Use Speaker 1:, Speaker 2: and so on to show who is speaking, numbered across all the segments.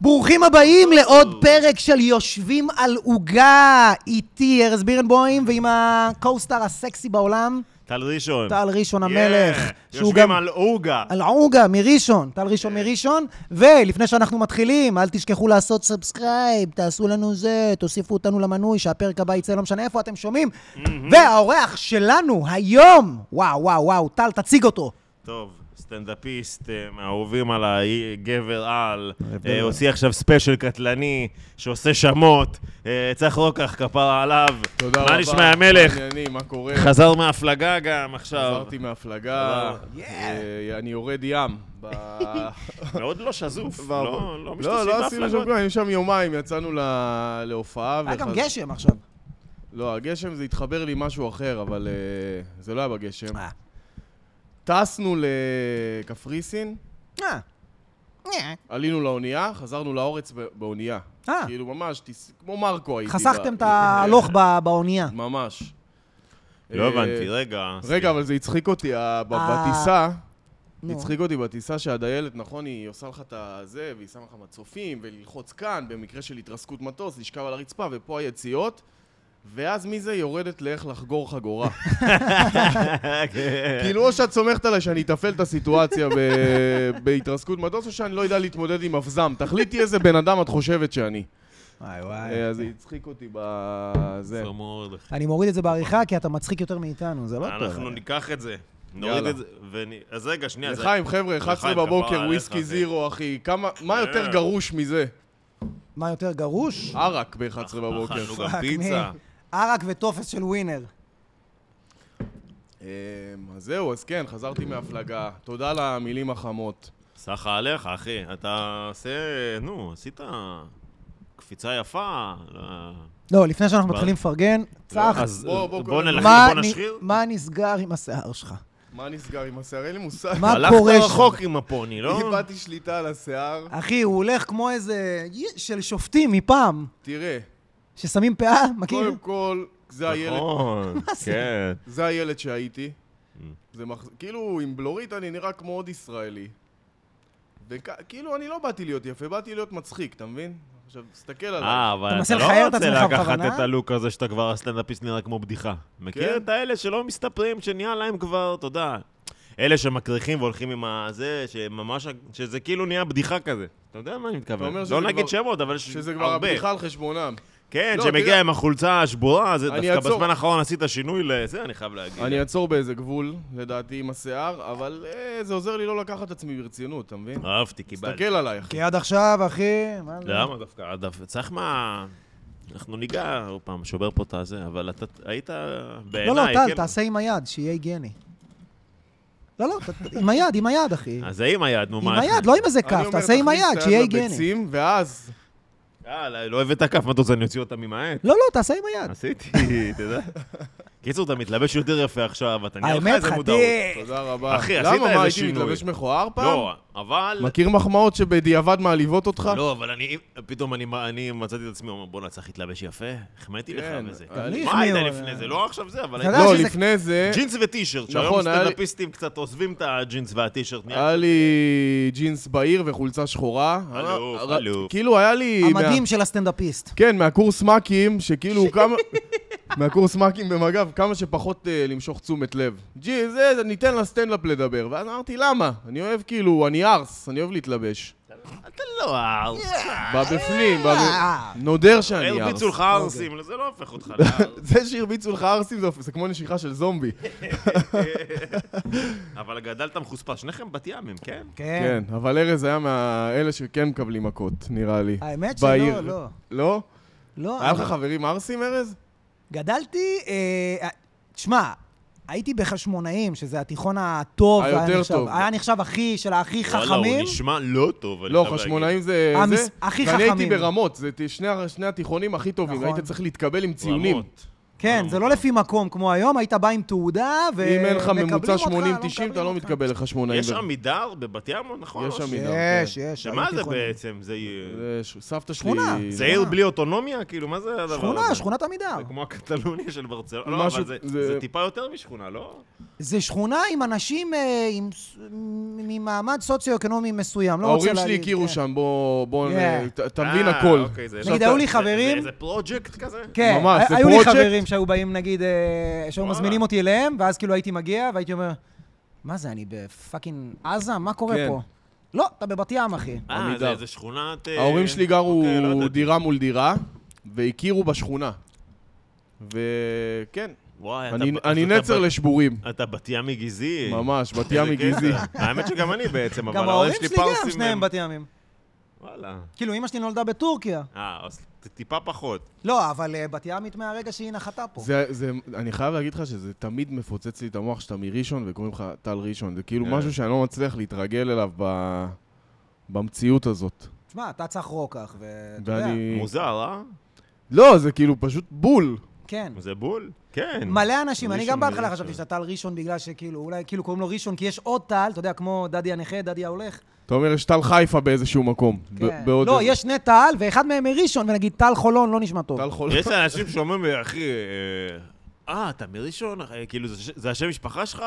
Speaker 1: ברוכים הבאים לעוד פרק של יושבים על עוגה, איתי ארז בירנבוים ועם הקו-סטאר הסקסי בעולם,
Speaker 2: טל ראשון.
Speaker 1: טל ראשון
Speaker 2: Yeah.
Speaker 1: המלך. שהוא
Speaker 2: יושבים
Speaker 1: גם
Speaker 2: על עוגה.
Speaker 1: על עוגה מראשון, טל ראשון מראשון. ולפני שאנחנו מתחילים, אל תשכחו לעשות סאבסקרייב, תעשו לנו זה, תוסיפו אותנו למנוי, שהפרק הבא יצא, לא משנה איפה אתם שומעים. והאורח שלנו היום, וואו, וואו, וואו, טל, תציג אותו.
Speaker 2: טוב, סטנדאפיסט, אה, מהאהובים עליי, גבר על.
Speaker 1: ההבדל
Speaker 2: אה,
Speaker 1: הוא-
Speaker 2: הוציא עכשיו ספיישל קטלני, שעושה שמות. אה, צח רוקח, כפרה עליו.
Speaker 3: תודה רבה.
Speaker 2: מה נשמע המלך?
Speaker 3: מה העניינים? מה קורה?
Speaker 2: חזר מההפלגה גם עכשיו.
Speaker 3: חזרתי מהפלגה.
Speaker 2: תודה
Speaker 1: רבה.
Speaker 3: אה, אני יורד ים. ב-
Speaker 2: מאוד לא שזוף. לא לא
Speaker 3: לא,
Speaker 2: משתתפים
Speaker 3: לא עשינו שם
Speaker 2: בהפלגות.
Speaker 3: כלום, היינו שם יומיים, יצאנו ל- להופעה.
Speaker 1: היה גם
Speaker 3: וחז-
Speaker 1: גשם עכשיו.
Speaker 3: לא, הגשם זה התחבר לי משהו אחר, אבל אה, זה לא היה בגשם.
Speaker 1: אה.
Speaker 3: טסנו לקפריסין,
Speaker 1: אה. אה.
Speaker 3: עלינו לאונייה, חזרנו לאורץ ב- באונייה.
Speaker 1: אה.
Speaker 3: כאילו ממש, טיס- כמו מרקו הייתי.
Speaker 1: חסכתם
Speaker 3: ב-
Speaker 1: את ההלוך ב- באונייה.
Speaker 3: ממש.
Speaker 2: לא
Speaker 3: אה,
Speaker 2: הבנתי, רגע.
Speaker 3: רגע, אבל זה הצחיק אותי, ה- ב-
Speaker 1: אה,
Speaker 3: בטיסה,
Speaker 1: נו.
Speaker 3: הצחיק אותי בטיסה שהדיילת, נכון, היא עושה לך את הזה, והיא שמה לך מצופים, וללחוץ כאן, במקרה של התרסקות מטוס, לשכב על הרצפה, ופה היציאות, ואז מזה יורדת לאיך לחגור חגורה.
Speaker 2: כן.
Speaker 3: כאילו, או שאת סומכת עליי שאני אתפעל את הסיטואציה ב- בהתרסקות מטוס, או שאני לא יודע להתמודד עם אבזם. תחליטי איזה בן אדם את חושבת שאני.
Speaker 1: וואי וואי.
Speaker 3: אה, אז זה הצחיק אותי בזה.
Speaker 2: זה מאוד.
Speaker 1: אני מוריד את זה בעריכה, כי אתה מצחיק יותר מאיתנו, זה לא טוב.
Speaker 2: אנחנו ניקח את זה. נוריד
Speaker 3: יאללה.
Speaker 2: את זה. ונ- אז רגע, שנייה. זה-
Speaker 3: לחיים, חבר'ה, 11
Speaker 2: לחיים, כפרה
Speaker 3: בבוקר,
Speaker 2: עליך,
Speaker 3: וויסקי
Speaker 2: אחי.
Speaker 3: זירו, אחי. כמה, מה יותר
Speaker 2: אה.
Speaker 3: גרוש מזה?
Speaker 1: מה יותר גרוש?
Speaker 3: ערק ב-11 בבוקר.
Speaker 2: אכלנו גם
Speaker 1: פאק
Speaker 2: אה, פיצה.
Speaker 1: מי. ערק וטופס של ווינר.
Speaker 3: אמ, אז זהו, אז כן, חזרתי מהפלגה. תודה על המילים החמות.
Speaker 2: סחה עליך, אחי. אתה עושה... נו, עשית קפיצה יפה. ל-
Speaker 1: לא, לפני שאנחנו
Speaker 2: בר-
Speaker 1: מתחילים לפרגן, צח,
Speaker 2: אז
Speaker 3: בוא- בוא-
Speaker 2: בוא נלך,
Speaker 1: מה
Speaker 2: בוא
Speaker 1: נ-
Speaker 2: נשחיר.
Speaker 1: מה נסגר עם השיער שלך?
Speaker 3: מה נסגר עם השיער? אין לי מושג.
Speaker 1: מה קורה
Speaker 2: הלכת
Speaker 1: שם?
Speaker 2: רחוק עם הפוני, לא?
Speaker 3: איבדתי שליטה על השיער.
Speaker 1: אחי, הוא הולך כמו איזה... י- של שופטים מפעם,
Speaker 3: תראה,
Speaker 1: ששמים פאה, מכיר?
Speaker 3: קודם כל, זה הילד
Speaker 2: נכון, Mm.
Speaker 1: זה?
Speaker 2: כן.
Speaker 3: זה הילד שהייתי. זה מח... כאילו, עם בלורית אני נראה כמו עוד ישראלי. וכאילו, אני לא באתי להיות יפה, באתי להיות מצחיק, אתה מבין? עכשיו, תסתכל עליי.
Speaker 2: אה, אבל
Speaker 1: אתה מנסה
Speaker 2: אתה
Speaker 1: לכער
Speaker 2: לא
Speaker 1: את
Speaker 2: רוצה
Speaker 1: עצמך
Speaker 2: לקחת
Speaker 1: בכוונה?
Speaker 2: את הלוק הזה שאתה כבר הסטנדאפיסט נראה כמו בדיחה. מכיר
Speaker 3: כן.
Speaker 2: את האלה שלא מסתפרים, שנהיה להם כבר, אתה יודע. אלה שמקריחים והולכים עם הזה, שממש, שזה כאילו נהיה בדיחה כזה. אתה יודע מה אני
Speaker 3: אתה אומר
Speaker 2: מתכוון?
Speaker 3: שזה
Speaker 2: לא נגיד
Speaker 3: כבר-
Speaker 2: שמות, אבל יש
Speaker 3: שזה כבר
Speaker 2: הרבה.
Speaker 3: הבדיחה על חשבונם.
Speaker 2: כן,
Speaker 3: לא,
Speaker 2: שמגיע
Speaker 3: תראה-
Speaker 2: עם החולצה השבורה, זה
Speaker 3: אני
Speaker 2: דווקא
Speaker 3: אעצור.
Speaker 2: בזמן האחרון עשית שינוי לזה, אני חייב להגיד.
Speaker 3: אני אעצור באיזה גבול, לדעתי, עם השיער, אבל אה, זה עוזר לי לא לקחת את עצמי ברצינות, אתה מבין?
Speaker 2: אהבתי, קיבלתי.
Speaker 3: תסתכל עליי, אחי.
Speaker 1: כי עד עכשיו, אחי... מה זה?
Speaker 2: למה דווקא? עד- צריך מה... אנחנו ניגע, עוד פעם, שובר פה את הזה, אבל אתה היית
Speaker 1: לא, לא,
Speaker 2: בעיניי,
Speaker 1: טל,
Speaker 2: כן.
Speaker 1: תעשה עם היד, שיהיה היגייני. לא, לא, ת- עם היד, עם היד, אחי.
Speaker 2: אז זה עם היד, נו,
Speaker 1: עם
Speaker 2: מה?
Speaker 1: היד, לא עם איזה כף, תעשה עם היד, שיהיה
Speaker 3: אני אומר, תכניס את היד
Speaker 1: היגייני.
Speaker 3: לביצים, ואז...
Speaker 2: יאללה, לא הבאת כף, מה אתה רוצה, אני אוציא אותה ממעט?
Speaker 1: לא, לא, תעשה עם היד.
Speaker 2: עשיתי, אתה יודע. קיצור, אתה מתלבש יותר יפה עכשיו, אתה נהיה לך
Speaker 1: האמת,
Speaker 2: איזה מודעות.
Speaker 1: חתיך.
Speaker 3: תודה רבה.
Speaker 2: אחי, עשית
Speaker 3: למה,
Speaker 2: איזה
Speaker 3: מה, הייתי
Speaker 2: שינוי.
Speaker 3: מתלבש מכוער פעם?
Speaker 2: לא, אבל...
Speaker 3: מכיר מחמאות שבדיעבד מעליבות אותך?
Speaker 2: לא, אבל אני, פתאום אני, אני מצאתי את עצמי, אומר, בואנה, צריך להתלבש יפה? החמאתי לך
Speaker 3: כן,
Speaker 2: וזה.
Speaker 3: גם
Speaker 1: לי
Speaker 2: מה היית
Speaker 1: החמיאו,
Speaker 2: לפני
Speaker 1: אבל-
Speaker 2: זה? לא עכשיו זה, אבל...
Speaker 1: אתה יודע
Speaker 3: לא,
Speaker 1: שזה-
Speaker 3: לפני זה,
Speaker 2: ג'ינס וטישרט, שהיום
Speaker 3: נכון, היה לי- אה,
Speaker 2: סטנדאפיסטים קצת עוזבים את הג'ינס והטישרט. נהיה-
Speaker 3: היה לי ג'ינס בהיר וחולצה שחורה.
Speaker 2: אלוף,
Speaker 3: ר-
Speaker 2: אלוף.
Speaker 3: כאילו, היה לי...
Speaker 1: המדים
Speaker 3: מה-
Speaker 1: של הסטנדאפיסט.
Speaker 3: כן, מהקורס מ"כים, שכאילו כמה... מהקורס מ"כים במג"ב, כמה שפחות אה, למשוך תשומת לב. ג'י, זה, זה- ניתן לסטנדאפ לדבר. ואז אמרתי, למה? אני אוהב כאילו, אני ארס, אני אוהב להתלבש.
Speaker 2: אתה
Speaker 3: אה,
Speaker 2: לא ארס.
Speaker 1: אה,
Speaker 3: בבפנים, בב... נודר שאני ארס.
Speaker 2: הרביצו לך ארסים,
Speaker 3: אוקיי.
Speaker 2: זה לא הופך אותך לארס.
Speaker 3: זה שהרביצו לך ערסים זה- זה כמו נשיכה של זומבי.
Speaker 1: כן.
Speaker 2: אבל גדלת מחוספס, שניכם בת ימים, כן?
Speaker 1: כן.
Speaker 3: כן, אבל ארז היה מאלה שכן מקבלים מכות, נראה לי.
Speaker 1: האמת שלא,
Speaker 3: בעיר.
Speaker 1: לא.
Speaker 3: לא?
Speaker 1: לא,
Speaker 3: היה לך
Speaker 1: אני-
Speaker 3: חברים ערסים, ארז?
Speaker 1: גדלתי, אה, אה, תשמע, הייתי בחשמונאים, שזה התיכון הטוב.
Speaker 3: היותר
Speaker 1: והיה נחשב-
Speaker 3: טוב.
Speaker 1: היה נחשב הכי של הכי
Speaker 2: וואלה, הוא
Speaker 1: חכמים.
Speaker 2: נשמע לא טוב. אני
Speaker 3: לא,
Speaker 2: חייב להגיד.
Speaker 3: חשמונאים זה...
Speaker 1: המס-
Speaker 3: זה.
Speaker 1: אה, הכי
Speaker 3: ואני
Speaker 1: חכמים.
Speaker 3: הייתי ברמות, זה ת- שני ה- שני התיכונים הכי טובים,
Speaker 1: נכון.
Speaker 3: היית צריך להתקבל עם ציונים. אם
Speaker 2: רמות.
Speaker 1: כן, זה לא לפי מקום כמו היום, היית בא עם תעודה, ומקבלים
Speaker 3: אין לך
Speaker 1: אותך,
Speaker 3: ממוצע
Speaker 1: לא
Speaker 3: 80-90,
Speaker 1: מקבלים
Speaker 3: אתה לא
Speaker 1: אותך.
Speaker 3: מתקבל לחשמונאים.
Speaker 2: יש עמידר בבת ים, נכון?
Speaker 3: יש
Speaker 2: או ש-
Speaker 3: עמידר. אה,
Speaker 1: יש,
Speaker 3: כן.
Speaker 1: יש.
Speaker 2: שמה
Speaker 1: היו
Speaker 2: זה
Speaker 1: תיכונים.
Speaker 2: בעצם? זה עיר-
Speaker 3: זה ש- סבתא שלי...
Speaker 1: שכונה.
Speaker 2: זה
Speaker 3: אה.
Speaker 2: עיר בלי אוטונומיה? כאילו, מה זה הדבר הזה?
Speaker 1: שכונה, שכונת עמידר.
Speaker 2: זה כמו הקטלוניה של ברצלונה. לא,
Speaker 3: משהו-
Speaker 2: אבל זה-
Speaker 3: זה-
Speaker 2: זה טיפה יותר משכונה, לא?
Speaker 1: זה שכונה עם אנשים אה, עם ס- מ- ממעמד סוציו-אקונומי מסוים. לא רוצה
Speaker 3: ההורים שלי
Speaker 1: להגיד,
Speaker 3: הכירו
Speaker 1: כן.
Speaker 3: שם, בוא... בוא...
Speaker 1: Yeah.
Speaker 3: נ- ת- אתה מבין
Speaker 2: אה,
Speaker 3: הכל.
Speaker 2: אוקיי, זה-
Speaker 1: נגיד,
Speaker 2: זה-
Speaker 1: היו לי
Speaker 2: זה-
Speaker 1: חברים-
Speaker 2: זה- זה פרוג'קט כזה?
Speaker 1: כן,
Speaker 3: ממש,
Speaker 1: הי-
Speaker 3: זה
Speaker 1: היו לי
Speaker 3: פרוג'קט.
Speaker 1: חברים שהיו באים, נגיד, אה, שהיו
Speaker 2: וואלה.
Speaker 1: מזמינים אותי אליהם, ואז כאילו הייתי מגיע, והייתי אומר, מה זה, אני בפאקינג עזה? מה קורה
Speaker 3: כן.
Speaker 1: פה? לא, אתה בבת ים, אחי.
Speaker 2: אה,
Speaker 3: עמידר.
Speaker 2: זה- זה שכונת... אה,
Speaker 3: ההורים שלי גרו
Speaker 2: אוקיי, לא ידעתי.
Speaker 3: דירה מול דירה, והכירו בשכונה. וכן,
Speaker 2: וואי, אתה
Speaker 3: אני-
Speaker 2: ב- אז
Speaker 3: אני
Speaker 2: אתה
Speaker 3: נצר
Speaker 2: בת-
Speaker 3: לשבורים.
Speaker 2: אתה בת ימי גזעי.
Speaker 3: ממש, בת
Speaker 2: איזה
Speaker 3: ימי
Speaker 2: קטע.
Speaker 3: גזעי.
Speaker 2: האמת שגם אני בעצם, אבל
Speaker 1: גם
Speaker 2: ההורים
Speaker 1: ההורים
Speaker 2: שלי
Speaker 1: שלי
Speaker 2: פרסים.
Speaker 1: גם, שניהם
Speaker 2: הם-
Speaker 1: בת ימים.
Speaker 2: וואלה.
Speaker 1: כאילו, אמא שלי נולדה בטורקיה.
Speaker 2: אה, אז ט- טיפה פחות.
Speaker 1: לא, אבל אה, בת ימית מהרגע שהיא נחתה פה.
Speaker 3: זה, זה, אני חייב להגיד לך שזה תמיד מפוצץ לי את המוח שאתה מראשון וקוראים לך טל ראשון. זה כאילו
Speaker 2: כן.
Speaker 3: משהו שאני לא מצליח להתרגל אליו ב, במציאות הזאת.
Speaker 1: תשמע, אתה צריך רוקח, ואתה יודע.
Speaker 3: ואני...
Speaker 2: מוזר, אה?
Speaker 3: לא, זה כאילו פשוט בול.
Speaker 1: כן.
Speaker 2: זה בול? כן.
Speaker 1: מלא אנשים, אני
Speaker 2: ראשון
Speaker 1: גם בהתחלה
Speaker 2: מראשון.
Speaker 1: חשבתי שאתה טל ראשון בגלל שכאילו, אולי כאילו קוראים לו ראשון, כי יש עוד טל, אתה יודע, כמו דדי הנכה, דדי ההולך.
Speaker 3: אתה אומר, יש טל חיפה באיזשהו מקום. ב-
Speaker 1: כן.
Speaker 3: בעוד
Speaker 1: לא,
Speaker 3: איזה-
Speaker 1: יש שני טל, ואחד מהם מראשון, ונגיד טל חולון לא נשמע טוב.
Speaker 3: טל חול...
Speaker 2: יש אנשים שאומרים, לי, אחי, אה, אה, אתה מראשון? אה, כאילו, זה ש- זה השם משפחה שלך?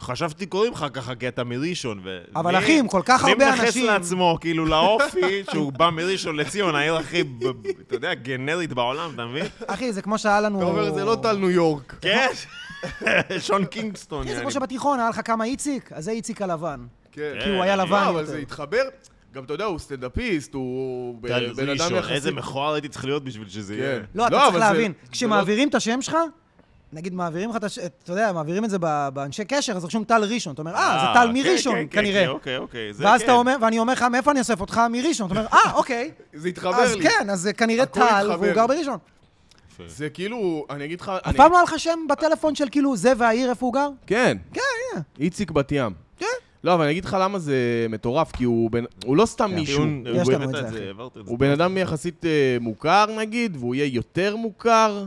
Speaker 2: חשבתי קוראים לך ככה כי אתה מראשון. ו-
Speaker 1: אבל
Speaker 2: מי-
Speaker 1: אחי, עם כל כך הרבה אנשים-
Speaker 2: מי מתייחס לעצמו, כאילו, לאופי שהוא בא מראשון לציון, העיר הכי, ב- ב- אתה יודע, גנרית בעולם, אתה מבין?
Speaker 1: אחי, זה כמו שהיה לנו...
Speaker 3: אתה אומר, זה לא טל ניו יורק.
Speaker 2: כן. שון קינגסטון.
Speaker 1: אחי, כן, זה
Speaker 2: יעני.
Speaker 1: כמו שבתיכון היה לך כמה איציק, אז זה איציק הלבן.
Speaker 3: כן.
Speaker 1: כי הוא היה
Speaker 2: אני-
Speaker 1: לבן
Speaker 3: לא, אבל
Speaker 1: יותר.
Speaker 3: זה התחבר... גם אתה יודע, הוא סטנדאפיסט, הוא ב-
Speaker 2: טל
Speaker 3: בן אדם
Speaker 2: ראשון,
Speaker 3: יחסי...
Speaker 2: איזה מכוער הייתי צריך להיות בשביל שזה יהיה.
Speaker 3: כן.
Speaker 1: לא, אתה
Speaker 3: לא,
Speaker 1: צריך
Speaker 3: אבל זה-
Speaker 1: להבין,
Speaker 3: זה לא-
Speaker 1: כשמעבירים את השם שלך, נגיד מעבירים לך את השם, אתה יודע, מעבירים את זה ב- באנשי קשר, אז רשום טל ראשון. אתה אומר, אה, זה טל
Speaker 2: כן, כן,
Speaker 1: מראשון,
Speaker 2: כן,
Speaker 1: כנראה.
Speaker 2: כן, אוקיי, אוקיי. זה
Speaker 1: ואז
Speaker 2: כן.
Speaker 1: אתה אומר, ואני אומר לך, מאיפה אני אוסף אותך? מראשון. אתה אומר, אה, אוקיי.
Speaker 3: זה התחבר
Speaker 1: אז
Speaker 3: לי.
Speaker 1: כן, אז זה כנראה
Speaker 3: הכל
Speaker 1: טל,
Speaker 3: התחבר.
Speaker 1: והוא גר בראשון.
Speaker 3: זה כאילו, אני אגיד לך...
Speaker 1: אף פעם לא היה לך שם בטלפון של כאילו זה והעיר, איפה הוא גר?
Speaker 3: כן.
Speaker 1: כן, הנה.
Speaker 3: איציק בת ים.
Speaker 1: כן.
Speaker 3: לא, אבל אני אגיד לך למה זה מטורף, כי הוא בן... הוא לא סתם מישהו.
Speaker 2: טיעון-
Speaker 1: יש
Speaker 2: הוא
Speaker 1: לנו
Speaker 2: הבאת
Speaker 1: את זה, אחי.
Speaker 2: העברת את זה.
Speaker 3: הוא בן אדם יחסית אה, מוכר, נגיד, והוא יהיה יותר מוכר.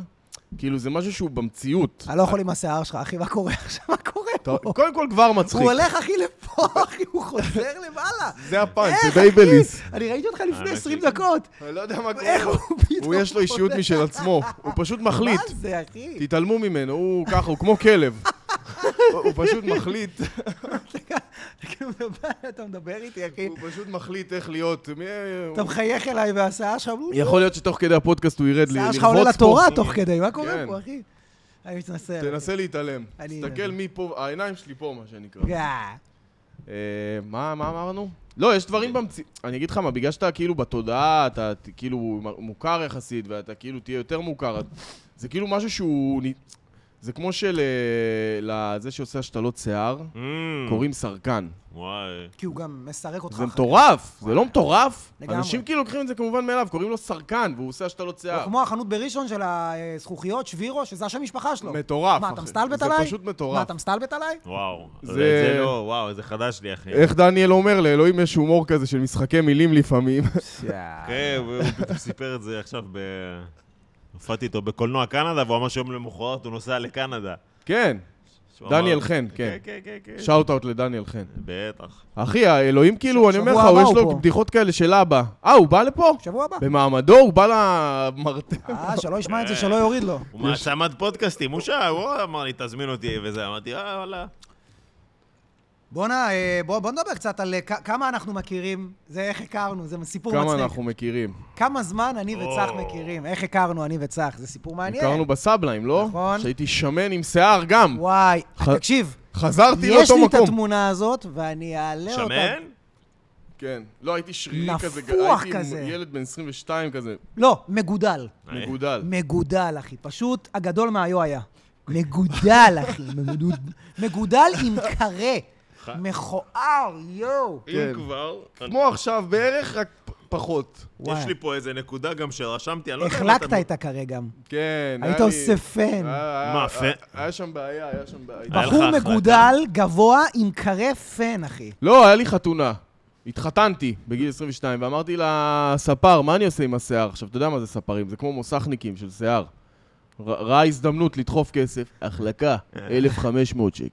Speaker 3: כאילו, זה משהו שהוא במציאות.
Speaker 1: אני לא יכול עם השיער שלך, אחי, מה קורה עכשיו? מה קורה
Speaker 3: אתה-
Speaker 1: פה?
Speaker 3: קודם כל כבר מצחיק.
Speaker 1: הוא הולך, אחי, לפה, אחי, הוא חוזר למעלה.
Speaker 3: זה הפאנץ',
Speaker 1: איך,
Speaker 3: זה בייבליס.
Speaker 1: אחי? אני ראיתי אותך לפני
Speaker 2: האמת
Speaker 1: 20
Speaker 2: שכן.
Speaker 1: דקות.
Speaker 3: אני לא יודע מה קורה.
Speaker 1: איך הוא פתאום...
Speaker 3: הוא יש לו אישיות
Speaker 1: חוזר?
Speaker 3: משל עצמו. הוא פשוט מחליט.
Speaker 1: מה זה, אחי?
Speaker 3: תתעלמו ממנו, הוא ככה, הוא כמו כלב. הוא הוא פשוט מחליט,
Speaker 1: אתה כאילו מדבר- אתה מדבר איתי, אחי.
Speaker 3: הוא פשוט מחליט איך להיות. מי-
Speaker 1: אתה מחייך אליי והשיער שלך...
Speaker 3: יכול להיות שתוך כדי הפודקאסט הוא ירד ל-
Speaker 1: השיער
Speaker 3: לרבוץ
Speaker 1: שלך
Speaker 3: פה.
Speaker 1: עולה לתורה תוך כדי, מה קורה
Speaker 3: כן.
Speaker 1: פה, אחי? אני מתנסה.
Speaker 3: תנסה להתעלם.
Speaker 1: אני- כן.
Speaker 3: תסתכל מפה, העיניים שלי פה, מה שנקרא.
Speaker 1: גאה.
Speaker 3: אה, מה מה אמרנו? לא, יש דברים במציאות. אני אגיד לך מה, בגלל שאתה כאילו בתודעה, אתה ת- כאילו מוכר יחסית, ואתה כאילו תהיה יותר מוכר, אז זה כאילו משהו שהוא... נ- זה כמו של... אה, לזה שעושה השתלות שיער,
Speaker 2: Mm,
Speaker 3: קוראים סרקן.
Speaker 2: וואי.
Speaker 1: כי הוא גם מסרק אותך.
Speaker 3: זה
Speaker 1: אחי.
Speaker 3: מטורף, זה לא מטורף.
Speaker 1: לגמרי.
Speaker 3: אנשים כאילו לוקחים את זה כמובן מאליו, קוראים לו סרקן, והוא עושה לא השתלות
Speaker 1: הוא
Speaker 3: שיער.
Speaker 1: כמו החנות בראשון של הזכוכיות, שבירו, שזה השם משפחה שלו.
Speaker 3: מטורף,
Speaker 1: לא. מה, אתה
Speaker 3: אחי.
Speaker 1: מסתלבט
Speaker 3: זה
Speaker 1: עליי?
Speaker 3: פשוט מטורף.
Speaker 1: מה, אתה מסתלבט עליי?
Speaker 2: וואו.
Speaker 3: זה-
Speaker 2: זה... זה לא, וואו, זה חדש לי, אחי.
Speaker 1: אה.
Speaker 3: איך דניאל אומר, לאלוהים יש הומור כזה של משחקי מילים לפעמים.
Speaker 2: כן, הוא הוא פתאום סיפר את זה עכשיו ב... הופעתי איתו בקולנוע קנדה, והוא אמר שיום למחרת הוא נוסע לקנדה.
Speaker 3: כן,
Speaker 2: שהוא
Speaker 3: דניאל
Speaker 2: אמר-
Speaker 3: חן, כן.
Speaker 2: כן, כן, כן, כן.
Speaker 3: שאוט אאוט לדניאל חן.
Speaker 2: בטח.
Speaker 3: אחי, האלוהים כאילו, אני אומר לך,
Speaker 1: שבוע
Speaker 3: הוא
Speaker 1: הבא הוא
Speaker 3: יש לו
Speaker 1: פה.
Speaker 3: בדיחות כאלה של אבא. אה, הוא בא לפה?
Speaker 1: שבוע הבא.
Speaker 3: במעמדו הוא בא למרתף.
Speaker 1: אה, שלא ישמע את זה, שלא יוריד לו.
Speaker 2: הוא מעצמת פודקאסטים, הוא שאל, הוא אמר לי, תזמין אותי וזה, אמרתי, אה, וואלה.
Speaker 1: בואנה, אה, בוא בוא נדבר קצת על אה, כ- כמה אנחנו מכירים, זה איך הכרנו, זה סיפור
Speaker 3: כמה
Speaker 1: מצחיק.
Speaker 3: אנחנו מכירים.
Speaker 1: כמה זמן אני וצח
Speaker 2: או.
Speaker 1: מכירים, איך הכרנו אני וצח, זה סיפור מעניין.
Speaker 3: הכרנו בסבליים, לא?
Speaker 1: נכון.
Speaker 3: שהייתי שמן עם שיער גם.
Speaker 1: וואי,
Speaker 3: ח-
Speaker 1: תקשיב,
Speaker 3: חזרתי
Speaker 1: יש
Speaker 3: לאותו
Speaker 1: לי את
Speaker 3: מקום.
Speaker 1: התמונה הזאת, ואני אעלה אותה.
Speaker 2: שמן?
Speaker 3: כן. לא, הייתי שרירי
Speaker 1: נפוח
Speaker 3: כזה. הייתי
Speaker 1: כזה.
Speaker 3: ילד בן 22 כזה,
Speaker 1: לא, מגודל.
Speaker 3: מגודל.
Speaker 1: מגודל, אחי. פשוט הגדול מהיו היה. מגודל, אחי. מגודל- מגודל עם קרה. מכוער, יואו.
Speaker 2: אם כבר... אני-
Speaker 3: כמו עכשיו בערך, רק פ- פחות.
Speaker 2: יש
Speaker 1: וואי.
Speaker 2: לי פה איזה נקודה גם שרשמתי, אני לא יודע... אם
Speaker 1: החלקת
Speaker 2: אתה-
Speaker 1: את הקרה גם.
Speaker 3: כן. היה
Speaker 1: היית
Speaker 3: לי-
Speaker 1: עושה פן.
Speaker 3: היה- היה-
Speaker 2: מה, פן?
Speaker 3: היה שם בעיה, היה שם בעיה.
Speaker 2: היה לך
Speaker 1: בחור
Speaker 2: החלקה?
Speaker 1: מגודל, גבוה, עם קרה פן, אחי.
Speaker 3: לא, היה לי חתונה. התחתנתי בגיל 22, ואמרתי לה, ספר, מה אני עושה עם השיער? עכשיו, אתה יודע מה זה ספרים, זה כמו מוסכניקים של שיער. ר- ראה הזדמנות לדחוף כסף, החלקה,
Speaker 2: אה.
Speaker 3: 1,500 שקל.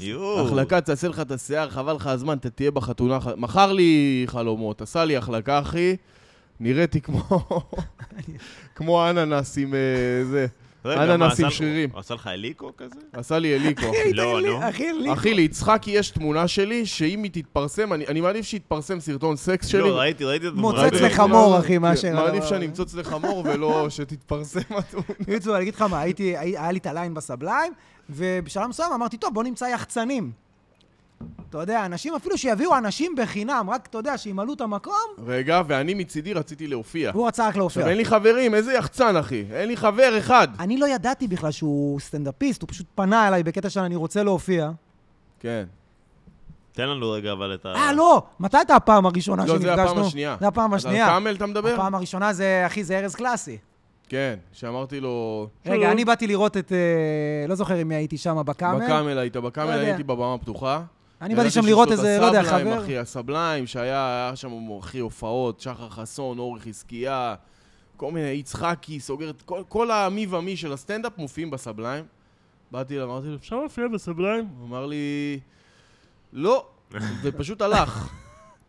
Speaker 2: יואו.
Speaker 3: החלקה, תעשה לך את השיער, חבל לך הזמן, אתה תהיה בחתונה. ח- מכר לי חלומות, עשה לי החלקה, אחי, נראיתי כמו... כמו אננס עם אה, זה.
Speaker 2: רגע,
Speaker 3: אננסים
Speaker 2: מה, עשה לך-
Speaker 3: שרירים.
Speaker 2: הוא עשה לך אליקו כזה?
Speaker 3: עשה לי אליקו.
Speaker 2: לא, נו.
Speaker 1: אחי, לי.
Speaker 3: אחי, ליצחקי יש תמונה שלי, שאם היא תתפרסם, אני אני מעדיף שיתפרסם סרטון סקס שלי. כן,
Speaker 2: לא, ראיתי, ראיתי את התמונה.
Speaker 1: מוצץ
Speaker 2: ו-
Speaker 1: לך לחמור, אחי, מאשר-
Speaker 3: מעדיף שאני אמצוץ לחמור ולא שתתפרסם התמונה.
Speaker 1: בקיצור, אני אגיד לך מה, הייתי, הי- היה לי את הליין בסבליים, ובשלב מסוים אמרתי, טוב, בוא נמצא יחצנים. אתה יודע, אנשים, אפילו שיביאו אנשים בחינם, רק, אתה יודע, שימלאו את המקום,
Speaker 3: רגע, ואני מצידי רציתי להופיע.
Speaker 1: והוא רצה רק להופיע.
Speaker 3: עכשיו, אין לי חברים, איזה יחצן, אחי. אין לי חבר אחד.
Speaker 1: אני לא ידעתי בכלל שהוא סטנדאפיסט, הוא פשוט פנה אליי בקטע של אני רוצה להופיע.
Speaker 3: כן.
Speaker 2: תן לנו רגע אבל את ה...
Speaker 1: אה, לא! מתי הייתה הפעם הראשונה
Speaker 3: לא,
Speaker 1: שנפגשנו?
Speaker 3: זה הפעם השנייה.
Speaker 1: זה הפעם
Speaker 3: אז
Speaker 1: השנייה.
Speaker 3: על כאמל אתה מדבר?
Speaker 1: הפעם הראשונה זה, אחי, זה ארז קלאסי.
Speaker 3: כן, שאמרתי לו...
Speaker 1: רגע, אני באתי לראות את... אה, לא זוכר אם הייתי שם בקאמל.
Speaker 3: בקאמל היית, בקאמל
Speaker 1: לא יודע.
Speaker 3: הייתי בבמה פתוחה.
Speaker 1: אני באתי שם לראות איזה, לא יודע,
Speaker 3: הסבליים,
Speaker 1: חבר.
Speaker 3: אחי, הסבליים, שהיה היה שם אחי הופעות, שחר חסון, אורי חזקיה, כל מיני, יצחקי, סוגר, את כל, כל המי ומי של הסטנדאפ מופיעים בסבליים. באתי אליו, אמרתי לו, אפשר להופיע בסבליים? הוא אמר לי, לא, ופשוט הלך.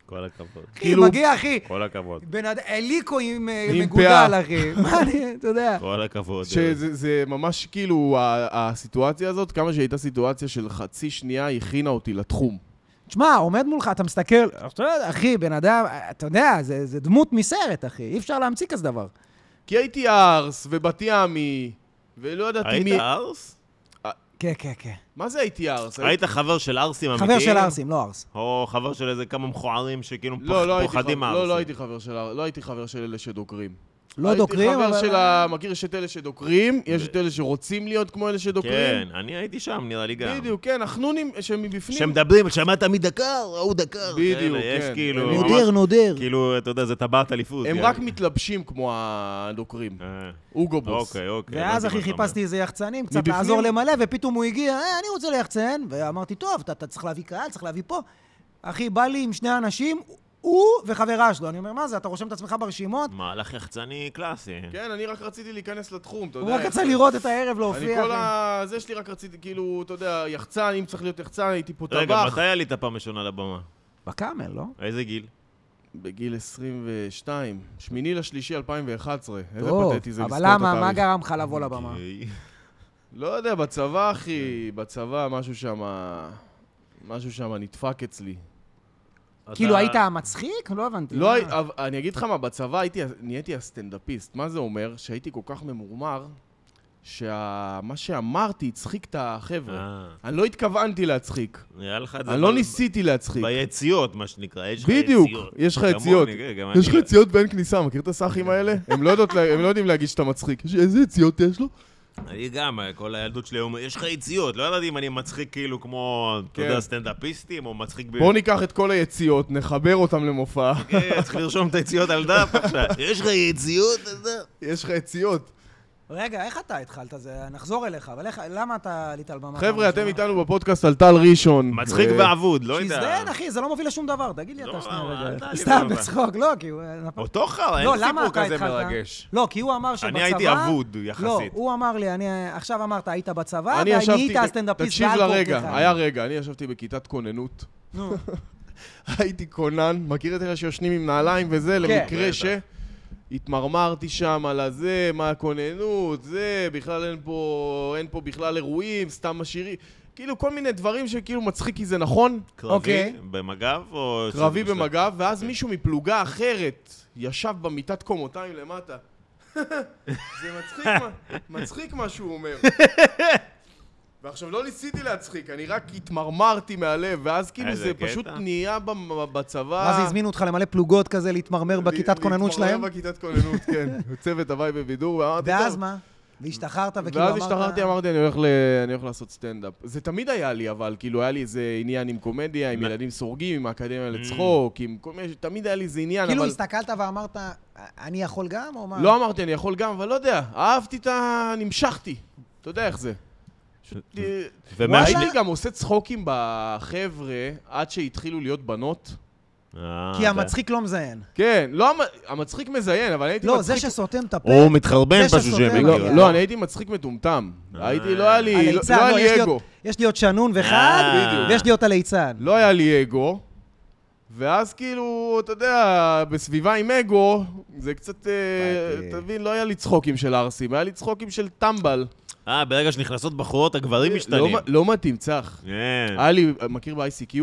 Speaker 2: כל הכבוד.
Speaker 1: אחי,
Speaker 3: כאילו-
Speaker 1: מגיע, אחי.
Speaker 2: כל הכבוד.
Speaker 1: בן אדם, אליקו עם אה,
Speaker 3: עם
Speaker 1: מגודל,
Speaker 3: פאה.
Speaker 1: אחי. מה אני, אתה יודע.
Speaker 2: כל הכבוד. ארז.
Speaker 3: שזה זה ממש כאילו, ה- הסיטואציה הזאת, כמה שהייתה סיטואציה של חצי שנייה, היא הכינה אותי לתחום.
Speaker 1: תשמע, עומד מולך, אתה מסתכל, אתה יודע, אחי, בן אדם, אתה יודע, זה זה דמות מסרט, אחי. אי אפשר להמציא כזה דבר.
Speaker 3: כי הייתי ארס, ובת ימי, ולא ידעתי מי...
Speaker 2: היית ארס?
Speaker 1: כן, כן, כן.
Speaker 3: מה זה הייתי ארס?
Speaker 2: היית חבר של ארסים אמיתיים?
Speaker 1: חבר של ארסים, לא ארס.
Speaker 2: או חבר של איזה כמה מכוערים שכאילו
Speaker 3: לא, לא
Speaker 2: פח-
Speaker 3: הייתי, חבר,
Speaker 2: פוחדים מארסים.
Speaker 3: לא, לא הייתי חבר של ה- לא הייתי חבר של אלה שדוקרים.
Speaker 1: לא דוקרים,
Speaker 3: הייתי
Speaker 1: אבל...
Speaker 3: חבר של ה... מכיר, יש את אלה שדוקרים, יש את אלה שרוצים להיות כמו אלה שדוקרים.
Speaker 2: כן, אני הייתי שם, נראה לי גם.
Speaker 3: בדיוק, כן, החנונים שמבפנים.
Speaker 2: שמדברים, שמעת מי דקר, ההוא דקר.
Speaker 3: בדיוק,
Speaker 2: כאלה, יש
Speaker 3: כן.
Speaker 2: כאילו...
Speaker 3: נודיר,
Speaker 1: נודיר,
Speaker 2: ממש-
Speaker 1: נודיר.
Speaker 2: כאילו, אתה יודע, זה טבעת אליפות.
Speaker 3: הם
Speaker 2: יאללה.
Speaker 3: רק מתלבשים כמו הדוקרים.
Speaker 2: אה,
Speaker 3: אוגו בוס.
Speaker 2: אוקיי, אוקיי.
Speaker 1: ואז,
Speaker 3: כן,
Speaker 2: הבנתי
Speaker 1: אחי,
Speaker 2: מה אתה אומר.
Speaker 1: חיפשתי איזה יחצנים, קצת
Speaker 3: מבפנים?
Speaker 1: לעזור למלא, ופתאום הוא הגיע, אה, אני רוצה ליחצן, ואמרתי, טוב, אתה- אתה צריך להביא קהל, צריך להביא פה. אחי, בא לי עם שני אנשים, הוא וחברה שלו. אני אומר, מה זה, אתה רושם את עצמך ברשימות?
Speaker 2: מהלך יחצני קלאסי.
Speaker 3: כן, אני רק רציתי להיכנס לתחום, אתה
Speaker 1: הוא
Speaker 3: יודע.
Speaker 1: רק רצה לראות את הערב
Speaker 3: אני
Speaker 1: להופיע.
Speaker 3: כל
Speaker 1: אחי.
Speaker 3: ה... זה שלי רק רציתי, כאילו, אתה יודע, יחצן, אם צריך להיות יחצן, הייתי פה
Speaker 2: רגע,
Speaker 3: טבח.
Speaker 2: מתי עלית פעם ראשונה לבמה?
Speaker 1: בקאמל, לא?
Speaker 2: איזה גיל?
Speaker 3: בגיל 22, שמיני לשלישי 2011. איזה
Speaker 1: טוב,
Speaker 3: פתטי זה לזכור את
Speaker 1: אבל
Speaker 3: התאריך.
Speaker 1: למה, מה גרם לך לבוא לבמה?
Speaker 2: אוקיי.
Speaker 3: לא יודע, בצבא,
Speaker 1: כן.
Speaker 3: אחי, בצבא משהו שם... משהו שם נדפק אצלי.
Speaker 1: כאילו
Speaker 2: אתה-
Speaker 1: היית מצחיק? לא הבנתי.
Speaker 3: לא, הי- אבל אני אגיד לך מה, בצבא הייתי, נהייתי הסטנדאפיסט. מה זה אומר? שהייתי כל כך ממורמר, שמה שאמרתי הצחיק את החבר'ה.
Speaker 2: אה,
Speaker 3: אני לא התכוונתי להצחיק.
Speaker 2: נראה לך את זה...
Speaker 3: אני לא
Speaker 2: ב-
Speaker 3: ניסיתי להצחיק.
Speaker 2: ביציאות, מה שנקרא. יש לך
Speaker 3: בדיוק,
Speaker 2: יציאות.
Speaker 3: יש לך
Speaker 2: כמוני,
Speaker 3: יציאות.
Speaker 2: כן, גם
Speaker 3: יש לך
Speaker 2: אני.
Speaker 3: יציאות באין כניסה, מכיר את הסאחים האלה? הם לא יודעות לה- הם לא יודעים להגיד שאתה מצחיק. יש- איזה יציאות יש לו?
Speaker 2: אני גם, כל הילדות שלי אומרת, יש לך יציאות, לא ידעתי אם אני מצחיק כאילו כמו, אתה
Speaker 3: כן.
Speaker 2: יודע, סטנדאפיסטים, או מצחיק ב...
Speaker 3: בואו ניקח את כל היציאות, נחבר אותם למופע.
Speaker 2: כן, צריך לרשום את היציאות על דף עכשיו. יש לך יציאות על דף?
Speaker 3: יש לך יציאות.
Speaker 1: רגע, איך אתה התחלת? זה- נחזור אליך, אבל איך- למה אתה עלית על במה?
Speaker 3: חבר'ה, אתם
Speaker 1: ראשונה?
Speaker 3: איתנו בפודקאסט על טל ראשון. אה,
Speaker 2: מצחיק
Speaker 3: ו-
Speaker 2: ואבוד, לא יודע.
Speaker 1: שיזדיין, אחי, זה לא מוביל לשום דבר, תגיד לי
Speaker 2: לא,
Speaker 1: אתה שנייה
Speaker 2: אבל אל
Speaker 1: רגע.
Speaker 2: תעלי
Speaker 1: סתם,
Speaker 2: במה.
Speaker 1: בצחוק, לא, כי הוא... נפל-
Speaker 2: אותו חרא, אין
Speaker 1: לא, למה
Speaker 2: סיפור
Speaker 1: אתה
Speaker 2: כזה
Speaker 1: התחלת?
Speaker 2: מרגש.
Speaker 1: לא, כי הוא אמר שבצבא...
Speaker 2: אני הייתי אבוד יחסית.
Speaker 1: לא, הוא אמר לי, אני... עכשיו אמרת, היית בצבא,
Speaker 3: אני
Speaker 1: ואני
Speaker 3: ישבתי,
Speaker 1: היית הסטנדאפיסט.
Speaker 3: תקשיב
Speaker 1: בעל פורטריך.
Speaker 3: לרגע, היה אה, רגע, אני ישבתי בכיתת כוננות.
Speaker 1: נו,
Speaker 3: הייתי כונן, מכיר את אלה שיושנים עם נעליים וזה,
Speaker 1: כן.
Speaker 3: למקרה
Speaker 2: בטח.
Speaker 3: ש... התמרמרתי שם על הזה, מה הכוננות, זה, בכלל אין פה, אין פה בכלל אירועים, סתם משאירים. כאילו כל מיני דברים שכאילו מצחיק כי זה נכון,
Speaker 2: קרבי
Speaker 1: אוקיי.
Speaker 2: במג"ב או...
Speaker 3: קרבי
Speaker 2: שזה
Speaker 3: במג"ב,
Speaker 2: כן.
Speaker 3: ואז מישהו מפלוגה אחרת ישב במיטת קומותיים למטה. זה מצחיק, מה- מצחיק מה שהוא אומר. ועכשיו, לא ניסיתי להצחיק, אני רק התמרמרתי מהלב, ואז כאילו
Speaker 2: איזה
Speaker 3: זה
Speaker 2: קטע.
Speaker 3: פשוט נהיה במ- בצבא...
Speaker 1: מה זה, הזמינו אותך למלא פלוגות כזה, להתמרמר
Speaker 3: ל-
Speaker 1: בכיתת כוננות שלהם?
Speaker 3: להתמרמר לא בכיתת כוננות, כן. צוות הוואי בבידור, ואמרתי...
Speaker 1: ואז
Speaker 3: "טוב."
Speaker 1: מה? והשתחררת, וכאילו
Speaker 3: ואז
Speaker 1: אמרת...
Speaker 3: השתחררתי, אמרתי, אני הולך ל- אני הולך לעשות סטנדאפ. זה תמיד היה לי, אבל כאילו, היה לי איזה עניין עם קומדיה, עם
Speaker 2: נ-
Speaker 3: ילדים סורגים, עם האקדמיה
Speaker 2: Mm.
Speaker 3: לצחוק, עם כל מיני... תמיד היה לי איזה עניין,
Speaker 1: כאילו
Speaker 3: כן, אבל...
Speaker 1: הסתכלת ואמרת, "אה, אני יכול גם, או מה?
Speaker 3: לא אמרתי, אני יכול גם, אבל לא יודע, אהבתי את ה... נמשכתי. אתה יודע איך זה.
Speaker 2: ש-
Speaker 3: אה,
Speaker 2: ומה-
Speaker 3: הייתי גם עושה צחוקים בחבר'ה עד שהתחילו להיות בנות.
Speaker 2: אה,
Speaker 1: כי
Speaker 2: אתה-
Speaker 1: המצחיק לא מזיין.
Speaker 3: כן, לא, המ- המצחיק מזיין, אבל הייתי מצחיק...
Speaker 1: לא, זה שסותם את הפה,
Speaker 2: הוא מתחרבן
Speaker 1: זה
Speaker 2: פשוט כאילו.
Speaker 1: שסותם,
Speaker 2: שהם
Speaker 1: אחי.
Speaker 2: הגיעו.
Speaker 3: לא, לא, אני הייתי מצחיק מטומטם.
Speaker 2: אה.
Speaker 3: הייתי, לא היה לי, לא
Speaker 1: הליצן,
Speaker 3: לא היה
Speaker 1: יש
Speaker 3: לי
Speaker 1: לי
Speaker 3: אגו.
Speaker 1: עוד- יש לי עוד שנון וחד,
Speaker 2: אה, בדיוק.
Speaker 1: ויש לי עוד הליצן.
Speaker 3: לא היה לי אגו, ואז כאילו, אתה יודע, בסביבה עם אגו, זה קצת... אה,
Speaker 1: בעייתי.
Speaker 3: אתה מבין, לא היה לי צחוקים של ערסים, היה לי צחוקים של טמבל.
Speaker 2: אה, ברגע שנכנסות בחורות, הגברים
Speaker 3: לא
Speaker 2: משתנים.
Speaker 3: מ- לא אה, מתאים, צח.
Speaker 2: כן.
Speaker 3: היה לי, מכיר ב-ICQ?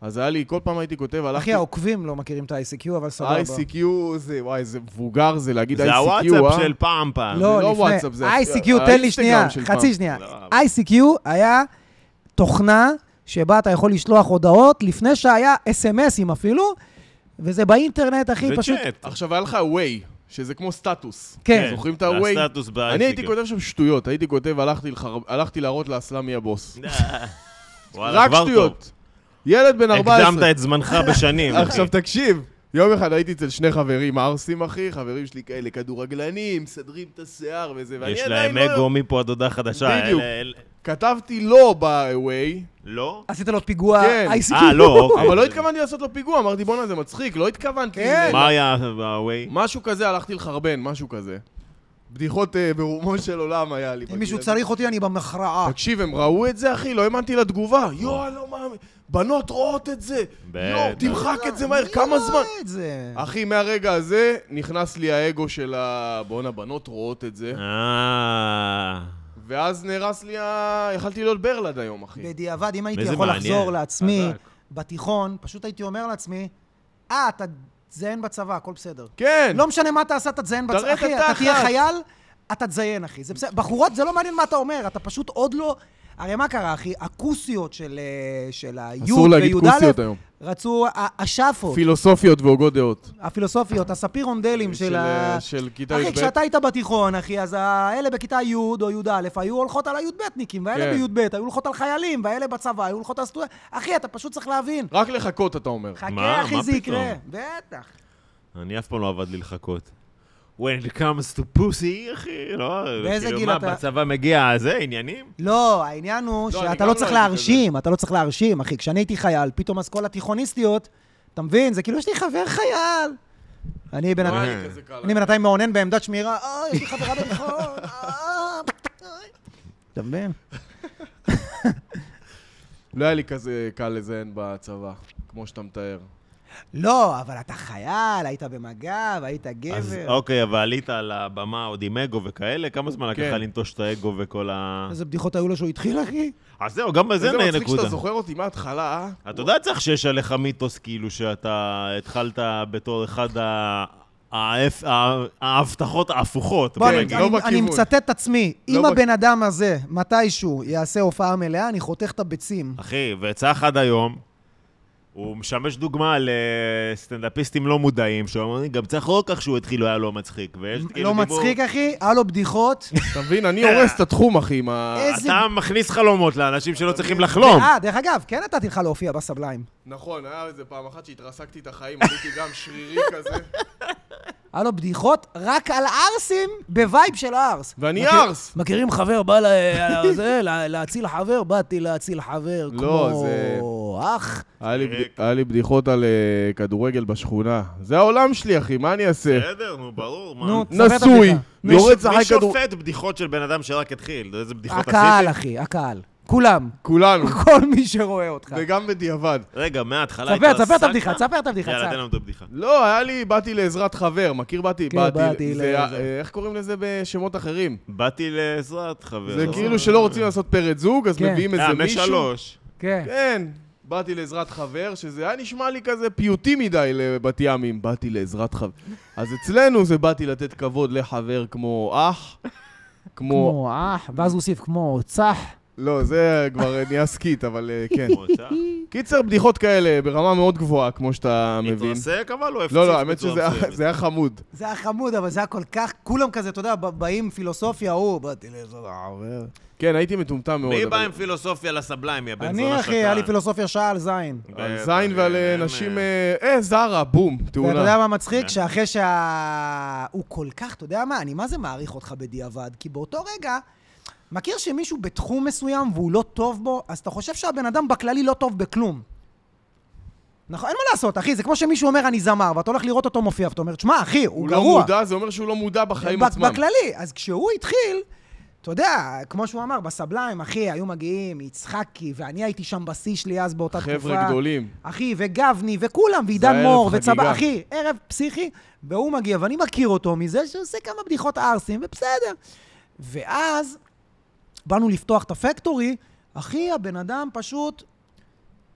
Speaker 3: אז היה לי, כל פעם הייתי כותב, הלכתי...
Speaker 1: אחי, העוקבים לא מכירים את ה-ICQ, אבל סבבה.
Speaker 3: ICQ זה, וואי, זה מבוגר זה להגיד ICQ, אה?
Speaker 2: זה הוואטסאפ של פעם פעם.
Speaker 3: זה לא
Speaker 1: לא,
Speaker 3: וואטסאפ, זה אה,
Speaker 1: לפני. ICQ, תן
Speaker 3: האינסטגרם
Speaker 1: לי שנייה,
Speaker 3: של פעם.
Speaker 1: חצי שנייה.
Speaker 2: לא.
Speaker 1: ICQ היה תוכנה שבה אתה יכול לשלוח הודעות לפני שהיה אס.אם.אסים אפילו, וזה באינטרנט, אחי,
Speaker 2: זה
Speaker 1: פשוט...
Speaker 2: צ'אט.
Speaker 3: עכשיו היה לך ה-Way, שזה כמו סטטוס.
Speaker 1: כן.
Speaker 3: זוכרים את ה-Way?
Speaker 2: הסטטוס ב-
Speaker 3: אני הייתי
Speaker 2: ICQ.
Speaker 3: כותב שם שטויות, הייתי כותב, "הלכתי לחר- הלכתי להראות לאסלאם מי הבוס.
Speaker 2: וואלה,
Speaker 3: רק
Speaker 2: אה, כבר טוב.
Speaker 3: שטויות. ילד בן 14.
Speaker 2: הקדמת את זמנך בשנים. אחי.
Speaker 3: עכשיו תקשיב, יום אחד הייתי אצל שני חברים ערסים, אחי, חברים שלי כאלה כדורגלנים, מסדרים את השיער וזה, ואני
Speaker 2: יש
Speaker 3: עדיין
Speaker 2: להם
Speaker 3: לא...
Speaker 2: אגו מפה עד הודעה חדשה. אלה-
Speaker 3: בדיוק.
Speaker 2: אלה-
Speaker 3: כתבתי לא ב-way,
Speaker 2: לא?
Speaker 1: עשית לו פיגוע
Speaker 3: כן.
Speaker 1: ICQ.
Speaker 2: אה, לא, אוקיי.
Speaker 3: אבל לא התכוונתי לעשות לו פיגוע, אמרתי בואנה זה מצחיק, לא התכוונתי.
Speaker 1: כן.
Speaker 3: ל-
Speaker 2: מה היה ב-way?
Speaker 3: משהו כזה, הלכתי לחרבן, משהו כזה. בדיחות אה, ברומו של עולם היה לי.
Speaker 1: אם מישהו
Speaker 3: בגיל הזה.
Speaker 1: צריך אותי, אני במכרעה.
Speaker 3: תקשיב, הם ראו את זה, אחי, לא האמנתי לתגובה.
Speaker 1: אה.
Speaker 3: יואו, אני לא מאמין. בנות רואות את זה. יואו,
Speaker 2: בטח.
Speaker 3: תמחק את זה מהר, כמה
Speaker 1: מי
Speaker 3: זמן?
Speaker 1: לא
Speaker 3: אה,
Speaker 1: רואה את זה?
Speaker 3: אחי, מהרגע הזה נכנס לי האגו של ה... בואנה, בנות רואות את זה.
Speaker 2: אה...
Speaker 3: ואז נהרס לי ה... יכלתי להיות ברלד היום, אחי.
Speaker 1: בדיעבד, אם הייתי
Speaker 2: וזה
Speaker 1: יכול
Speaker 2: מעניין.
Speaker 1: לחזור לעצמי
Speaker 2: חזק.
Speaker 1: בתיכון, פשוט הייתי אומר לעצמי, אה, אתה תזיין בצבא, הכל בסדר.
Speaker 3: כן!
Speaker 1: לא משנה מה תעשה, אתה תזיין
Speaker 3: תראה
Speaker 1: בצבא.
Speaker 3: את
Speaker 1: אחי, אתה
Speaker 3: התחת.
Speaker 1: תהיה חייל, אתה תזיין, אחי. זה בסדר. בחורות, זה לא מעניין מה אתה אומר, אתה פשוט עוד לא... הרי מה קרה, אחי? הכוסיות של, אה, של היוד
Speaker 3: אסור להגיד
Speaker 1: וי"א
Speaker 3: כוסיות היום.
Speaker 1: רצו ה- השאפות,
Speaker 3: פילוסופיות והוגות דעות.
Speaker 1: הפילוסופיות, הספירונדלים של ה...
Speaker 3: אה, של כיתה
Speaker 1: אחי,
Speaker 3: י"ב.
Speaker 1: כשאתה היית בתיכון, אחי, אז האלה בכיתה י' או י"א היו הולכות על הי"בניקים, והאלה
Speaker 3: כן.
Speaker 1: בי"ב היו הולכות על חיילים, והאלה בצבא היו הולכות על סטודנטים. אחי, אתה פשוט צריך להבין.
Speaker 3: רק לחכות, אתה אומר.
Speaker 2: מה?
Speaker 1: חכה,
Speaker 2: מה
Speaker 1: אחי, זה יקרה.
Speaker 2: פתאום?
Speaker 1: בטח.
Speaker 2: אני אף פעם לא עבד לי לחכות. When it comes to pussy, אחי, לא...
Speaker 1: באיזה
Speaker 2: כאילו,
Speaker 1: גיל
Speaker 2: מה,
Speaker 1: אתה-
Speaker 2: בצבא מגיע אה, זה, עניינים?
Speaker 1: לא, העניין הוא
Speaker 3: לא, אני
Speaker 1: שאתה
Speaker 3: גם
Speaker 1: לא
Speaker 3: לא
Speaker 1: צריך
Speaker 3: הייתי
Speaker 1: להרשים, אתה לא צריך להרשים, אחי. כשאני הייתי חייל, פתאום אז כל התיכוניסטיות, אתה מבין? זה כאילו, יש לי חבר חייל. אני
Speaker 3: לא היה
Speaker 1: בינתיים...
Speaker 3: לי כזה קל.
Speaker 1: אני בינתיים מאונן בעמדת שמירה, אוי, יש לי חברה בתיכון, אה, אוי. אתה מבין?
Speaker 3: לא היה לי כזה קל לזיין בצבא, כמו שאתה מתאר.
Speaker 1: לא, אבל אתה חייל, היית במג"ב, היית
Speaker 2: אז
Speaker 1: גבר.
Speaker 2: אוקיי, אבל עלית על הבמה עוד עם אגו וכאלה, כמה זמן לקח לך
Speaker 3: כן.
Speaker 2: לנטוש את האגו וכל ה...
Speaker 1: איזה בדיחות היו לו שהוא התחיל, אחי?
Speaker 2: אז זהו, גם בזה
Speaker 3: איזה
Speaker 2: נהיה
Speaker 3: מצחיק
Speaker 2: נקודה.
Speaker 3: שאתה זוכר אותי מההתחלה, אה?
Speaker 2: אתה יודע צריך שיש עליך מיתוס, כאילו, שאתה התחלת בתור אחד ה... האפ- ה- ההבטחות ההפוכות.
Speaker 1: בוא,
Speaker 2: בוא
Speaker 1: אני-
Speaker 2: נגיד.
Speaker 3: לא
Speaker 1: אני- אני
Speaker 3: בכיוון.
Speaker 1: מצטט את עצמי. אם
Speaker 2: לא
Speaker 3: בכ-
Speaker 1: הבן אדם הזה, מתישהו, יעשה הופעה מלאה, אני חותך את הביצים.
Speaker 2: אחי, וצח עד היום, הוא משמש דוגמה לסטנדאפיסטים לא מודעים, שאומרים, גם צח לא כך שהוא התחיל, הוא היה לא מצחיק. ויש כאילו
Speaker 1: לא
Speaker 2: דיבור- אה,
Speaker 1: מצחיק, אחי? היה לו בדיחות.
Speaker 3: אתה מבין? אני הורס את התחום, אחי, עם ה...
Speaker 1: איזה-
Speaker 2: אתה מכניס חלומות לאנשים שלא צריכים לחלום.
Speaker 1: אה, דרך אגב, כן נתתי לך להופיע בסבליים.
Speaker 3: נכון, היה איזה פעם אחת שהתרסקתי את החיים, הייתי גם שרירי כזה.
Speaker 1: היה לו בדיחות רק על ערסים בווייב של ערס.
Speaker 3: ואני
Speaker 1: מכיר-
Speaker 3: ערס.
Speaker 1: מכירים חבר, בא ל- אה, זה, לה- להציל חבר? באתי להציל חבר,
Speaker 3: לא,
Speaker 1: כמו
Speaker 3: זה-
Speaker 1: אח.
Speaker 3: היה לי בד- היה לי בדיחות על אה, כדורגל בשכונה. זה העולם שלי, אחי, מה אני אעשה?
Speaker 2: בסדר, נו, ברור, מה.
Speaker 1: נו, ספר את
Speaker 3: נשוי,
Speaker 1: הבדיחה.
Speaker 2: מי
Speaker 3: יורד
Speaker 2: ש-
Speaker 3: לשחק כדור...
Speaker 2: מי שופט בדיחות של בן אדם שרק התחיל? איזה בדיחות עשיתי?
Speaker 1: הקהל, אחי, הקהל. כולם.
Speaker 3: כולנו,
Speaker 1: כל מי שרואה אותך.
Speaker 3: וגם בדיעבד.
Speaker 2: רגע, מההתחלה
Speaker 1: ספר, ספר את
Speaker 2: עסקת?
Speaker 1: הבדיחה, ספר את הבדיחה.
Speaker 2: יאללה,
Speaker 1: צח.
Speaker 2: תן לנו את הבדיחה.
Speaker 3: לא, היה לי, באתי לעזרת חבר, מכיר? באתי,
Speaker 1: כן,
Speaker 3: באתי,
Speaker 1: באתי
Speaker 3: זה
Speaker 1: ל-
Speaker 3: ה- אה, איך קוראים לזה בשמות אחרים?
Speaker 2: באתי לעזרת, חבר. לא
Speaker 3: זה כאילו שלא רוצים לעשות פרט זוג, אז
Speaker 1: כן.
Speaker 3: מביאים
Speaker 2: אה,
Speaker 3: איזה מישהו.
Speaker 2: משלוש.
Speaker 1: כן.
Speaker 3: כן, באתי לעזרת חבר, שזה היה נשמע לי כזה פיוטי מדי לבת ימים, באתי לעזרת חבר. אז אצלנו זה באתי לתת כבוד לחבר כמו אח, כמו...
Speaker 1: כמו אח, ואז הוא הוסיף כמו צח.
Speaker 3: לא, זה כבר אה, נהיה סקית, אבל אה, כן.
Speaker 2: מוצא.
Speaker 3: קיצר, בדיחות כאלה ברמה מאוד גבוהה, כמו שאתה מבין.
Speaker 2: התרסק, אבל הוא הפציץ
Speaker 3: לא, לא, האמת
Speaker 2: בצורה
Speaker 3: שזה היה-
Speaker 2: מסוימת.
Speaker 3: זה היה חמוד.
Speaker 1: זה היה חמוד, אבל זה היה כל כך, כולם כזה, אתה יודע, ב- באים פילוסופיה, הוא, באתי לאיזה חבר.
Speaker 3: כן, הייתי מטומטם מאוד.
Speaker 2: מי
Speaker 3: אבל-
Speaker 2: בא עם פילוסופיה לסבליים, יא בן זונה
Speaker 1: אני, אחי,
Speaker 2: שקרן?
Speaker 1: היה לי פילוסופיה שעה על זין.
Speaker 2: אה,
Speaker 3: על זין ועל אה,
Speaker 2: אה,
Speaker 3: נשים...
Speaker 2: אה,
Speaker 3: אה, אה, זרה, בום,
Speaker 1: ואתה יודע
Speaker 3: תאונה.
Speaker 1: מה מצחיק?
Speaker 2: כן.
Speaker 1: שאחרי שה... הוא כל כך, אתה יודע מה, אני מה זה מעריך אותך בדיעבד? כי באותו רגע, מכיר שמישהו בתחום מסוים והוא לא טוב בו, אז אתה חושב שהבן אדם בכללי לא טוב בכלום. נכון, אין מה לעשות, אחי, זה כמו שמישהו אומר אני זמר, ואתה הולך לראות אותו מופיע, ואתה אומר, תשמע, אחי, הוא
Speaker 3: הוא
Speaker 1: גרוע.
Speaker 3: לא מודע, זה אומר שהוא לא מודע בחיים
Speaker 1: בק-
Speaker 3: עצמם.
Speaker 1: בכללי, אז כשהוא התחיל, אתה יודע, כמו שהוא אמר, בסבליים, אחי, היו מגיעים יצחקי, ואני הייתי שם בשיא שלי אז באותה תקופה.
Speaker 3: חבר'ה גדולים.
Speaker 1: אחי, וגבני, וכולם,
Speaker 3: זה
Speaker 1: ועידן
Speaker 3: היה ערב
Speaker 1: מור, וצבא,
Speaker 3: חגיגה.
Speaker 1: אחי, ערב פסיכי, והוא מגיע, ואני מכיר אותו מזה שעושה כמה בדיחות ערסים, ובסדר. ואז באנו לפתוח את הפקטורי, אחי, הבן אדם פשוט...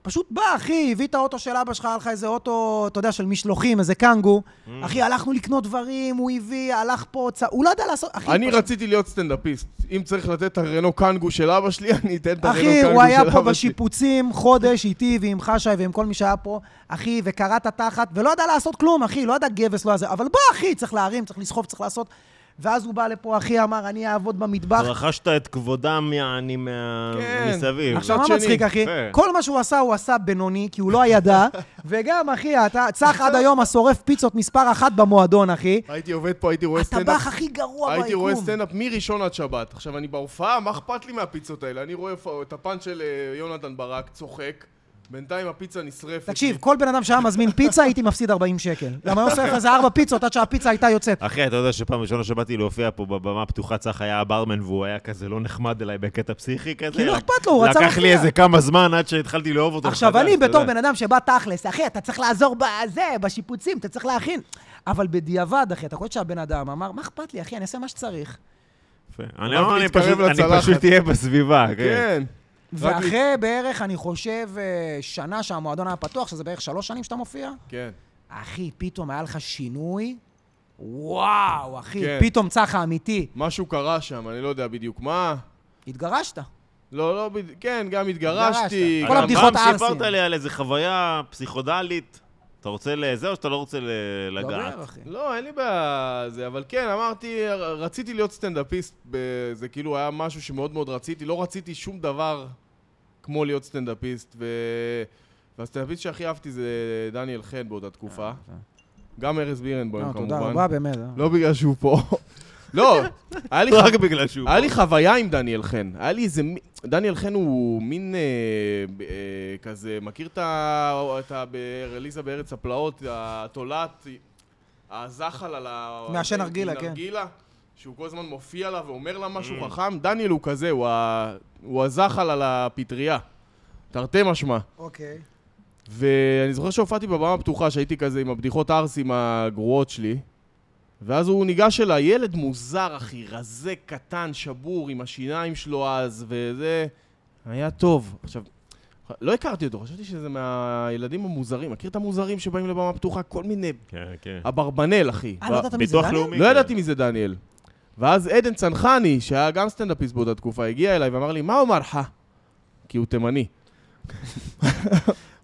Speaker 1: פשוט בא, אחי, הביא את האוטו של אבא שלך, היה לך איזה אוטו, אתה יודע, של משלוחים, איזה קנגו.
Speaker 3: Mm.
Speaker 1: אחי, הלכנו לקנות דברים, הוא הביא, הלך פה, צ... הוא לא ידע לעשות... אחי,
Speaker 3: אני
Speaker 1: פשוט-
Speaker 3: רציתי להיות סטנדאפיסט. אם צריך לתת את הרנו קנגו של אבא שלי, אני אתן את הרנו קנגו של
Speaker 1: אחי,
Speaker 3: אבא שלי.
Speaker 1: הוא היה פה בשיפוצים חודש איתי ועם חשי ועם כל מי שהיה פה, אחי, וקרע את התחת, ולא ידע לעשות כלום, אחי, לא ידע גבס, לא היה זה, אבל בוא, אחי, צריך להרים, צריך לסחוב, צריך לעשות. ואז הוא בא לפה, אחי, אמר, אני אעבוד במטבח.
Speaker 2: רכשת את כבודם, יעני, מה-
Speaker 3: אה, כן.
Speaker 2: מסביב.
Speaker 1: עכשיו,
Speaker 3: מצד
Speaker 1: מה מצחיק,
Speaker 3: שני,
Speaker 1: אחי?
Speaker 3: יפה.
Speaker 1: כל מה שהוא עשה, הוא עשה בינוני, כי הוא לא ידע. וגם, אחי, אתה צח עד היום השורף פיצות מספר אחת במועדון, אחי.
Speaker 3: הייתי עובד פה, הייתי רואה סטנדאפ.
Speaker 1: הטבח הכי גרוע ביקום.
Speaker 3: הייתי רואה סטנדאפ מראשון עד שבת. עכשיו, אני בהופעה, מה אכפת לי מהפיצות האלה? אני רואה פה את הפאנץ' של אה, יונתן ברק, צוחק, בינתיים הפיצה נשרפת.
Speaker 1: תקשיב, כל בן אדם שהיה מזמין פיצה, הייתי מפסיד 40 שקל. למה הוא עושה איזה ארבע פיצות עד שהפיצה הייתה יוצאת.
Speaker 2: אחי, אתה יודע שפעם ראשונה שבאתי להופיע פה בבמה הפתוחה, צח היה הברמן והוא היה כזה לא נחמד אליי בקטע פסיכי כזה.
Speaker 1: כי לא
Speaker 3: כאילו
Speaker 2: רק-
Speaker 1: אכפת לו, הוא רצה
Speaker 2: לקח לי
Speaker 1: להופיע.
Speaker 2: איזה כמה זמן עד שהתחלתי לאהוב אותו.
Speaker 1: עכשיו,
Speaker 2: מחדש,
Speaker 1: אני
Speaker 2: אתה
Speaker 1: בתור
Speaker 2: יודע.
Speaker 1: בן אדם שבא תכלס, אחי, אתה צריך לעזור בזה, בשיפוצים, אתה צריך להכין. אבל בדיעבד, אחי, אתה קולט שהבן אדם אמר, מה אכפת לי, אחי, אני אעשה מה שצריך.
Speaker 2: יפה. אני
Speaker 3: רק
Speaker 2: אמר, אני
Speaker 3: להתקרב
Speaker 2: פשוט- אני
Speaker 3: לצלחת.
Speaker 2: פשוט אהיה בסביבה, כן.
Speaker 3: כן. רק לי-
Speaker 1: ואחרי בערך, אני חושב, אה, שנה שהמועדון היה פתוח, שזה בערך שלוש שנים שאתה מופיע,
Speaker 3: כן.
Speaker 1: אחי, פתאום היה לך שינוי. וואו, אחי,
Speaker 3: כן.
Speaker 1: פתאום צחה אמיתי.
Speaker 3: משהו קרה שם, אני לא יודע בדיוק מה.
Speaker 1: התגרשת.
Speaker 3: לא, לא, בד- כן, גם התגרשתי.
Speaker 1: כל
Speaker 2: גם
Speaker 3: גם-
Speaker 1: הבדיחות
Speaker 2: פעם
Speaker 1: הערסים.
Speaker 2: סיפרת לי על איזה חוויה פסיכודלית. אתה רוצה לזה או שאתה לא רוצה ל- לגעת?
Speaker 1: דבר, אחי.
Speaker 3: לא, אין לי בעיה זה, אבל כן, אמרתי, ר- רציתי להיות סטנדאפיסט, ב- זה כאילו היה משהו שמאוד מאוד רציתי, לא רציתי שום דבר כמו להיות סטנדאפיסט, ו... והסטנדאפיסט שהכי אהבתי זה דניאל חן באותה תקופה. גם ארז בירנבוים
Speaker 1: אה. לא,
Speaker 3: כמובן.
Speaker 1: תודה רבה, באמת. אה.
Speaker 3: לא בגלל שהוא פה. לא, היה לי
Speaker 2: רק בגלל שהוא...
Speaker 3: היה לי חוויה עם דניאל חן. היה לי איזה... מי- דניאל חן הוא מין אה, אה, כזה, מכיר את ה- את הרליזה בארץ הפלאות, התולעת, הזחל על ה...
Speaker 1: מעשן נרגילה,
Speaker 3: עם
Speaker 1: כן.
Speaker 3: נרגילה, שהוא כל הזמן מופיע לה ואומר לה משהו חכם. דניאל הוא כזה, הוא ה- הוא הזחל על הפטריה. תרתי משמע.
Speaker 1: אוקיי.
Speaker 3: ואני זוכר שהופעתי בבמה הפתוחה, שהייתי כזה עם הבדיחות ערסים הגרועות שלי, ואז הוא ניגש אליי, ילד מוזר, אחי, רזה, קטן, שבור, עם השיניים שלו אז, וזה... היה טוב. עכשיו, לא הכרתי אותו, חשבתי שזה מהילדים המוזרים. מכיר את המוזרים שבאים לבמה פתוחה? כל מיני...
Speaker 2: כן, כן.
Speaker 3: אברבנל, אחי.
Speaker 1: אה, לא ידעת מי זה
Speaker 2: ביטוח
Speaker 1: דניאל?
Speaker 2: לאומי. כן.
Speaker 3: לא ידעתי מי זה דניאל. ואז עדן צנחני, שהיה גם סטנדאפיסט באותה תקופה, הגיע אליי ואמר לי, מה אומר לך? כי הוא תימני.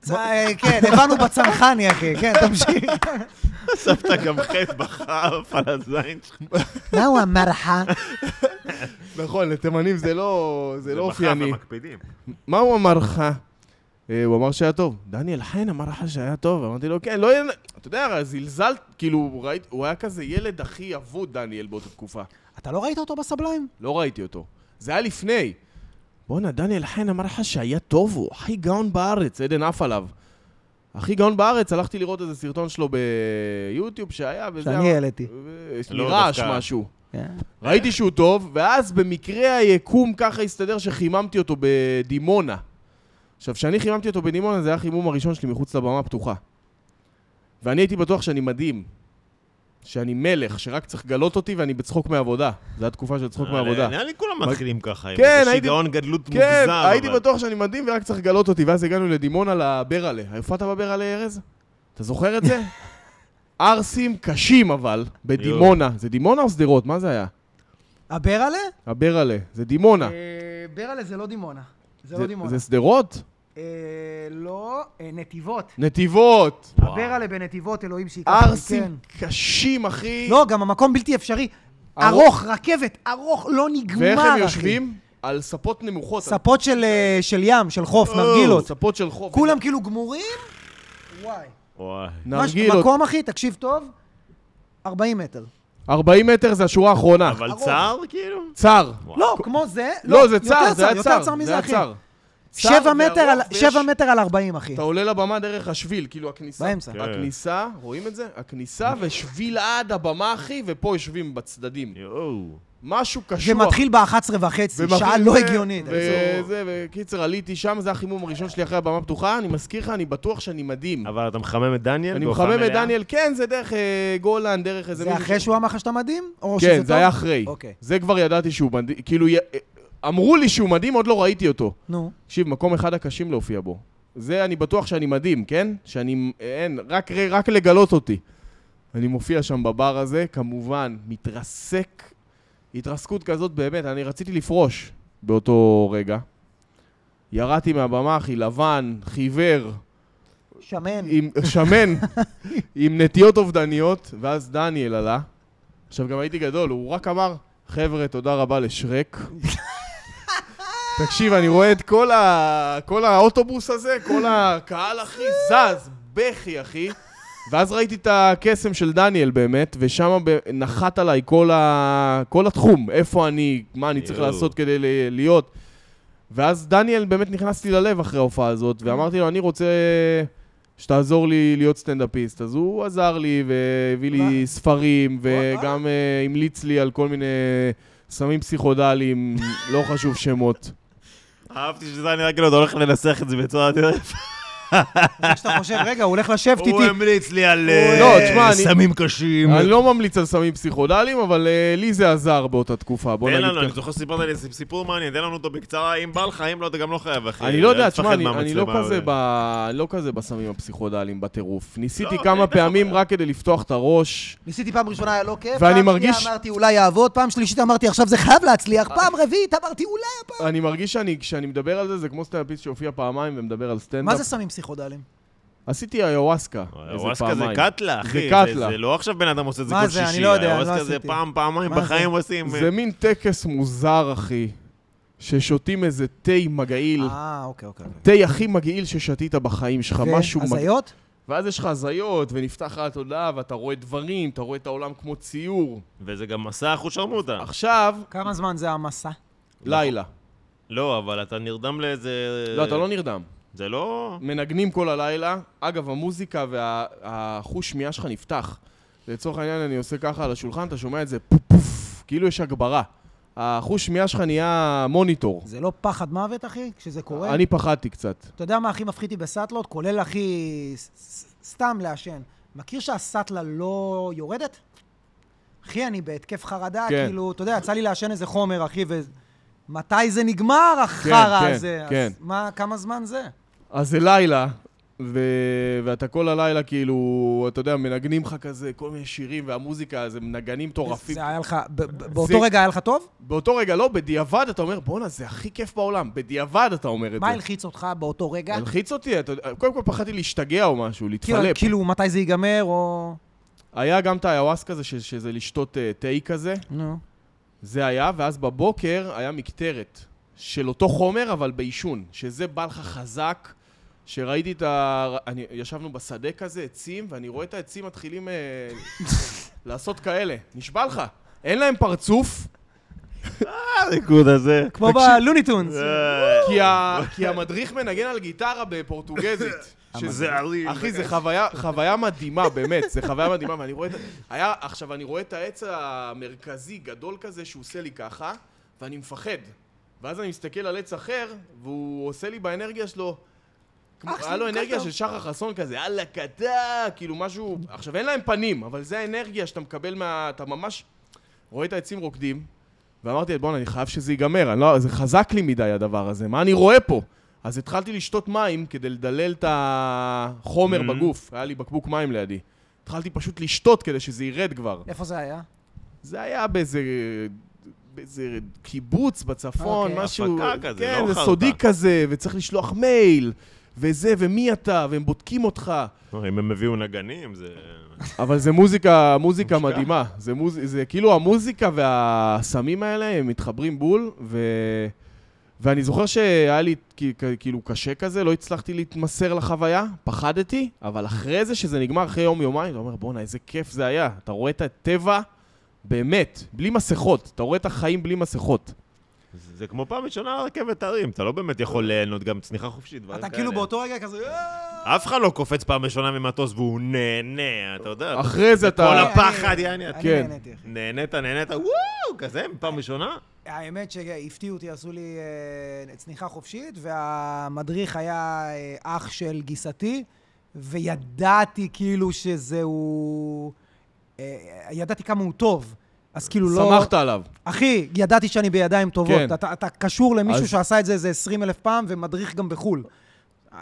Speaker 1: צ- אה, כן, הבנו בצנחני, אחי. כן, תמשיך.
Speaker 2: שמת גם חטא בכף על הזין שלך.
Speaker 1: מה הוא אמר לך?
Speaker 3: נכון, לתימנים זה לא... זה לא
Speaker 2: בכף,
Speaker 3: אופייני.
Speaker 2: הם מקפידים.
Speaker 3: מה הוא אמר לך? אה, הוא אמר שהיה טוב. דניאל חן אמר לך שהיה טוב, אמרתי לו, כן, לא... ין-" אתה יודע, זלזלת, כאילו, ראית, הוא היה כזה ילד הכי אבוד, דניאל, באותה תקופה.
Speaker 1: אתה לא ראית אותו בסבליים?
Speaker 3: לא ראיתי אותו. זה היה לפני. בואנה, דניאל חן אמר לך שהיה טוב, הוא הכי גאון בארץ, עדן עף עליו. הכי גאון בארץ, הלכתי לראות איזה סרטון שלו ביוטיוב שהיה, וזה...
Speaker 1: שאני
Speaker 3: אמר-
Speaker 1: העליתי.
Speaker 3: ו-
Speaker 2: לא,
Speaker 3: רעש
Speaker 2: דווקא-
Speaker 3: משהו.
Speaker 1: כן.
Speaker 3: ראיתי שהוא טוב, ואז במקרה היקום ככה הסתדר שחיממתי אותו בדימונה. עכשיו, כשאני חיממתי אותו בדימונה, זה היה החימום הראשון שלי מחוץ לבמה הפתוחה. ואני הייתי בטוח שאני מדהים. שאני מלך, שרק צריך לגלות אותי ואני בצחוק מעבודה. זו התקופה של
Speaker 2: אה,
Speaker 3: צחוק מעבודה.
Speaker 2: נראה לי כולם מתחילים ככה. עם
Speaker 3: כן,
Speaker 2: איזה
Speaker 3: הייתי-
Speaker 2: שיגעון גדלות מוגזם.
Speaker 3: כן, הייתי
Speaker 2: אבל-
Speaker 3: בטוח שאני מדהים ורק צריך לגלות אותי. ואז הגענו לדימונה לברלה. הופעת בברלה, ארז? אתה זוכר את זה? ערסים קשים אבל, בדימונה. זה דימונה או שדרות? מה זה היה?
Speaker 1: הברלה?
Speaker 3: הברלה. זה דימונה.
Speaker 1: אה, ברלה זה לא דימונה. זה
Speaker 3: זה-
Speaker 1: לא דימונה.
Speaker 3: זה שדרות?
Speaker 1: אה, לא, אה, נתיבות.
Speaker 3: נתיבות.
Speaker 2: וואו.
Speaker 1: הברלה בנתיבות, אלוהים שיקח.
Speaker 3: ערסים קשים, אחי.
Speaker 1: כן. לא, גם המקום בלתי אפשרי.
Speaker 3: ארוך.
Speaker 1: ארוך, רכבת, ארוך, לא נגמר, אחי.
Speaker 3: ואיך הם יושבים? על ספות נמוכות.
Speaker 1: ספות של, אה, של ים, של חוף,
Speaker 3: על-
Speaker 1: נרגילות.
Speaker 3: ספות של חוף.
Speaker 1: כולם כאילו גמורים? וואי.
Speaker 2: וואי.
Speaker 1: מש-
Speaker 3: נרגילות.
Speaker 1: מקום, אחי, תקשיב טוב, 40 מטר.
Speaker 3: 40 מטר זה השורה האחרונה.
Speaker 2: אבל
Speaker 1: ארוך.
Speaker 2: צר, כאילו?
Speaker 3: צר.
Speaker 2: וואו.
Speaker 1: לא, כמו זה,
Speaker 3: לא, זה צר,
Speaker 1: יותר
Speaker 3: זה היה
Speaker 1: יותר
Speaker 3: צר.
Speaker 1: צר מזה,
Speaker 3: זה היה
Speaker 1: אחי.
Speaker 3: צר. צר
Speaker 1: שבע
Speaker 3: וארוך,
Speaker 1: מטר על-
Speaker 3: ויש-
Speaker 1: שבע מטר על 40, אחי.
Speaker 3: אתה עולה לבמה דרך השביל, כאילו הכניסה.
Speaker 1: באמצע.
Speaker 2: כן.
Speaker 3: הכניסה, רואים את זה? הכניסה ושביל עד הבמה, אחי, ופה יושבים בצדדים.
Speaker 2: יואו.
Speaker 3: משהו קשוח.
Speaker 1: זה מתחיל ב-11 וחצי,
Speaker 3: ומחליט
Speaker 1: שעה
Speaker 3: זה,
Speaker 1: לא הגיונית. לא-
Speaker 3: וזה, וקיצר, עליתי שם, זה החימום הראשון שלי אחרי הבמה פתוחה, אני מזכיר לך, אני בטוח שאני מדהים.
Speaker 2: אבל אתה מחמם את דניאל?
Speaker 3: אני
Speaker 2: בהופעה
Speaker 3: מחמם את
Speaker 2: מלאה?
Speaker 3: דניאל, כן, זה דרך אה, גולן, דרך איזה
Speaker 1: זה
Speaker 3: מישהו
Speaker 1: אחרי
Speaker 3: ש-
Speaker 1: שהוא אמר לך שאתה מדהים? או שזה
Speaker 3: כן,
Speaker 1: טוב?
Speaker 3: זה היה אחרי.
Speaker 1: אוקיי.
Speaker 3: זה כבר ידעתי שהוא מדהים, כאילו, י- אה, אמרו לי שהוא מדהים, עוד לא ראיתי אותו.
Speaker 1: נו.
Speaker 3: תקשיב, מקום אחד הקשים להופיע בו. זה אני בטוח שאני מדהים, כן? שאני... אין, רק, רק לגלות אותי. אני מופיע שם בבר הזה, כמובן, מתרסק. התרסקות כזאת באמת, אני רציתי לפרוש באותו רגע. ירדתי מהבמה, אחי, לבן, חיוור,
Speaker 1: שמן.
Speaker 3: עם שמן, עם נטיות אובדניות, ואז דניאל עלה. עכשיו, גם הייתי גדול, הוא רק אמר, חבר'ה, תודה רבה לשרק. תקשיב, אני רואה את כל, ה... כל האוטובוס הזה, כל הקהל, אחי, זז, בכי, אחי. ואז ראיתי את הקסם של דניאל באמת, ושם ב- נחת עליי כל, ה... כל התחום, איפה אני, מה אני צריך
Speaker 2: יואו.
Speaker 3: לעשות כדי ל... להיות. ואז דניאל באמת נכנס לי ללב אחרי ההופעה הזאת, ואמרתי לו, אני רוצה שתעזור לי להיות סטנדאפיסט. אז הוא עזר לי והביא לי
Speaker 1: מה?
Speaker 3: ספרים,
Speaker 1: וואלה.
Speaker 3: וגם אה, המליץ לי על כל מיני סמים פסיכודליים, לא חשוב שמות.
Speaker 2: אהבתי שדניאל רק לא, אתה הולך לנסח את זה בצורה יותר יפה.
Speaker 1: זה שאתה חושב, רגע, הוא הולך לשבת
Speaker 2: הוא
Speaker 1: איתי.
Speaker 2: המליץ לי על
Speaker 3: אה, לא, תשמע, אני-
Speaker 2: סמים קשים.
Speaker 3: אני לא ממליץ על סמים פסיכודליים, אבל אה, לי זה עזר באותה תקופה, בוא
Speaker 2: תן
Speaker 3: נגיד
Speaker 2: לנו, אני
Speaker 3: ככה.
Speaker 2: זוכר שסיפרת לי סיפ- סיפור מעניין, תן לנו אותו בקצרה, אם בא לך, אם לא, אתה גם לא חייב, אחי.
Speaker 3: אני לא יודע, תשמע,
Speaker 2: תפחד
Speaker 3: אני- אני לא
Speaker 2: מהמצלמה,
Speaker 3: כזה
Speaker 2: אבל-
Speaker 3: ב- לא כזה בסמים הפסיכודליים, בטירוף. ניסיתי
Speaker 2: לא,
Speaker 3: כמה
Speaker 2: אין לך
Speaker 3: פעמים
Speaker 2: בעיה.
Speaker 3: רק כדי לפתוח את הראש.
Speaker 1: ניסיתי פעם ראשונה, היה לא כיף.
Speaker 3: ואני
Speaker 1: פעם
Speaker 3: מרגיש- אה.
Speaker 1: שנייה אמרתי, אולי יעבוד, פעם שלישית אמרתי, עכשיו זה חייב להצליח, פעם רביעית אמרתי, אולי הפעם...
Speaker 3: אני מרגיש שאני, כשאני מדבר על זה, זה כמו סטנדאפיסט שהופיע פעמיים ומדבר על סטנדאפ.
Speaker 1: מה זה סמים פסיכודליים?
Speaker 3: עשיתי איוואסקה איזה
Speaker 2: איוואסקה זה
Speaker 3: פעמיים.
Speaker 2: קאטלה, אחי.
Speaker 3: זה קאטלה.
Speaker 2: זה לא עכשיו בן אדם עושה את זה
Speaker 1: מה
Speaker 2: כל
Speaker 1: זה?
Speaker 2: שישי.
Speaker 1: אני לא יודע, אני לא
Speaker 2: איוואסקה זה
Speaker 1: עשיתי.
Speaker 2: פעם, פעמיים
Speaker 1: מה
Speaker 2: בחיים
Speaker 1: זה?
Speaker 2: עושים.
Speaker 3: זה מין טקס מוזר, אחי, ששותים איזה תה מגעיל.
Speaker 1: אה, אוקיי, אוקיי. אוקיי.
Speaker 3: תה הכי מגעיל ששתית בחיים שלך,
Speaker 1: כן,
Speaker 3: משהו מגעיל.
Speaker 1: הזיות?
Speaker 3: ואז יש לך הזיות, ונפתח לך התודעה, ואתה רואה דברים, אתה רואה את העולם כמו ציור.
Speaker 2: וזה גם מסע אחוז שרמוטה.
Speaker 3: עכשיו,
Speaker 1: כמה זמן זה המסע?
Speaker 2: נכון.
Speaker 3: לילה.
Speaker 2: לא, אבל אתה נרדם לאיזה...
Speaker 3: לא, אתה לא נרדם.
Speaker 2: זה לא...
Speaker 3: מנגנים כל הלילה. אגב, המוזיקה והחוש שמיעה שלך נפתח. לצורך העניין, אני עושה ככה על השולחן, אתה שומע את זה פוף פוף, כאילו יש הגברה. החוש שמיעה שלך נהיה מוניטור.
Speaker 1: זה לא פחד מוות, אחי, כשזה קורה?
Speaker 3: אני פחדתי קצת.
Speaker 1: אתה יודע מה הכי מפחיד אותי בסאטלות? כולל הכי... ס- ס- סתם לעשן. מכיר שהסאטלה לא יורדת? אחי, אני בהתקף חרדה,
Speaker 3: כן.
Speaker 1: כאילו, אתה יודע, יצא לי לעשן איזה חומר, אחי, ו... מתי זה נגמר,
Speaker 3: כן,
Speaker 1: החרא הזה?
Speaker 3: כן.
Speaker 1: אז מה, כמה זמן זה?
Speaker 3: אז זה לילה, ו... ואתה כל הלילה כאילו, אתה יודע, מנגנים לך כזה כל מיני שירים, והמוזיקה, זה נגנים מטורפים.
Speaker 1: זה היה לך, ב- ב- באותו רגע היה לך טוב?
Speaker 3: באותו רגע לא, בדיעבד אתה אומר, בואנה, זה הכי כיף בעולם. בדיעבד אתה אומר את
Speaker 1: מה
Speaker 3: זה.
Speaker 1: הלחיץ אותך באותו רגע?
Speaker 3: הלחיץ אותי, אתה... יודע, קודם כל פחדתי להשתגע או משהו,
Speaker 1: כאילו-
Speaker 3: להתפלפ.
Speaker 1: כאילו, מתי זה ייגמר, או...
Speaker 3: היה גם את היוואס כזה, ש... שזה לשתות אה, תה כזה,
Speaker 1: נו.
Speaker 3: זה היה, ואז בבוקר היה מקטרת של אותו חומר, אבל בעישון, שזה בא לך חזק. שראיתי את ה... אני... ישבנו בשדה כזה, עצים, ואני רואה את העצים מתחילים אה, לעשות כאלה. נשבע לך. אין להם פרצוף,
Speaker 2: הריקוד הזה.
Speaker 1: כמו
Speaker 3: תקשיב-
Speaker 1: בלוניטונס.
Speaker 3: כי, ה... כי המדריך מנגן על גיטרה בפורטוגזית. שזה
Speaker 2: שזה עלי.
Speaker 3: אחי, זו חוויה, חוויה מדהימה, באמת, זו חוויה מדהימה, ואני רואה את... היה, עכשיו, אני רואה את העץ המרכזי, גדול כזה, שהוא עושה לי ככה, ואני מפחד. ואז אני מסתכל על עץ אחר, והוא עושה לי באנרגיה שלו... כמו-
Speaker 1: אח
Speaker 3: היה לו
Speaker 1: שלי,
Speaker 3: אנרגיה
Speaker 1: קטן.
Speaker 3: של שחר חסון כזה, יאללה, קטע, כאילו משהו... עכשיו, אין להם פנים, אבל זה האנרגיה שאתה מקבל מה... אתה ממש רואה את העצים רוקדים, ואמרתי, בואנה, אני חייב שזה ייגמר, אני לא, זה חזק לי מדי הדבר הזה, מה אני רואה פה? אז התחלתי לשתות מים כדי לדלל את החומר
Speaker 2: Mhm.
Speaker 3: בגוף, היה לי בקבוק מים לידי. התחלתי פשוט לשתות כדי שזה ירד כבר.
Speaker 1: איפה זה היה?
Speaker 3: זה היה באיזה... באיזה קיבוץ בצפון,
Speaker 1: אוקיי.
Speaker 3: משהו...
Speaker 2: הפקה כזה,
Speaker 3: כן,
Speaker 2: לא
Speaker 3: זה
Speaker 2: חרטא.
Speaker 3: סודי כזה, וצריך לשלוח מייל, וזה, ומי אתה, והם בודקים אותך.
Speaker 2: אם הם הביאו נגנים, זה...
Speaker 3: אבל זה מוזיקה, מוזיקה
Speaker 2: מושקע.
Speaker 3: מדהימה. זה, מוז... זה כאילו המוזיקה והסמים האלה, הם מתחברים בול, ו... ואני זוכר שהיה לי כ- כ- כאילו קשה כזה, לא הצלחתי להתמסר לחוויה, פחדתי, אבל אחרי זה, שזה נגמר אחרי יום-יומיים, אתה אומר, בואנה, איזה כיף זה היה. אתה רואה את הטבע, באמת, בלי מסכות. אתה רואה את החיים בלי מסכות.
Speaker 2: זה זה כמו פעם ראשונה על רכבת הרים, אתה לא באמת יכול ליהנות גם צניחה חופשית, דברים
Speaker 1: אתה
Speaker 2: כאלה.
Speaker 1: כאילו באותו רגע כזה... "אה!"
Speaker 2: אף אחד לא קופץ פעם ראשונה ממטוס והוא נהנה, אתה יודע.
Speaker 3: אחרי זה
Speaker 2: כל
Speaker 3: אתה...
Speaker 1: אני-
Speaker 2: הפחד,
Speaker 1: אני-
Speaker 2: יעני,
Speaker 1: אני
Speaker 3: כן.
Speaker 1: נהניתי, אחי.
Speaker 2: נהנית, נהנית, וואו, כזה, פעם ראשונה.
Speaker 1: האמת שהפתיעו אותי, עשו לי אה, צניחה חופשית, והמדריך היה אה, אח של גיסתי, וידעתי כאילו שזהו... אה, ידעתי כמה הוא טוב. אז כאילו לא...
Speaker 3: שמחת עליו.
Speaker 1: אחי, ידעתי שאני בידיים טובות.
Speaker 3: כן.
Speaker 1: אתה, אתה קשור למישהו
Speaker 3: אז-
Speaker 1: שעשה את זה איזה 20 אלף פעם ומדריך גם בחו"ל.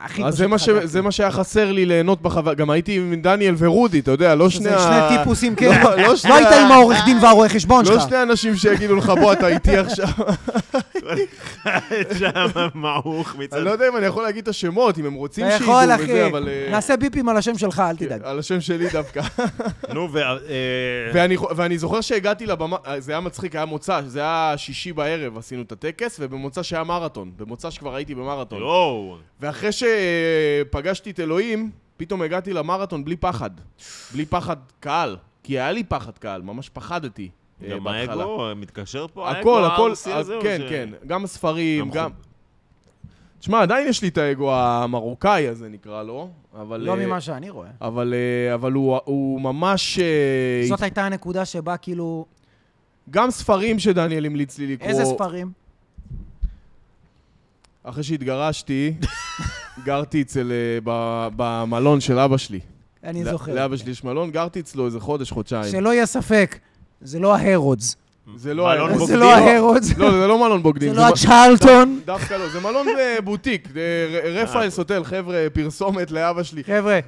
Speaker 1: אחי,
Speaker 3: אז
Speaker 1: כן, פשוט
Speaker 3: זה מה ש-
Speaker 1: חגגתי.
Speaker 3: זה מה שהיה חסר לי ליהנות בחוויה. גם הייתי עם דניאל ורודי, אתה יודע, לא שני
Speaker 1: זה
Speaker 3: ה...
Speaker 1: שני טיפוסים, כן.
Speaker 3: לא- לא שני
Speaker 1: לא היית
Speaker 3: ה-
Speaker 1: עם העורך דין והרואה חשבון
Speaker 3: לא
Speaker 1: שלך.
Speaker 3: שני אנשים שיגידו לך, בוא, אתה איתי עכשיו.
Speaker 2: שם מעוך מצד...
Speaker 3: לא אני לא יודע אם אני יכול להגיד את השמות, אם הם רוצים
Speaker 1: אתה
Speaker 3: שידעו
Speaker 1: יכול,
Speaker 3: את
Speaker 1: אחי.
Speaker 3: זה, אבל... אה, כן,
Speaker 1: נעשה ביפים על השם שלך, אל תדאג.
Speaker 3: על השם שלי דווקא.
Speaker 2: כן. נו, ו... אה,
Speaker 3: ואני, חו- ואני זוכר שהגעתי לבמה, אה, זה היה מצחיק, היה מוצ"ש, זה היה שישי בערב עשינו את הטקס, ובמוצ"ש היה מרתון. במוצ"ש כבר הייתי במרתון.
Speaker 2: יואו.
Speaker 3: ואחרי שפגשתי את אלוהים, פתאום הגעתי למרתון בלי פחד. בלי פחד קהל. כי היה לי פחד קהל, ממש פחדתי. אה,
Speaker 2: גם
Speaker 3: בהתחלה.
Speaker 2: האגו מתקשר פה,
Speaker 3: הכל,
Speaker 2: האגו
Speaker 3: הכל,
Speaker 2: הרוסי הזה, או
Speaker 3: כן,
Speaker 2: ש-
Speaker 3: כן, גם הספרים,
Speaker 2: גם
Speaker 3: גם...
Speaker 2: חוג.
Speaker 3: תשמע, עדיין יש לי את האגו המרוקאי הזה, נקרא לו, אבל...
Speaker 1: לא
Speaker 3: אה,
Speaker 1: ממה שאני רואה.
Speaker 3: אבל, אה, אבל הוא, הוא ממש... אה,
Speaker 1: זאת הייתה הנקודה שבה כאילו...
Speaker 3: גם ספרים שדניאל המליץ לי לקרוא.
Speaker 1: איזה ספרים?
Speaker 3: אחרי שהתגרשתי, גרתי אצל... אה, ב- במלון של אבא שלי.
Speaker 1: אני
Speaker 3: לא-
Speaker 1: זוכר.
Speaker 3: לאבא שלי יש מלון, גרתי אצלו איזה חודש, חודשיים.
Speaker 1: שלא יהיה ספק, זה לא ההרודס.
Speaker 3: זה לא...
Speaker 2: מלון
Speaker 3: היה-
Speaker 1: זה
Speaker 2: בוגדים.
Speaker 1: לא ההרודס,
Speaker 3: לא, זה לא מלון בוגדים.
Speaker 1: זה לא
Speaker 3: מ-
Speaker 1: הצ'רלטון.
Speaker 3: דווקא לא, זה מלון אה, בוטיק. אה, ר- רפאל סוטל, חבר'ה, פרסומת לאבא שלי.
Speaker 1: חבר'ה,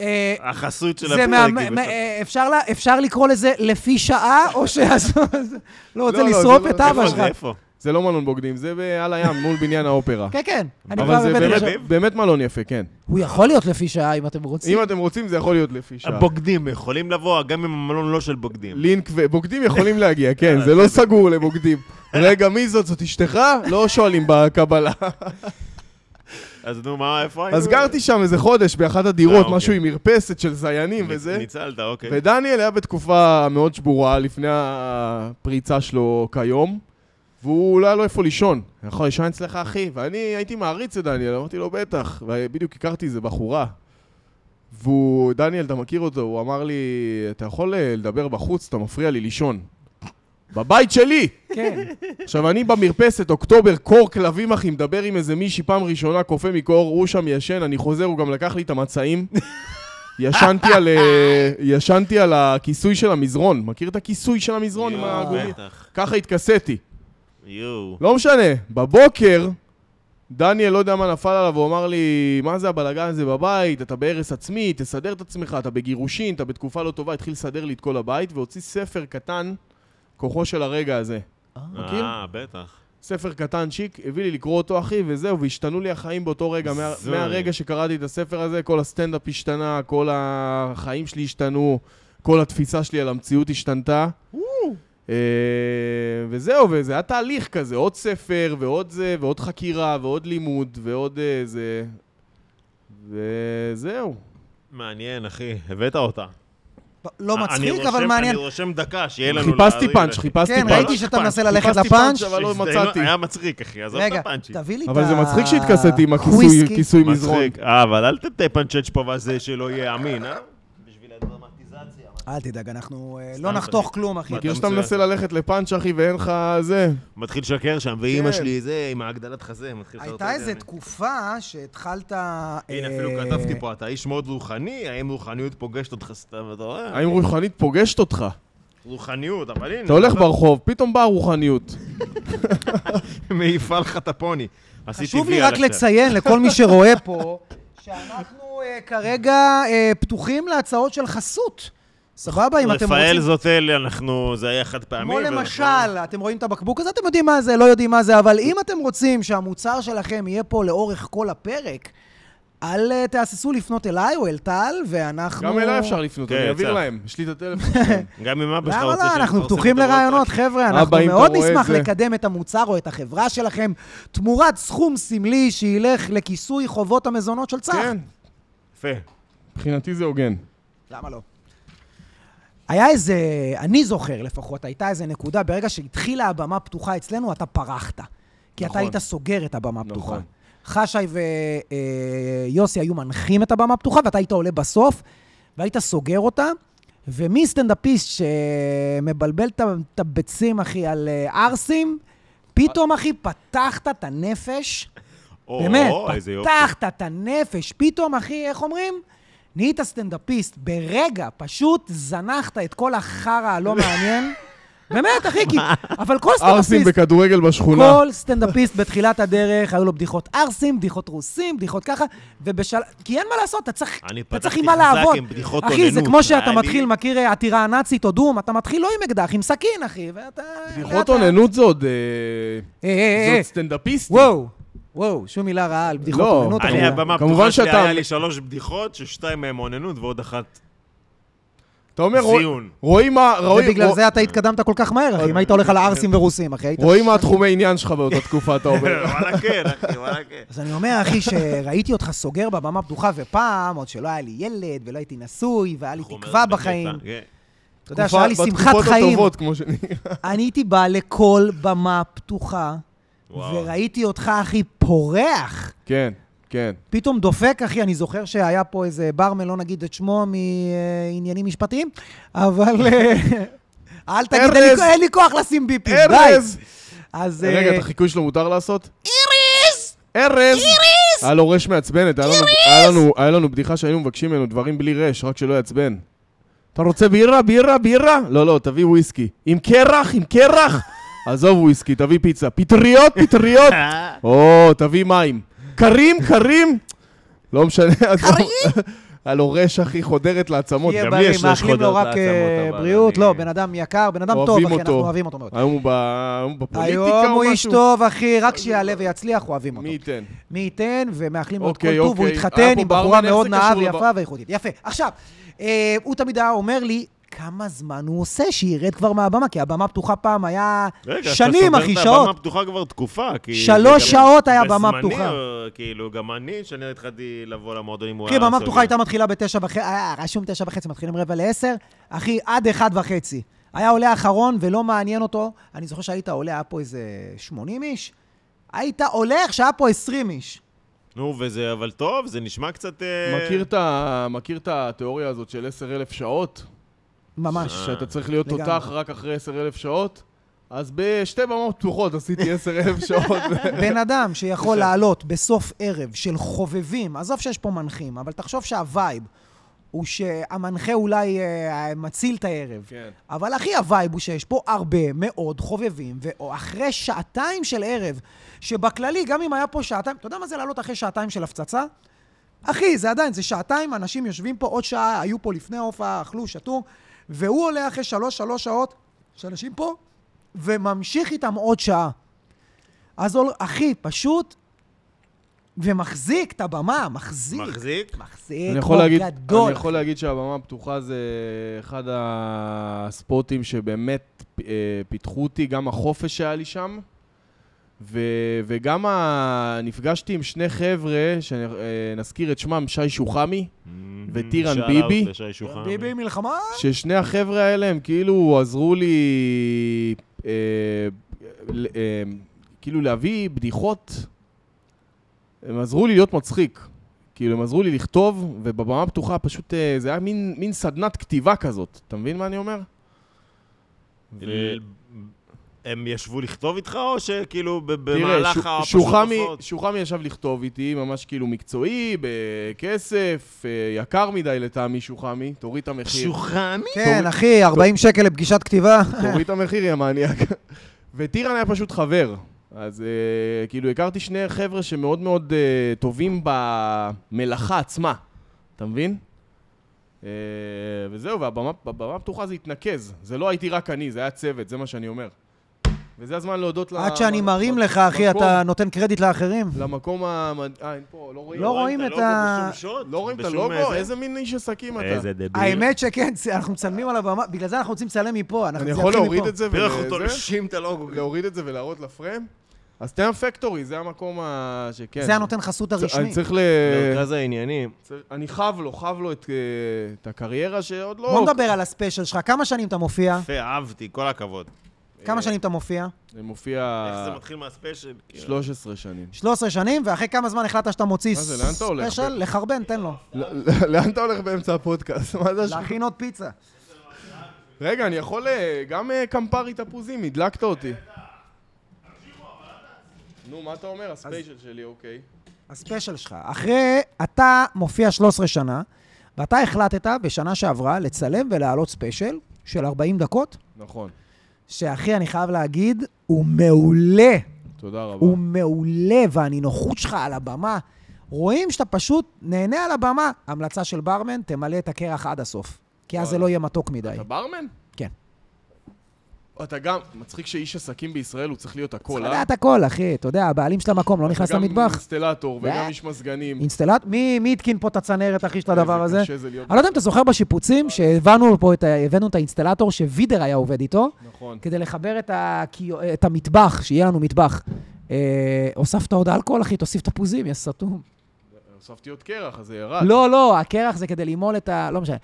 Speaker 1: אה,
Speaker 2: החסות של
Speaker 1: זה
Speaker 2: הפרק.
Speaker 1: מה...
Speaker 2: היא
Speaker 1: מה-
Speaker 2: בסוף.
Speaker 1: אה, אפשר לה- אפשר לקרוא לזה לפי שעה, או ש... לא רוצה
Speaker 3: לא, זה
Speaker 1: לשרוף
Speaker 3: לא-
Speaker 1: את
Speaker 3: זה
Speaker 1: אבא
Speaker 2: איפה
Speaker 1: שלך.
Speaker 2: זה? איפה?
Speaker 3: זה לא מלון בוגדים, זה בעל הים, מול בניין האופרה.
Speaker 1: כן, כן. אני
Speaker 3: אבל
Speaker 1: כבר
Speaker 3: זה
Speaker 1: בבית
Speaker 3: באמת-
Speaker 1: ראשון.
Speaker 3: באמת מלון יפה, כן.
Speaker 1: הוא יכול להיות לפי שעה, אם אתם רוצים.
Speaker 3: אם אתם רוצים, זה יכול להיות לפי שעה.
Speaker 2: הבוגדים יכולים לבוא גם אם המלון לא של בוגדים.
Speaker 3: לינק ו... בוגדים יכולים להגיע, כן, זה
Speaker 2: אה,
Speaker 3: לא סגור לבוגדים. רגע, מי זאת? זאת אשתך? לא שואלים בקבלה.
Speaker 2: אז נו, מה, איפה היינו?
Speaker 3: אז גרתי שם איזה חודש באחת הדירות,
Speaker 2: אה, אוקיי.
Speaker 3: משהו עם מרפסת של זיינים
Speaker 2: נ-
Speaker 3: וזה.
Speaker 2: ניצלת, אוקיי.
Speaker 3: ודניאל היה בתקופה מאוד שבורה לפני הפריצה שלו כיום, והוא לא היה לו איפה לישון. אני יכול לישון אצלך, אחי? ואני הייתי מעריץ את דניאל, אמרתי לו, בטח. ובדיוק הכרתי איזה בחורה. והוא, דניאל, אתה מכיר אותו, הוא אמר לי, אתה יכול אה, לדבר בחוץ, אתה מפריע לי לישון. בבית שלי!
Speaker 1: כן.
Speaker 3: עכשיו, אני במרפסת, אוקטובר, קור כלבים, אחי, מדבר עם איזה מישהי פעם ראשונה, קופא מקור, הוא שם ישן, אני חוזר, הוא גם לקח לי את המצעים. ישנתי על, אה, ישנתי על הכיסוי של המזרון. מכיר את הכיסוי של המזרון עם
Speaker 2: יואו,
Speaker 3: הגומי?
Speaker 2: בטח.
Speaker 3: ככה התכסיתי.
Speaker 2: יואו.
Speaker 3: לא משנה, בבוקר, דניאל, לא יודע מה נפל עליו, הוא אמר לי, מה זה הבלגן הזה בבית? אתה בהרס עצמי, תסדר את עצמך, אתה בגירושין, אתה בתקופה לא טובה, התחיל לסדר לי את כל הבית, והוציא ספר קטן, כוחו של הרגע הזה. לא, מכיר?
Speaker 2: אה, בטח.
Speaker 3: ספר קטן צ'יק, הביא לי לקרוא אותו, אחי, וזהו, והשתנו לי החיים באותו רגע. מה,
Speaker 2: זוי.
Speaker 3: מהרגע שקראתי את הספר הזה, כל הסטנדאפ השתנה, כל החיים שלי השתנו, כל התפיסה שלי על המציאות השתנתה. אה, וזהו, וזה היה תהליך כזה, עוד ספר, ועוד זה, ועוד חקירה, ועוד לימוד, ועוד אה, זה... וזהו.
Speaker 2: מעניין, אחי, הבאת אותה.
Speaker 1: לא
Speaker 2: אה, אני
Speaker 1: מצחיק,
Speaker 2: רושם-
Speaker 1: אבל מעניין.
Speaker 2: אני רושם דקה, שיהיה לנו...
Speaker 3: חיפשתי
Speaker 2: להרים
Speaker 3: פאנץ',
Speaker 2: לך.
Speaker 3: חיפשתי
Speaker 1: כן,
Speaker 2: לא,
Speaker 3: פאנץ'.
Speaker 1: ראיתי שאתה
Speaker 2: אכפת.
Speaker 1: מנסה ללכת
Speaker 3: חיפשתי
Speaker 1: לפאנץ'.
Speaker 3: פאנץ', אבל לא
Speaker 2: שזה
Speaker 3: מצאתי.
Speaker 2: היה מצחיק, אחי, עזוב את
Speaker 1: רגע,
Speaker 2: הפאנצ'ים.
Speaker 1: תביא לי את ה...
Speaker 3: אבל זה מצחיק שהתכסיתי עם הכיסוי
Speaker 1: וויסקי.
Speaker 3: כיסוי מזרון.
Speaker 2: מצחיק. אה, אבל אל תפנצ'ץ' פה וזה שלא יהיה אמין, אה? בשביל הדרמטיזציה.
Speaker 1: אל תדאג, אנחנו אה,
Speaker 2: סתם,
Speaker 1: לא נחתוך
Speaker 2: אחי.
Speaker 1: כלום, אחי.
Speaker 2: מה-
Speaker 3: מכיר
Speaker 2: אתה
Speaker 3: שאתה
Speaker 2: מצוין.
Speaker 3: מנסה ללכת לפאנץ', אחי, ואין לך זה?
Speaker 2: מתחיל לשקר שם, ואימא
Speaker 3: כן.
Speaker 2: שלי זה, עם ההגדלת חזה, מתחיל לחרטט
Speaker 1: הייתה איזו
Speaker 2: יעני.
Speaker 1: תקופה שהתחלת...
Speaker 2: הנה,
Speaker 1: אה,
Speaker 2: אפילו כתבתי פה, אתה איש מאוד רוחני, האם רוחניות פוגשת אותך סתם, אתה רואה?
Speaker 3: האם
Speaker 1: אוקיי.
Speaker 3: רוחנית פוגשת אותך?
Speaker 2: רוחניות, אבל הנה.
Speaker 3: אתה
Speaker 1: לא,
Speaker 3: הולך ברחוב, פתאום באה רוחניות.
Speaker 2: מעיפה לך את הפוני. עשיתי
Speaker 1: חשוב לי
Speaker 2: וי על
Speaker 1: רק
Speaker 2: השם.
Speaker 1: לציין לכל מי שרואה פה, שאנחנו אה, כרגע אה, פתוחים להצעות של חסות. סבבה, אם אתם
Speaker 2: רפאל
Speaker 1: רוצים...
Speaker 2: זוטל, אנחנו, זה היה נכון. חד פעמי.
Speaker 1: כמו
Speaker 2: ואנחנו-
Speaker 1: למשל, אתם רואים את הבקבוק הזה, אתם יודעים מה זה, לא יודעים מה זה, אבל אם אתם רוצים שהמוצר שלכם יהיה פה לאורך כל הפרק, אל אה, תהססו לפנות אליי או אל טל, ואנחנו...
Speaker 3: גם אליי אפשר לפנות,
Speaker 2: כן,
Speaker 3: אני אעביר
Speaker 2: יצא.
Speaker 3: להם, יש לי את הטלפון.
Speaker 2: גם אם אבא שלך
Speaker 1: למה
Speaker 2: רוצה
Speaker 1: לא? אנחנו
Speaker 2: שנפרסם
Speaker 1: פתוחים
Speaker 2: את אה, הוואטסאפ.
Speaker 1: לרעיונות, חבר'ה. אנחנו
Speaker 3: אבא, אם אתה
Speaker 1: מאוד
Speaker 3: רואה את
Speaker 1: נשמח
Speaker 3: זה-
Speaker 1: לקדם את המוצר או את החברה שלכם תמורת סכום סמלי שילך לכיסוי חובות המזונות של צח.
Speaker 3: כן,
Speaker 2: יפה.
Speaker 3: מבחינתי זה הוגן.
Speaker 1: למה לא? היה איזה, אני זוכר לפחות, הייתה איזה נקודה, ברגע שהתחילה הבמה פתוחה אצלנו, אתה פרחת. כי אתה
Speaker 3: נכון.
Speaker 1: היית סוגר את הבמה פתוחה.
Speaker 3: נכון.
Speaker 1: חשי ויוסי היו מנחים את הבמה פתוחה, ואתה היית עולה בסוף, והיית סוגר אותה. ומי סטנדאפיסט שמבלבל את ה- את הביצים, אחי, על אה, ערסים, פתאום, אחי, פתחת את הנפש.
Speaker 2: או,
Speaker 1: באמת,
Speaker 2: או, איזה יופי.
Speaker 1: פתחת את הנפש. פתאום, אחי, איך אומרים? נהיית סטנדאפיסט. ברגע, פשוט זנחת את כל החרא הלא מעניין. באמת, אחי, כי... אבל כל
Speaker 3: ערסים
Speaker 1: סטנדאפיסט...
Speaker 3: בכדורגל בשכונה.
Speaker 1: כל סטנדאפיסט בתחילת הדרך, היו לו בדיחות ערסים, בדיחות רוסים, בדיחות ככה, ובשל... כי אין מה לעשות, אתה צריך,
Speaker 2: אני
Speaker 1: אתה צריך
Speaker 2: פתחתי
Speaker 1: עם מה
Speaker 2: חזק
Speaker 1: לעבוד.
Speaker 2: עם בדיחות
Speaker 1: אחי, זה
Speaker 2: אוננות.
Speaker 1: כמו שאתה
Speaker 2: אני-
Speaker 1: מתחיל, מכיר אה, עתירה נאצית או דום, אתה מתחיל לא עם אקדח, עם סכין, אחי, ואתה...
Speaker 3: בדיחות
Speaker 1: לאט-לאט.
Speaker 3: אוננות זה עוד... אה,
Speaker 1: אה, אה,
Speaker 3: זה
Speaker 1: אה,
Speaker 3: עוד סטנדאפיסטי.
Speaker 1: וואו, וואו, שום מילה רעה על בדיחות
Speaker 3: לא,
Speaker 1: אוננות.
Speaker 2: אני,
Speaker 1: אבל-
Speaker 2: הבמה
Speaker 3: כמובן
Speaker 2: הפתוחה שלי,
Speaker 3: שאתה-
Speaker 2: היה לי שלוש בדיחות, ששתיים מהן אוננות ועוד אחת
Speaker 3: אתה אומר, רוא-
Speaker 2: ציון.
Speaker 3: רואים מה... רואים-
Speaker 1: ובגלל
Speaker 3: רוא- אה,
Speaker 1: זה אתה התקדמת כל כך מהר, אחי, אם היית הולך על הערסים ורוסים, אחי, היית...
Speaker 3: רואים מה התחומי עניין שלך באותה תקופה, אתה אומר.
Speaker 2: וואלה כן, אחי, וואלה כן.
Speaker 1: אז אני אומר, אחי, שראיתי אותך סוגר בבמה פתוחה, ופעם, עוד שלא היה לי ילד ולא הייתי נשוי, והיה לי תקווה בחיים.
Speaker 2: בקטע, כן.
Speaker 1: אתה יודע,
Speaker 3: תקופה-
Speaker 1: שהיה לי שמחת
Speaker 3: בתקופות לא
Speaker 1: חיים.
Speaker 3: הטובות, כמו שנראה.
Speaker 1: אני הייתי בא לכל במה פתוחה,
Speaker 2: וואו.
Speaker 1: וראיתי אותך, אחי, פורח.
Speaker 3: כן, כן.
Speaker 1: פתאום דופק, אחי, אני זוכר שהיה פה איזה ברמן, לא נגיד את שמו, מעניינים משפטיים, אבל... אה, אל תגיד, אין לי-
Speaker 3: ארז.
Speaker 1: אין לי כוח לשים ביפים, די.
Speaker 3: ארז!
Speaker 1: אז...
Speaker 3: רגע,
Speaker 1: אה,
Speaker 3: את החיקוי שלו מותר לעשות? ארז! ארז! היה לו רש מעצבנת, היה לנו- היה לנו- היה לנו בדיחה שהיינו מבקשים ממנו דברים בלי רש, רק שלא יעצבן. אתה רוצה בירה? בירה? בירה? לא, לא, תביא וויסקי. עם קרח? עם קרח? עזוב וויסקי, תביא פיצה. פטריות? פטריות? או, תביא מים. קרים? קרים? לא משנה. קרים? היה לו רש, אחי, חודרת לעצמות.
Speaker 1: יהיה
Speaker 2: גם לי
Speaker 1: בריא,
Speaker 2: יש שש
Speaker 1: מאחלים לו
Speaker 2: חודות
Speaker 1: רק אה,
Speaker 2: לעצמות, אבל
Speaker 1: בריאות.
Speaker 2: אני-
Speaker 1: לא, בן אדם יקר, בן אדם טוב,
Speaker 3: אוהבים
Speaker 1: אחי, אנחנו
Speaker 3: אותו.
Speaker 1: אוהבים אותו מאוד.
Speaker 3: היום הוא ב- היום הוא בפוליטיקה או משהו?
Speaker 1: היום הוא איש טוב, אחי, רק שיעלה ויצליח, אוהבים אותו.
Speaker 3: מי ייתן?
Speaker 1: מי ייתן, ומאחלים לו את כל
Speaker 3: אוקיי,
Speaker 1: טוב, הוא
Speaker 3: אוקיי.
Speaker 1: יתחתן
Speaker 3: היה פה
Speaker 1: עם בחורה
Speaker 3: ברמן, איך
Speaker 1: מאוד
Speaker 3: זה
Speaker 1: נאה
Speaker 3: קשור
Speaker 1: ויפה ואיכותית. יפה. עכשיו, אה, הוא תמיד היה אומר לי, כמה זמן הוא עושה שירד כבר מהבמה, כי הבמה פתוחה פעם היה
Speaker 2: רגע,
Speaker 1: שנים, אחי,
Speaker 2: שאתה סוגר את הבמה
Speaker 1: שעות.
Speaker 2: הפתוחה כבר תקופה, כי...
Speaker 1: שלוש
Speaker 2: זה גם-
Speaker 1: שעות היה במה
Speaker 2: בזמני,
Speaker 1: פתוחה.
Speaker 2: אה, כאילו, גם אני, כשאני התחלתי לבוא למועדונים, הוא
Speaker 1: כי
Speaker 2: היה...
Speaker 1: הבמה
Speaker 2: סוגר.
Speaker 1: כאילו, פתוחה הייתה מתחילה בתשע וחצי, היה רשום תשע וחצי, מתחילים רבע לעשר, אחי, עד אחד וחצי. היה עולה אחרון ולא מעניין אותו. אני זוכר שהיית עולה, היה פה איזה 80 איש. היית הולך שהיה פה 20 איש.
Speaker 2: נו, וזה, אבל טוב, זה נשמע קצת... אה,
Speaker 3: מכיר את ה- מכיר את התיאוריה הזאת של 10,000 שעות?
Speaker 1: ממש.
Speaker 3: שאתה צריך להיות
Speaker 1: לגמרי.
Speaker 3: תותח רק אחרי 10,000 שעות? אז בשתי במות פתוחות עשיתי 10,000 שעות.
Speaker 1: בן אדם שיכול לעלות בסוף ערב של חובבים, עזוב שיש פה מנחים, אבל תחשוב שהווייב הוא שהמנחה אולי אה, מציל את הערב.
Speaker 3: כן.
Speaker 1: אבל אחי, הווייב הוא שיש פה הרבה מאוד חובבים, ואחרי שעתיים של ערב, שבכללי, גם אם היה פה שעתיים, אתה יודע מה זה לעלות אחרי שעתיים של הפצצה? אחי, זה עדיין, זה שעתיים, אנשים יושבים פה עוד שעה, היו פה לפני ההופעה, אכלו, שתו, והוא עולה אחרי שלוש, שלוש שעות, שאנשים פה, וממשיך איתם עוד שעה. אז עול- אחי, פשוט, ומחזיק את הבמה, מחזיק.
Speaker 2: מחזיק?
Speaker 1: מחזיק,
Speaker 3: אני יכול
Speaker 1: חור
Speaker 3: להגיד,
Speaker 1: גדול.
Speaker 3: אני יכול להגיד שהבמה הפתוחה זה אחד הספוטים שבאמת אה, פיתחו אותי, גם החופש שהיה לי שם, ו, וגם ה, נפגשתי עם שני חבר'ה, שנזכיר את שמם, שי שוחמי, וטירן
Speaker 2: שאל
Speaker 3: ביבי.
Speaker 2: אאוט לשי שוחמי.
Speaker 1: כן, ביבי מלחמה?
Speaker 3: ששני החבר'ה האלה הם כאילו עזרו לי, אה, ל- אה, כאילו להביא בדיחות, הם עזרו לי להיות מצחיק. כאילו, הם עזרו לי לכתוב, ובבמה הפתוחה פשוט אה, זה היה מין, מין סדנת כתיבה כזאת. אתה מבין מה אני אומר?
Speaker 2: ל- הם ישבו לכתוב איתך, או שכאילו ב-
Speaker 3: תראה,
Speaker 2: במהלך
Speaker 3: ש-
Speaker 2: הפשוט
Speaker 3: שוחמי-
Speaker 2: עופות?
Speaker 3: שוחמי ישב לכתוב איתי, ממש כאילו מקצועי, בכסף, אה, יקר מדי לטעמי שוחמי, תוריד את המחיר.
Speaker 2: שוחמי?
Speaker 1: כן, אחי, 40 שקל לפגישת כתיבה.
Speaker 3: תוריד את המחיר, יא מניאק. וטירן היה פשוט חבר. אז אה, כאילו הכרתי שני חבר'ה שמאוד מאוד אה, טובים במלאכה עצמה. אתה מבין? אה, וזהו, והבמה הפתוחה זה התנקז. זה לא הייתי רק אני, זה היה צוות, זה מה שאני אומר. וזה הזמן להודות ל...
Speaker 1: עד שאני מרים לך, אחי,
Speaker 3: למקום-
Speaker 1: אתה נותן קרדיט לאחרים.
Speaker 3: למקום המד... אה, אין פה, לא רואים.
Speaker 1: לא רואים את ה-
Speaker 2: בשום שוט?
Speaker 3: לא רואים את
Speaker 2: בשום
Speaker 3: הלוגו?
Speaker 2: זה?
Speaker 3: איזה מין איש עסקים אתה.
Speaker 2: איזה דביל.
Speaker 1: האמת שכן, צ- אנחנו מצלמים על הבמה, בגלל זה אנחנו רוצים לצלם מפה. אנחנו
Speaker 3: אני
Speaker 1: זה
Speaker 3: יכול
Speaker 1: יתחיל
Speaker 3: להוריד
Speaker 1: מפה.
Speaker 3: את זה
Speaker 2: תראה איך אותו
Speaker 3: וזה?
Speaker 2: לשים את הלוגו.
Speaker 3: להוריד את זה ולהראות לפריים? אז סטנדאפ פקטורי, זה המקום ה... שכן.
Speaker 1: זה הנותן חסות הרשמי.
Speaker 3: כן. אני צריך ל...
Speaker 1: אה.
Speaker 2: מרכז העניינים.
Speaker 3: צריך- אני חב לו, חב לו את, אה, את הקריירה שעוד לא...
Speaker 1: בוא נדבר על הספיישל שלך. כמה שנים אתה מופיע?
Speaker 3: אה.
Speaker 2: יפה, אהבתי, כל הכבוד.
Speaker 1: כמה שנים אתה מופיע?
Speaker 3: זה מופיע
Speaker 2: איך זה מתחיל מהספיישל? כאילו?
Speaker 3: 13 שנים.
Speaker 1: 13 שנים, ואחרי כמה זמן החלטת שאתה מוציא
Speaker 3: מה זה, לאן אתה הולך?
Speaker 1: ספיישל? לחרבן, תן לו.
Speaker 3: ל- ל- לא- לאן אתה הולך באמצע הפודקאסט? מה זה השאלה?
Speaker 1: להכין עוד פיצה.
Speaker 3: רגע, אני יכול אה, גם אה, קמפרי תפוזים, הדלקת אותי. נו, מה אתה אומר? הספיישל שלי, אוקיי.
Speaker 1: הספיישל שלך. אחרי, אתה מופיע 13 שנה, ואתה החלטת בשנה שעברה לצלם ולהעלות ספיישל של 40 דקות,
Speaker 3: נכון.
Speaker 1: שאחי, אני חייב להגיד, הוא מעולה.
Speaker 3: תודה רבה.
Speaker 1: הוא מעולה, והנינוחות שלך על הבמה, רואים שאתה פשוט נהנה על הבמה. המלצה של ברמן, תמלא את הקרח עד הסוף. כי אז זה לא יהיה מתוק מדי.
Speaker 3: אתה ברמן?
Speaker 1: כן.
Speaker 3: אתה גם... מצחיק שאיש עסקים בישראל הוא צריך להיות
Speaker 1: צריך
Speaker 3: הכל, אה?
Speaker 1: לדעת הכל, אחי. אתה יודע, הבעלים של המקום לא נכנס
Speaker 3: גם
Speaker 1: למטבח.
Speaker 3: אינסטלטור וגם
Speaker 1: אה?
Speaker 3: איש מזגנים.
Speaker 1: אינסטלט? מי מי התקין פה את הצנרת, אחי, של הדבר
Speaker 3: איזה
Speaker 1: הזה?
Speaker 3: קשה זה להיות-
Speaker 1: אני לא יודע אם אתה זוכר בשיפוצים, שהבאנו פה את ה... הבאנו את האינסטלטור שווידר היה עובד איתו,
Speaker 3: נכון.
Speaker 1: כדי לחבר את, ה... את המטבח, שיהיה לנו מטבח. אה, הוספת עוד אלכוהול, אחי, תוסיף תפוזים, יא סתום.
Speaker 3: הוספתי עוד קרח, אז זה ירד.
Speaker 1: לא, לא, הקרח זה כדי למול את ה... לא משנה.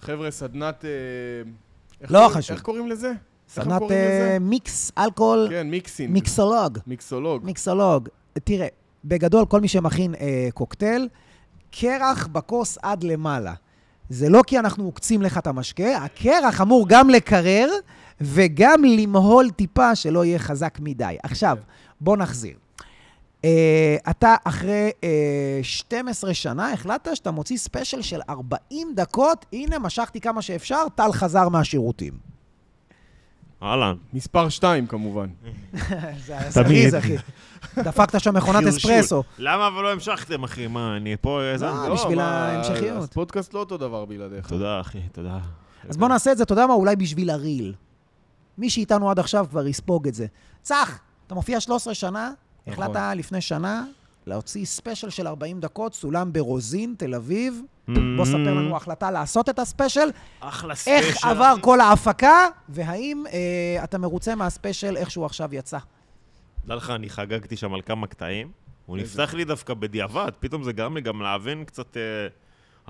Speaker 3: חבר'ה, סדנת... אה, איך
Speaker 1: לא
Speaker 3: קוראים-
Speaker 1: חשוב.
Speaker 3: איך קוראים לזה? איך הם
Speaker 1: סדנת
Speaker 3: קוראים לזה?
Speaker 1: אה, מיקס אלכוהול,
Speaker 3: כן, מיקסינג.
Speaker 1: מיקסולוג.
Speaker 3: מיקסולוג.
Speaker 1: מיקסולוג. תראה, בגדול, כל מי שמכין אה, קוקטייל, קרח בכוס עד למעלה. זה לא כי אנחנו עוקצים לך את המשקה, הקרח אמור גם לקרר וגם למהול טיפה שלא יהיה חזק מדי. עכשיו, בוא נחזיר. אה, אתה אחרי אה, 12 שנה החלטת שאתה מוציא ספיישל של 40 דקות, הנה, משכתי כמה שאפשר, טל חזר מהשירותים.
Speaker 2: אהלן.
Speaker 3: מספר 2 כמובן.
Speaker 1: אה, זה היה זריז, אחי. דפקת שם מכונת
Speaker 2: שרשור.
Speaker 1: אספרסו.
Speaker 2: למה אבל לא המשכתם, אחי? מה, אני פה איזה...
Speaker 1: לא.
Speaker 3: לא,
Speaker 1: בשביל
Speaker 3: אבל
Speaker 1: ההמשכיות.
Speaker 3: אז פודקאסט לא אותו דבר בלעדיך.
Speaker 2: תודה, אחי, תודה.
Speaker 1: אז
Speaker 2: כן.
Speaker 1: בוא נעשה את זה, אתה יודע מה? אולי בשביל הריל. מי שאיתנו עד עכשיו כבר יספוג את זה. צח, אתה מופיע 13 שנה,
Speaker 3: נכון.
Speaker 1: החלטת לפני שנה להוציא ספיישל של 40 דקות, צולם ברוזין, תל אביב. בוא ספר לנו החלטה לעשות את הספיישל,
Speaker 2: אחלה ספיישל.
Speaker 1: איך עבר כל ההפקה, והאם אה, אתה מרוצה מהספיישל איך שהוא עכשיו יצא.
Speaker 2: תדע לך, אני חגגתי שם על כמה קטעים. הוא
Speaker 3: איזה?
Speaker 2: נפתח לי דווקא בדיעבד, פתאום זה גרם לי גם להבין קצת אה,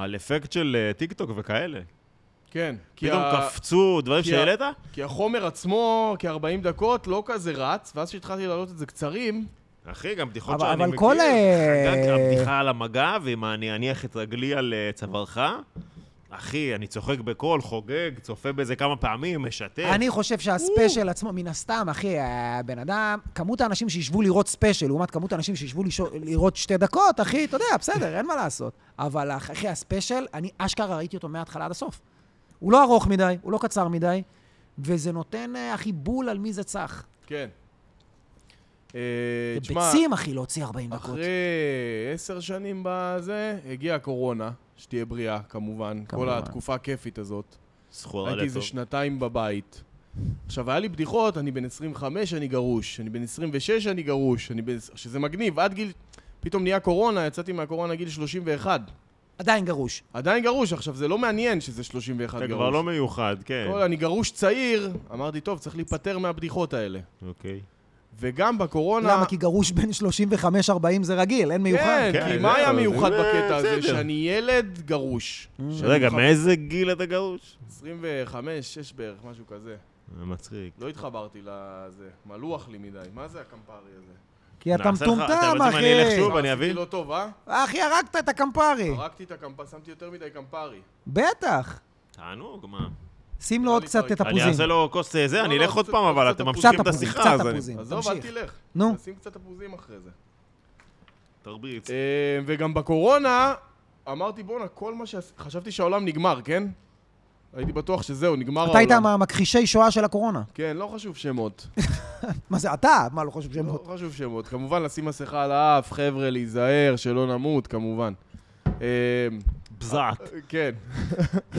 Speaker 2: על אפקט של אה, טיק טוק וכאלה.
Speaker 3: כן. כי
Speaker 2: פתאום
Speaker 3: ה-
Speaker 2: קפצו דברים
Speaker 3: כי ה-
Speaker 2: שהעלית?
Speaker 3: כי החומר עצמו, כ-40 דקות, לא כזה רץ, ואז כשהתחלתי להעלות את זה קצרים,
Speaker 2: אחי, גם בדיחות
Speaker 1: אבל-
Speaker 2: שאני
Speaker 1: אבל
Speaker 2: מכיר.
Speaker 1: כל
Speaker 3: אה,
Speaker 1: ה-
Speaker 2: חגגתי הבדיחה על המגע, ועם אני אניח את רגלי על אה, צווארך. אחי, אני צוחק בקול, חוגג, צופה בזה כמה פעמים,
Speaker 3: כן.
Speaker 2: משתף.
Speaker 1: אני חושב שהספיישל עצמו, מן הסתם, אחי, הבן אדם, כמות האנשים שישבו לראות ספיישל, לעומת כמות האנשים שישבו לשו- לראות שתי דקות, אחי, אתה יודע, בסדר, אין מה לעשות. אבל אח- אחי, הספיישל, אני אשכרה ראיתי אותו מההתחלה עד הסוף. הוא לא ארוך מדי, הוא לא קצר מדי, וזה נותן, אה, אחי, בול על מי זה צח.
Speaker 3: כן. אה,
Speaker 1: זה
Speaker 3: תשמע,
Speaker 1: ביצים, אחי, להוציא 40 דקות.
Speaker 3: אחרי עשר שנים בזה, הגיעה הקורונה, שתהיה בריאה, כמובן. כל
Speaker 1: כמובן.
Speaker 3: התקופה הכיפית הזאת.
Speaker 2: זכורה
Speaker 3: הייתי איזה
Speaker 2: לא לטוב.
Speaker 3: שנתיים בבית. עכשיו, היה לי בדיחות, אני בן 25, אני גרוש, אני בן 26, אני גרוש, אני בן... שזה מגניב, עד גיל... פתאום נהיה קורונה, יצאתי מהקורונה גיל 31.
Speaker 1: עדיין גרוש.
Speaker 3: עדיין גרוש, עכשיו, זה לא מעניין שזה 31
Speaker 2: אתה
Speaker 3: גרוש.
Speaker 2: כבר לא מיוחד, כן.
Speaker 3: כל, אני גרוש צעיר, אמרתי, טוב, צריך להיפטר מהבדיחות האלה.
Speaker 2: אוקיי.
Speaker 3: וגם בקורונה...
Speaker 1: למה? כי גרוש בין 35-40 זה רגיל, אין מיוחד.
Speaker 3: כן,
Speaker 2: כן,
Speaker 3: כי
Speaker 2: זה-
Speaker 3: מה היה
Speaker 2: זה-
Speaker 3: מיוחד
Speaker 2: זה-
Speaker 3: בקטע הזה?
Speaker 2: בסדר. Mm.
Speaker 3: שאני ילד גרוש. שאני
Speaker 2: רגע,
Speaker 3: חב-
Speaker 2: מאיזה גיל אתה גרוש?
Speaker 3: 25, 6 בערך, משהו כזה.
Speaker 2: זה מצחיק.
Speaker 3: לא התחברתי לזה, מלוח לי מדי. מה זה הקמפרי הזה?
Speaker 1: כי אתה
Speaker 2: נעשה לך- אתה
Speaker 1: מטומטם,
Speaker 2: רוצה שאני אלך
Speaker 1: אחי.
Speaker 2: שוב? טוב, אני
Speaker 3: עשיתי
Speaker 2: אבין.
Speaker 3: לא טוב, אה?
Speaker 1: אחי, הרגת את הקמפרי.
Speaker 3: הרגתי את הקמפרי, שמתי יותר מדי קמפרי.
Speaker 1: בטח.
Speaker 2: תענוג, מה?
Speaker 1: שים לו עוד
Speaker 3: לא לי
Speaker 1: קצת
Speaker 3: תרגיל.
Speaker 1: את
Speaker 2: אני
Speaker 1: הפוזים.
Speaker 2: אעשה לו כוס אה, זה,
Speaker 3: לא,
Speaker 2: אני
Speaker 3: לא,
Speaker 2: אלך עוד
Speaker 3: קצת-
Speaker 2: פעם, אבל
Speaker 3: קצת
Speaker 2: אתם
Speaker 3: תפוזים.
Speaker 1: קצת
Speaker 2: ממשיכים את
Speaker 1: תפוזים,
Speaker 2: השיחה,
Speaker 1: קצת
Speaker 2: אז אני...
Speaker 1: תפוזים,
Speaker 3: עזוב, אל
Speaker 1: כן, תמשיך.
Speaker 3: תלך.
Speaker 1: נו.
Speaker 3: נשים קצת תפוזים אחרי זה.
Speaker 2: תרביץ.
Speaker 3: אה, וגם בקורונה, אמרתי, בואנה, כל מה ש... חשבתי שהעולם נגמר, כן? הייתי בטוח שזהו, נגמר העולם.
Speaker 1: אתה היית מהמכחישי שואה של הקורונה.
Speaker 3: כן, לא חשוב שמות.
Speaker 1: מה זה, אתה? מה, לא חושב שהם...
Speaker 3: לא חשוב שמות. כמובן, לשים מסכה על האף, חבר'ה, להיזהר, שלא נמות, כמובן. אה,
Speaker 2: בזעת.
Speaker 3: כן.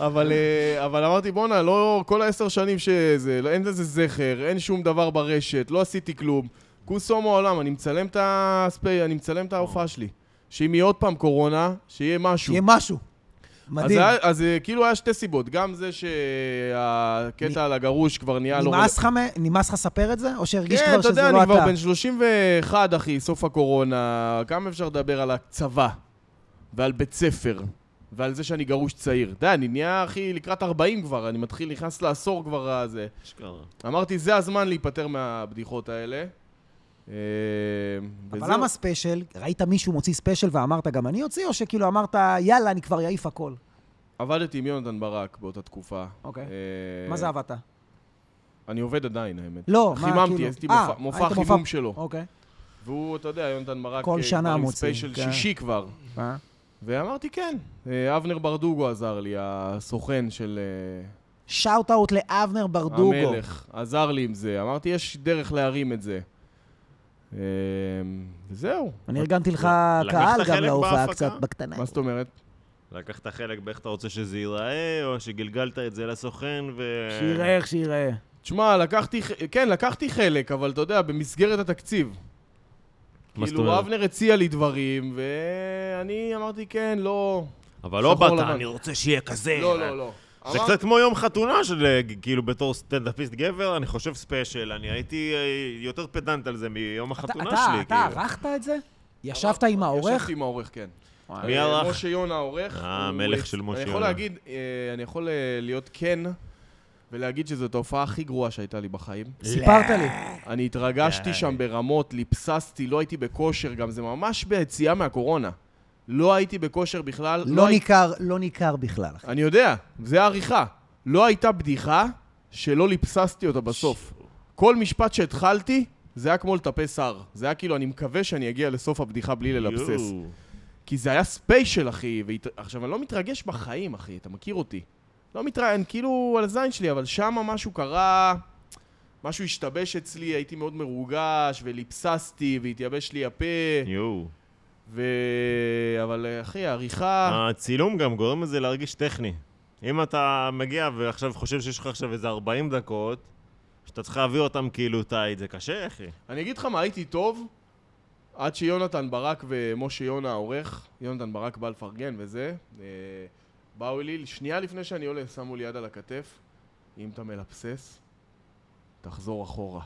Speaker 3: אבל, אה, אבל אמרתי, בואנה, לא, כל העשר שנים שזה, לא, אין לזה זכר, אין שום דבר ברשת, לא עשיתי כלום. קוסומו עולם, אני מצלם את הספי, אני מצלם את ההופעה שלי. שאם יהיה עוד פעם קורונה, שיהיה משהו.
Speaker 1: יהיה משהו. מדהים.
Speaker 3: אז, היה- אז אה, כאילו היה שתי סיבות, גם זה שהקטע על הגרוש כבר נהיה לא...
Speaker 1: נמאס לך מ- נמאס לך לספר את זה? או שהרגיש
Speaker 3: כן,
Speaker 1: כבר
Speaker 3: אתה יודע,
Speaker 1: שזה
Speaker 3: אני
Speaker 1: לא
Speaker 3: כבר
Speaker 1: אתה?
Speaker 3: בן 31, אחי, סוף הקורונה. כמה אפשר לדבר על הצבא, ועל בית ספר, ועל זה שאני גרוש צעיר. אתה יודע, אני נהיה, אחי, לקראת 40 כבר, אני מתחיל, נכנס לעשור כבר הזה.
Speaker 2: אשכרה.
Speaker 3: אמרתי, זה הזמן להיפטר מהבדיחות האלה. אה,
Speaker 1: אבל
Speaker 3: וזהו.
Speaker 1: למה ספיישל? ראית מישהו מוציא ספיישל ואמרת גם אני אוציא, או שכאילו אמרת, יאללה, אני כבר אעיף הכל?
Speaker 3: עבדתי עם יונתן ברק באותה תקופה.
Speaker 1: אוקיי.
Speaker 3: אה,
Speaker 1: מה זה עבדת?
Speaker 3: אני עובד עדיין, האמת.
Speaker 1: לא, מה,
Speaker 3: חיממתי,
Speaker 1: כאילו-
Speaker 3: עשיתי
Speaker 1: אה,
Speaker 3: מופע- מופע
Speaker 1: היית
Speaker 3: חימום שלו.
Speaker 1: אוקיי.
Speaker 3: והוא, אתה יודע, יונתן ברק...
Speaker 1: כל
Speaker 3: אה,
Speaker 1: שנה
Speaker 3: כבר עם
Speaker 1: מוציא,
Speaker 3: ספיישל
Speaker 1: כן.
Speaker 3: שישי כבר.
Speaker 1: מה?
Speaker 3: ואמרתי כן, אה, אבנר ברדוגו עזר לי, הסוכן של אה,
Speaker 1: שאוט אאוט לאבנר ברדוגו.
Speaker 3: המלך, עזר לי עם זה, אמרתי יש דרך להרים את זה. אה, וזהו.
Speaker 1: אני ארגנתי לך
Speaker 2: לקחת
Speaker 1: קהל
Speaker 2: חלק
Speaker 1: גם להופעה
Speaker 2: בהפקה?
Speaker 1: קצת בקטנה.
Speaker 3: מה זאת אומרת?
Speaker 2: לקחת חלק באיך אתה רוצה שזה ייראה, או שגלגלת את זה לסוכן ו...
Speaker 3: אה.
Speaker 1: שיראה איך שיראה.
Speaker 3: תשמע, לקחתי, ח- כן, לקחתי חלק, אבל אתה יודע, במסגרת התקציב.
Speaker 2: מה זאת
Speaker 3: כאילו,
Speaker 2: אומרת?
Speaker 3: אבנר הציע לי דברים, ואני אמרתי כן, לא,
Speaker 2: אבל לא
Speaker 3: שחור
Speaker 2: באת,
Speaker 3: לבן.
Speaker 2: אני רוצה שיהיה כזה.
Speaker 3: לא, לא, לא.
Speaker 2: זה
Speaker 3: אמרתי-
Speaker 2: קצת כמו יום חתונה של אה, כאילו בתור סטנדאפיסט גבר, אני חושב ספיישל, אני הייתי אה, יותר פדנט על זה מיום
Speaker 1: אתה-
Speaker 2: החתונה
Speaker 1: אתה-
Speaker 2: שלי.
Speaker 1: אתה
Speaker 2: כאילו.
Speaker 1: ערכת את זה? ישבת עם העורך?
Speaker 3: ישבתי עם העורך, כן.
Speaker 1: וואי.
Speaker 2: מי
Speaker 3: אה,
Speaker 2: ערך?
Speaker 3: משה יונה העורך.
Speaker 2: אה,
Speaker 3: הוא-
Speaker 2: מלך
Speaker 3: הוא-
Speaker 2: של משה
Speaker 3: אני יכול
Speaker 2: יונה.
Speaker 3: להגיד, אה, אני יכול אה, להיות כן ולהגיד שזו התופעה הכי גרועה שהייתה לי בחיים.
Speaker 1: סיפרת לי.
Speaker 3: אני
Speaker 2: אה.
Speaker 3: התרגשתי שם ברמות, ליפססתי, לא הייתי בכושר גם, זה ממש ביציאה מהקורונה. לא הייתי בכושר בכלל.
Speaker 1: לא
Speaker 3: הי-
Speaker 1: ניכר, לא ניכר בכלל. אחי.
Speaker 3: אני יודע, זה העריכה. לא הייתה בדיחה שלא ליפססתי אותה בסוף. כל משפט שהתחלתי, זה היה כמו לטפס הר. זה היה כאילו, אני מקווה שאני אגיע לסוף הבדיחה בלי ללבסס.
Speaker 2: יואו.
Speaker 3: כי זה היה ספיישל, אחי. והת... עכשיו, אני לא מתרגש בחיים, אחי, אתה מכיר אותי. לא מתרגש, אני כאילו על הזין שלי, אבל שם משהו קרה, משהו השתבש אצלי, הייתי מאוד מרוגש, וליפססתי, והתייבש לי הפה,
Speaker 2: יואו.
Speaker 3: ו... אבל אה, אחי, העריכה...
Speaker 2: הצילום גם גורם לזה להרגיש טכני. אם אתה מגיע ועכשיו חושב שיש לך עכשיו איזה 40 דקות, שאתה צריך להביא אותם כאילו טייט, זה קשה, אחי.
Speaker 3: אני אגיד לך מה, הייתי טוב עד שיונתן ברק ומשה יונה העורך, יונתן ברק בא לפרגן וזה, אה, באו אלי, שנייה לפני שאני עולה, שמו לי יד על הכתף, אם אתה מלבסס, תחזור אחורה.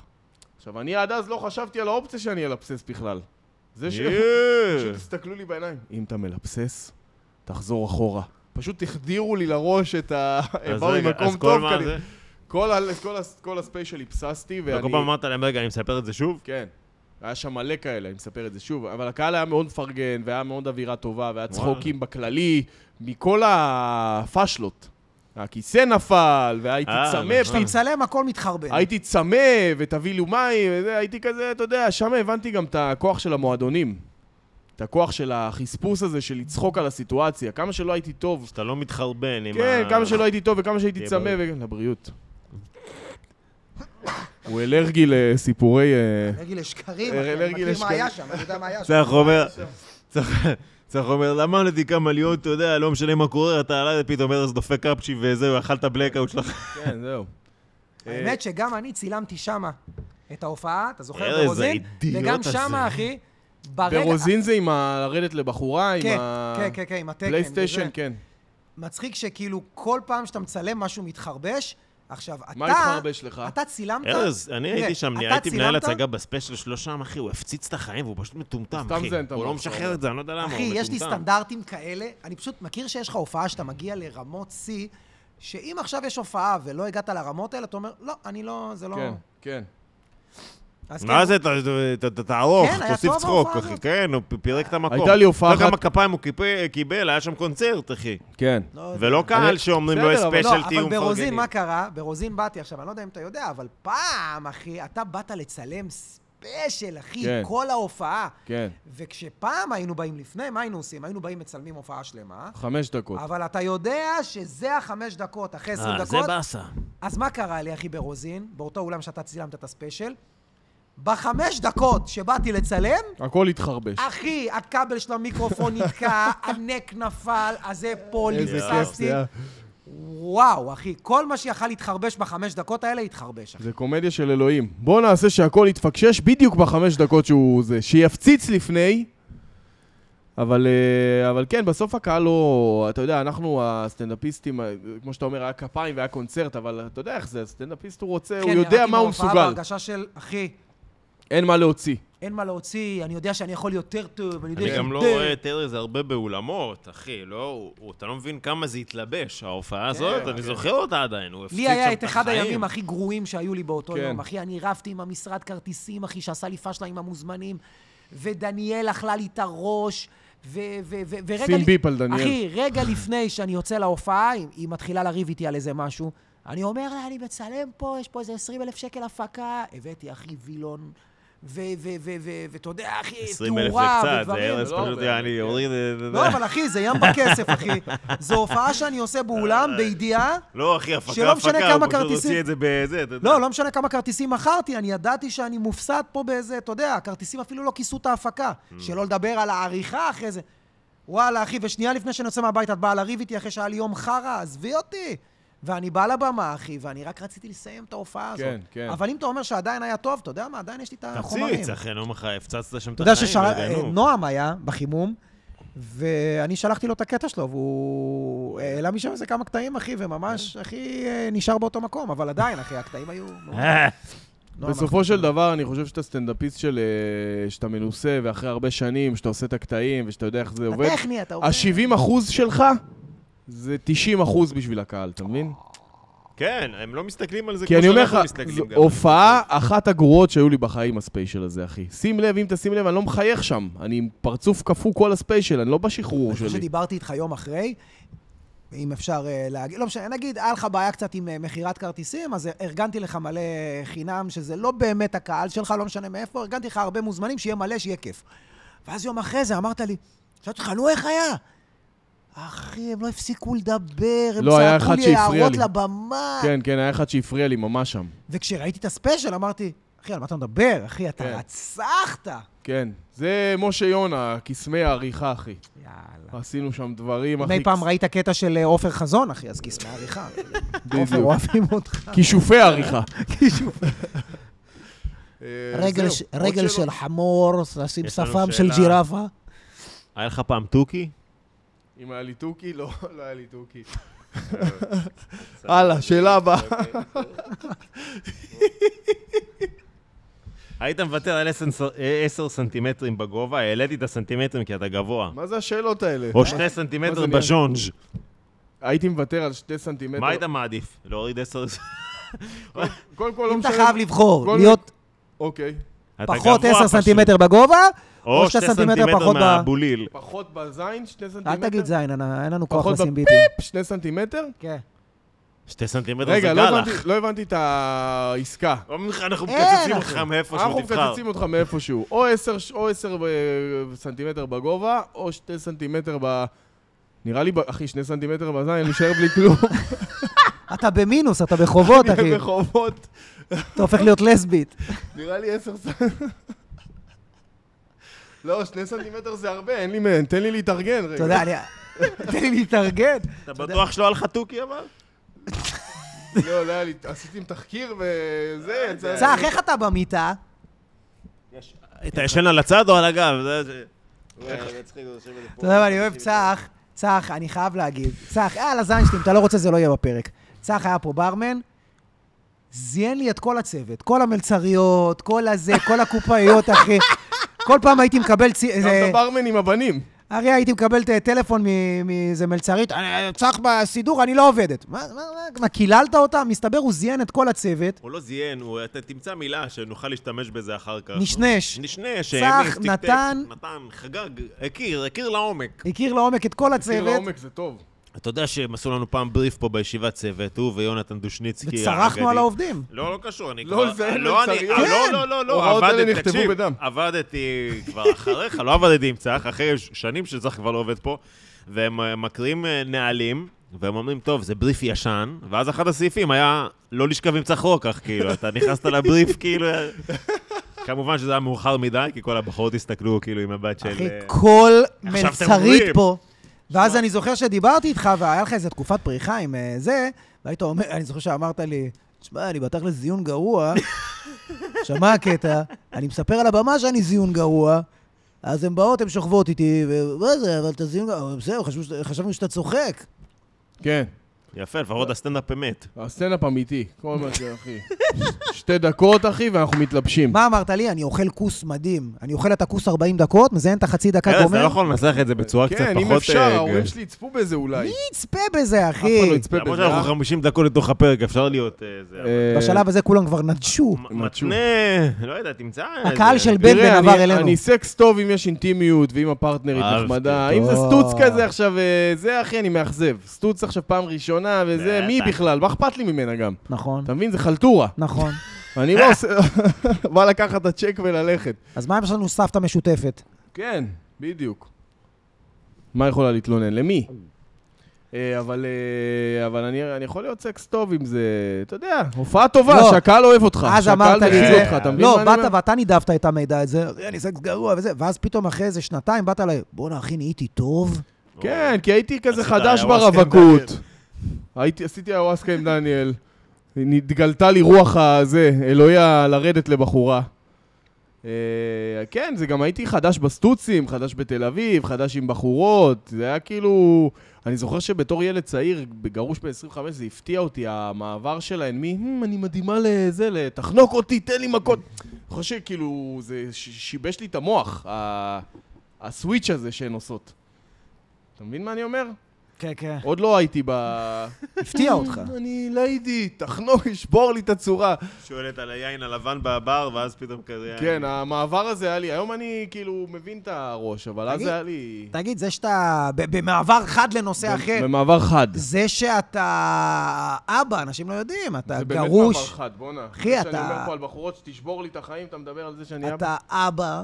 Speaker 3: עכשיו, אני עד אז לא חשבתי על האופציה שאני אלבסס בכלל. זה ש... פשוט
Speaker 2: יואו.
Speaker 3: הסתכלו לי בעיניים. אם אתה מלבסס, תחזור אחורה. פשוט החדירו לי לראש את ה... הם
Speaker 2: אז
Speaker 3: באו
Speaker 2: רגע,
Speaker 3: ממקום
Speaker 2: אז
Speaker 3: טוב.
Speaker 2: כל מה
Speaker 3: כאן.
Speaker 2: זה?
Speaker 3: כל ה- כל הס- כל הספיישל הבססתי, ואני...
Speaker 2: וכל פעם אמרת להם, רגע, אני מספר את זה שוב?
Speaker 3: כן. היה שם מלא כאלה, אני מספר את זה שוב, אבל הקהל היה מאוד מפרגן, והיה מאוד אווירה טובה, והיה צחוקים בכללי, מכל הפאשלות. הכיסא נפל, והייתי
Speaker 2: אה,
Speaker 3: צמא,
Speaker 2: נכון.
Speaker 3: פתאום
Speaker 1: כשאתה מצלם, הכל מתחרבן.
Speaker 3: הייתי צמא, ותביא לי מים, וזה, הייתי כזה, אתה יודע, שם הבנתי גם את הכוח של המועדונים. את הכוח של החספוס הזה של לצחוק על הסיטואציה. כמה שלא הייתי טוב.
Speaker 2: שאתה לא מתחרבן עם
Speaker 3: כן,
Speaker 2: ה...
Speaker 3: כמה שלא הייתי טוב וכמה שהייתי
Speaker 2: תהיה
Speaker 3: צמא,
Speaker 2: בריא.
Speaker 3: וגם לבריאות. הוא אלרגי לסיפורי... אה,
Speaker 1: אלרגי לשקרים,
Speaker 3: אה,
Speaker 1: אחי, אני
Speaker 3: אלרגי
Speaker 1: מכיר מה
Speaker 3: לשקרים.
Speaker 1: היה שם, אני יודע מה היה שם.
Speaker 2: צריך אומר, צריך- צריך אומר, למה עליתי כמה להיות, אתה יודע, לא משנה מה קורה, אתה עלה פתאום ארז דופק אפצ'י וזהו, אכל את הבלקאוט שלך.
Speaker 3: כן, זהו.
Speaker 1: האמת שגם אני צילמתי שמה את ההופעה, אתה זוכר,
Speaker 2: ארז,
Speaker 1: ברוזין?
Speaker 2: האידיוט
Speaker 1: וגם
Speaker 2: הזה.
Speaker 1: שמה, אחי, ברגע...
Speaker 3: ברוזין זה עם ה- לרדת לבחורה, עם
Speaker 1: כן,
Speaker 3: ה...
Speaker 1: כן, כן, כן, עם התקן.
Speaker 3: פלייסטיישן,
Speaker 1: וזה.
Speaker 3: כן.
Speaker 1: מצחיק שכאילו כל פעם שאתה מצלם משהו מתחרבש, עכשיו אתה...
Speaker 3: מה התחרבש לך?
Speaker 1: אתה צילמת...
Speaker 2: ארז, אני
Speaker 1: תראה,
Speaker 2: הייתי שם,
Speaker 1: אתה
Speaker 2: הייתי מנהל
Speaker 1: צילמת?
Speaker 2: הצגה בספיישל שלו שם, אחי, הוא הפציץ את החיים והוא פשוט מטומטם,
Speaker 3: סתם
Speaker 2: אחי.
Speaker 3: זן, אתה
Speaker 2: הוא
Speaker 3: אומר,
Speaker 2: לא
Speaker 3: אתה
Speaker 2: משחרר
Speaker 3: אומר.
Speaker 2: את זה, אני לא יודע למה, הוא
Speaker 1: אחי,
Speaker 2: מטומטם.
Speaker 1: יש לי סטנדרטים כאלה, אני פשוט מכיר שיש לך הופעה שאתה מגיע לרמות שיא, שאם עכשיו יש הופעה ולא הגעת לרמות האלה, אתה אומר, לא, אני לא, זה לא...
Speaker 3: כן, כן.
Speaker 1: אז כן,
Speaker 2: מה זה, ת- ת- ת- תערוך,
Speaker 1: כן, היה
Speaker 2: תוסיף
Speaker 1: טוב
Speaker 2: צחוק,
Speaker 1: ההופעה
Speaker 2: אחי.
Speaker 1: הזאת.
Speaker 2: כן, הוא פ- פירק את המקום.
Speaker 3: הייתה לי הופעה
Speaker 2: אתה יודע
Speaker 3: אחת-
Speaker 2: כמה כפיים הוא קיפ- קיבל, היה שם קונצרט, אחי.
Speaker 3: כן.
Speaker 1: לא יודע.
Speaker 2: ולא קהל
Speaker 3: אני-
Speaker 2: שאומרים
Speaker 3: בסדר,
Speaker 2: לו, יש
Speaker 3: אבל
Speaker 2: ספיישל,
Speaker 1: לא, אבל
Speaker 2: תהיו מפרגנים.
Speaker 1: ברוזין, מה קרה? ברוזין באתי עכשיו, אני לא יודע אם אתה יודע, אבל פעם, אחי, אתה באת לצלם ספיישל, אחי,
Speaker 3: כן.
Speaker 1: כל ההופעה.
Speaker 3: כן.
Speaker 1: וכשפעם היינו באים לפני, מה היינו עושים? היינו באים מצלמים הופעה שלמה,
Speaker 3: חמש דקות.
Speaker 1: אבל אתה יודע שזה החמש דקות, אחרי עשרים
Speaker 2: אה,
Speaker 1: דקות.
Speaker 2: זה באסה.
Speaker 1: אז מה קרה לי, אחי, ברוזין, באותו אולם שאתה צילמת את הספיישל? בחמש דקות שבאתי לצלם,
Speaker 3: הכל התחרבש.
Speaker 1: אחי, הכבל של המיקרופון נתקע, הנק נפל, הזה פה
Speaker 3: איזה כיף
Speaker 1: ליפססתי.
Speaker 3: זה אה. היה.
Speaker 1: וואו, אחי, כל מה שיכל להתחרבש בחמש דקות האלה, התחרבש, אחי.
Speaker 3: זה קומדיה של אלוהים. בוא נעשה שהכל יתפקשש בדיוק בחמש דקות שהוא זה. שיפציץ לפני, אבל, אה, אבל כן, בסוף הקהל לא... אתה יודע, אנחנו הסטנדאפיסטים, אה, כמו שאתה אומר, היה כפיים והיה קונצרט, אבל אתה יודע איך זה, הסטנדאפיסט הוא
Speaker 1: כן,
Speaker 3: רוצה, הוא יודע מה הוא מסוגל.
Speaker 1: כאילו בהרגשה של, אחי,
Speaker 3: אין מה להוציא.
Speaker 1: אין מה להוציא, אני יודע שאני יכול יותר טוב, אני יודע
Speaker 2: אני גם לא
Speaker 1: יותר.
Speaker 2: רואה את ארז הרבה באולמות, אחי, לא, הוא- הוא- אתה לא מבין כמה זה התלבש, ההופעה הזאת, אני זוכר אותה עדיין, הוא הפציץ
Speaker 1: כן, לי
Speaker 2: שם את החיים.
Speaker 1: היה את אחד הימים הכי גרועים שהיו לי באותו
Speaker 3: כן.
Speaker 1: יום, אחי. אני רבתי עם המשרד כרטיסים, אחי, שעשה לי פשלה עם המוזמנים, ודניאל אכלה לי את הראש, ו- ו- ו- ורגע...
Speaker 3: שים
Speaker 1: לי-
Speaker 3: ביפ על דניאל.
Speaker 1: אחי, רגע לפני שאני יוצא להופעה, היא- היא מתחילה לריב איתי על איזה משהו. אני אומר לה, אני מצלם פה, יש פה איזה 20 אלף שקל הפקה. הבאתי, אחי, וילון. ואתה יודע, אחי,
Speaker 2: 20 אלף זה
Speaker 1: תאורה
Speaker 2: קצת, זה
Speaker 1: ודברים.
Speaker 2: ארז
Speaker 3: לא
Speaker 2: פשוט,
Speaker 3: הרבה,
Speaker 2: אני
Speaker 3: כן.
Speaker 2: הוריד... את זה.
Speaker 1: לא, אבל אחי, זה ים בכסף, אחי. זו הופעה שאני עושה באולם בידיעה
Speaker 2: לא, אחי, הפקה,
Speaker 1: שלא משנה
Speaker 2: הפקה, הוא
Speaker 1: כמה
Speaker 2: פשוט
Speaker 1: כרטיסים-
Speaker 2: הוציא את זה בזה, אתה יודע.
Speaker 1: לא, לא משנה כמה כרטיסים מכרתי, אני ידעתי שאני מופסד פה באיזה, אתה יודע, הכרטיסים אפילו לא כיסו את ההפקה. שלא לדבר על העריכה אחרי זה. וואלה, אחי, ושנייה לפני שאני יוצא מהבית, את באה לריב איתי אחרי שהיה לי יום חרא, עזבי אותי. ואני בא לבמה, אחי, ואני רק רציתי לסיים את ההופעה הזאת.
Speaker 3: כן, כן.
Speaker 1: אבל אם אתה אומר שעדיין היה טוב, אתה יודע מה, עדיין יש לי את החומרים.
Speaker 2: תציץ, אחי, נו, מחר הפצצת שם את
Speaker 1: אתה יודע אה,
Speaker 2: החיים, בגנוב.
Speaker 1: שנועם היה בחימום, ואני שלחתי לו את הקטע שלו, והוא העלה משם איזה כמה קטעים, אחי, וממש, אחי, אה, נשאר באותו מקום, אבל עדיין, אחי, הקטעים היו... נורא.
Speaker 2: אה,
Speaker 1: נועם,
Speaker 3: בסופו של דבר, אני חושב שאתה סטנדאפיסט של... אה, שאתה מנוסה, ואחרי הרבה שנים, שאתה עושה את הקטעים, ושאתה יודע איך זה עובד.
Speaker 1: הטכני, אתה עובד.
Speaker 3: ה-70 אחוז שלך, זה 90 אחוז בשביל הקהל, אתה מבין?
Speaker 2: כן, הם לא מסתכלים על זה
Speaker 3: כי
Speaker 2: כמו
Speaker 3: אני אומר לך,
Speaker 2: שאנחנו מסתכלים
Speaker 3: זו
Speaker 2: גם.
Speaker 3: הופעה אחת הגרועות שהיו לי בחיים, הספיישל הזה, אחי. שים לב, אם תשים לב, אני לא מחייך שם. אני עם פרצוף קפוא כל הספיישל, אני לא בשחרור
Speaker 1: אני חושב
Speaker 3: שלי.
Speaker 1: שדיברתי איתך יום אחרי, אם אפשר אה, להגיד, לא משנה, נגיד, היה לך בעיה קצת עם אה, מכירת כרטיסים, אז ארגנתי לך מלא חינם, שזה לא באמת הקהל שלך, לא משנה מאיפה, ארגנתי לך הרבה מוזמנים, שיהיה מלא, שיהיה כיף. ואז יום אחרי זה אמרת לי, שאלתי אותך, נו, איך היה? אחי, הם לא הפסיקו לדבר, הם
Speaker 3: לא, היה
Speaker 1: צעקו
Speaker 3: אחד
Speaker 1: לי
Speaker 3: שהפריע
Speaker 1: הערות
Speaker 3: לי.
Speaker 1: לבמה.
Speaker 3: כן, כן, היה אחד שהפריע לי ממש שם.
Speaker 1: וכשראיתי את הספיישל, אמרתי, אחי, על מה אתה מדבר? אחי, אתה
Speaker 3: כן.
Speaker 1: רצחת.
Speaker 3: כן. זה משה יונה, קסמי העריכה, אחי.
Speaker 1: יאללה.
Speaker 3: עשינו שם דברים, אחי.
Speaker 1: אה. אי פעם ראית קטע של אה, עופר חזון, אחי, אז כיס מהעריכה. עופר, אוהבים אותך.
Speaker 3: כישופי העריכה. אה,
Speaker 1: רגל,
Speaker 3: זהו.
Speaker 1: ש-
Speaker 3: עוד
Speaker 1: רגל
Speaker 3: שאלות?
Speaker 1: של חמור, לשים
Speaker 2: יש לנו
Speaker 1: שפם של
Speaker 2: שאלה.
Speaker 1: ג'ירפה.
Speaker 2: היה לך פעם תוכי?
Speaker 3: אם היה לי תוכי? לא, לא היה לי תוכי. הלאה, שאלה הבאה.
Speaker 2: היית מוותר על 10 סנטימטרים בגובה, העליתי את הסנטימטרים כי אתה גבוה.
Speaker 3: מה זה השאלות האלה?
Speaker 2: או 2
Speaker 3: מה
Speaker 2: סנטימטר
Speaker 3: זה נהיה?
Speaker 2: בז'ונג'.
Speaker 3: הייתי מוותר על שתי סנטימטר.
Speaker 2: מה היית מעדיף? להוריד 10...
Speaker 3: קודם כל לא
Speaker 1: אם אתה
Speaker 3: משנה.
Speaker 1: חייב לבחור,
Speaker 3: כל-
Speaker 1: להיות
Speaker 3: אוקיי.
Speaker 1: פחות 10 סנטימטר בגובה, או 2 סנטימטר פחות ב...
Speaker 2: מהבוליל.
Speaker 3: פחות בזין, שני סנטימטר.
Speaker 1: אל תגיד זין, אנא, אין לנו כוח
Speaker 3: פחות
Speaker 1: לשים כן.
Speaker 3: בפיפ.
Speaker 1: ביפים.
Speaker 3: שני סנטימטר?
Speaker 2: 2 סנטימטר זה
Speaker 3: רגע, לא
Speaker 2: גלח.
Speaker 3: הבנתי- לא הבנתי את העסקה.
Speaker 2: אומרים לך, אנחנו
Speaker 1: אין,
Speaker 2: מקצצים
Speaker 1: אחי.
Speaker 2: אותך מאיפה
Speaker 3: אנחנו
Speaker 2: שהוא תבחר.
Speaker 3: מקצצים אותך מאיפשהו. או 10 או עשר, אה, סנטימטר בגובה, או 2 סנטימטר ב... נראה לי, ב- אחי, 2 סנטימטר בזין, אני נשאר בלי כלום.
Speaker 1: אתה במינוס, אתה בחובות, אחי.
Speaker 3: בחובות.
Speaker 1: אתה הופך להיות לסבית.
Speaker 3: נראה לי 10 סנטימטר. לא, 2 סנטימטר זה הרבה, אין לי... מ- תן לי להתארגן רגע.
Speaker 1: אתה יודע, אני... תן לי להתארגן.
Speaker 2: אתה בטוח שלא היה לך תוכי אבל?
Speaker 3: לא, לא היה לי... עשיתם תחקיר וזה, יצא...
Speaker 1: צח, איך אתה במיטה?
Speaker 2: אתה ישן על הצד או על הגב? זה- זה-
Speaker 1: אתה יודע מה, אני אוהב צח, צח, אני חייב להגיד. צח, אה, על הזין שלי, אם אתה לא רוצה זה לא יהיה בפרק. צח היה פה ברמן, זיין לי את כל הצוות, כל המלצריות, כל הזה, כל הקופאיות, אחי. כל פעם הייתי מקבל... צי-
Speaker 3: גם
Speaker 1: איזה-
Speaker 3: את הברמן עם הבנים.
Speaker 1: הרי הייתי מקבל ט- טלפון מ- מאיזה מלצרית, "אני- צח בסידור, אני לא עובדת. מה, מה, מה, מה, קיללת אותה? מסתבר הוא זיין את כל הצוות.
Speaker 2: הוא לא זיין, הוא- אתה תמצא מילה שנוכל להשתמש בזה אחר כך.
Speaker 1: נשנש.
Speaker 2: נשנש,
Speaker 1: צח,
Speaker 2: העמיס, טקטק,
Speaker 1: נתן.
Speaker 2: נתן, חגג, הכיר, הכיר לעומק.
Speaker 1: הכיר לעומק את כל
Speaker 3: צוות.
Speaker 1: הצוות,
Speaker 3: לעומק זה טוב.
Speaker 2: אתה יודע שהם עשו לנו פעם בריף פה בישיבת צוות, הוא ויונתן דושניצקי.
Speaker 1: וצרחנו
Speaker 2: האגדי.
Speaker 1: על העובדים.
Speaker 2: לא, לא קשור, אני
Speaker 3: לא,
Speaker 2: כבר...
Speaker 3: זה אין
Speaker 2: לא, אני-
Speaker 3: לצערי.
Speaker 2: אה,
Speaker 3: כן.
Speaker 2: לא, לא, לא, לא,
Speaker 3: הוראות אלה
Speaker 2: עבדתי,
Speaker 3: נכתבו
Speaker 2: תקשיב,
Speaker 3: בדם.
Speaker 2: עבדתי כבר אחריך, לא עבדתי עם צח, אחרי ש- שנים שצח כבר לא עובד פה, והם אה, מקריאים אה, נהלים, והם אומרים, טוב, זה בריף ישן, ואז אחד הסעיפים היה לא לשכב עם צח רוקח, כאילו, אתה נכנסת לבריף, כאילו... אה, כמובן שזה היה מאוחר מדי, כי כל הבחורות הסתכלו כאילו עם הבת של...
Speaker 1: אחי,
Speaker 2: אה,
Speaker 1: כל
Speaker 2: עכשיו אתם
Speaker 1: מלצרית
Speaker 2: אומרים.
Speaker 1: פה. ואז אני זוכר שדיברתי איתך, והיה לך איזו תקופת פריחה עם אה, זה, והיית אומר, אני זוכר שאמרת לי, תשמע, אני בתכל'ס זיון גרוע, שמע הקטע, אני מספר על הבמה שאני זיון גרוע, אז הן באות, הן שוכבות איתי, ומה זה, אבל תזים, זהו, חשבו ש- חשבנו שאתה צוחק.
Speaker 3: כן.
Speaker 2: יפה,
Speaker 3: לא.
Speaker 2: לפחות הסטנדאפ אמת.
Speaker 3: הסטנדאפ אמיתי, כל מה זה, אחי. ש- שתי דקות, אחי, ואנחנו מתלבשים.
Speaker 1: מה אמרת לי? אני אוכל כוס מדהים. אני אוכל את הכוס 40 דקות, מזיין את החצי דקה,
Speaker 2: ארז, אתה לא
Speaker 1: גומר.
Speaker 2: יכול לנסח את זה בצורה קצת
Speaker 3: כן,
Speaker 2: פחות...
Speaker 3: אם אפשר,
Speaker 2: אה,
Speaker 3: ההורים שלי יצפו בזה אולי.
Speaker 1: מי יצפה בזה, אחי?
Speaker 3: אף אחד לא יצפה
Speaker 2: למרות
Speaker 3: בזה. אה?
Speaker 2: שאנחנו 50 דקות לתוך הפרק, אפשר להיות אה, זה... אבל-
Speaker 3: אה,
Speaker 1: בשלב הזה כולם כבר נטשו.
Speaker 2: מ-
Speaker 3: מצ'ו.
Speaker 2: מתנה, לא יודע, תמצא...
Speaker 1: הקהל
Speaker 2: איזה-
Speaker 1: של בן
Speaker 3: תראה,
Speaker 1: בן
Speaker 3: אני-
Speaker 1: עבר אלינו.
Speaker 3: אני סקס טוב אם יש אינטימיות ואם הפרטנרית
Speaker 2: אהבתי.
Speaker 3: נחמדה. אם זה
Speaker 1: טוב.
Speaker 3: סטוץ כזה עכשיו, אה, זה אחי, אני מאכזב. סטוץ עכשיו פעם ראשונה וזה,
Speaker 2: בטח.
Speaker 3: מי בכלל? מה אכפת לי ממנה גם?
Speaker 1: נכון,
Speaker 3: אתה מבין? זה חלטורה.
Speaker 1: נכון.
Speaker 3: אני לא עושה... בא לקחת את הצ'ק וללכת.
Speaker 1: אז מה אם יש לנו סבתא משותפת?
Speaker 3: כן, בדיוק. מה יכולה להתלונן? למי? אה, אבל, אה, אבל אני, אני יכול להיות סקס טוב עם זה, אתה יודע, הופעה טובה,
Speaker 1: לא.
Speaker 3: שהקהל אוהב אותך.
Speaker 1: אז אמרת
Speaker 3: שהקהל
Speaker 1: לי את
Speaker 3: מכיל
Speaker 1: זה.
Speaker 3: אותך, אתה מבין
Speaker 1: לא,
Speaker 3: מה אני
Speaker 1: באת
Speaker 3: אומר?
Speaker 1: ואתה נידבת את המידע הזה, אני סקס גרוע וזה, ואז פתאום אחרי איזה שנתיים באת אליי, בואנה אחי, נהייתי טוב.
Speaker 3: כן, כי הייתי כזה
Speaker 2: עשית
Speaker 3: חדש
Speaker 2: ayahuasca עם
Speaker 3: ברווקות. הייתי, עשיתי ayahuasca עם דניאל. נתגלתה לי רוח הזה, אלוהיה לרדת לבחורה. אה, כן, זה גם הייתי חדש בסטוצים, חדש בתל אביב, חדש עם בחורות. זה היה כאילו... אני זוכר שבתור ילד צעיר, גרוש ב-25, זה הפתיע אותי, המעבר שלהן מ... "הם, אני מדהימה לזה, לתחנוק אותי, תן לי מכות. אני זוכר שכאילו, זה ש- שיבש לי את המוח, ה- הסוויץ' הזה שהן עושות. אתה מבין מה אני אומר?
Speaker 1: כן, כן.
Speaker 3: עוד לא הייתי ב... "אמ,
Speaker 1: הפתיע אותך.
Speaker 3: אני לא ליידי, תחנוק, שבור לי את הצורה.
Speaker 2: שואלת על היין הלבן בבר, ואז פתאום כזה...
Speaker 3: כן, המעבר הזה היה לי, היום אני כאילו מבין את הראש, אבל אז
Speaker 1: תגיד,
Speaker 3: זה היה לי...
Speaker 1: תגיד, זה שאתה ב- במעבר חד לנושא אחר,
Speaker 3: במעבר חד.
Speaker 1: זה שאתה אבא, אנשים לא יודעים, אתה
Speaker 3: זה באמת
Speaker 1: גרוש,
Speaker 3: מעבר חד, בואנה.
Speaker 1: אחי,
Speaker 3: זה
Speaker 1: אתה-
Speaker 3: שאני אומר פה על בחורות שתשבור לי את החיים, אתה מדבר על זה שאני... אבא?
Speaker 1: אתה אבא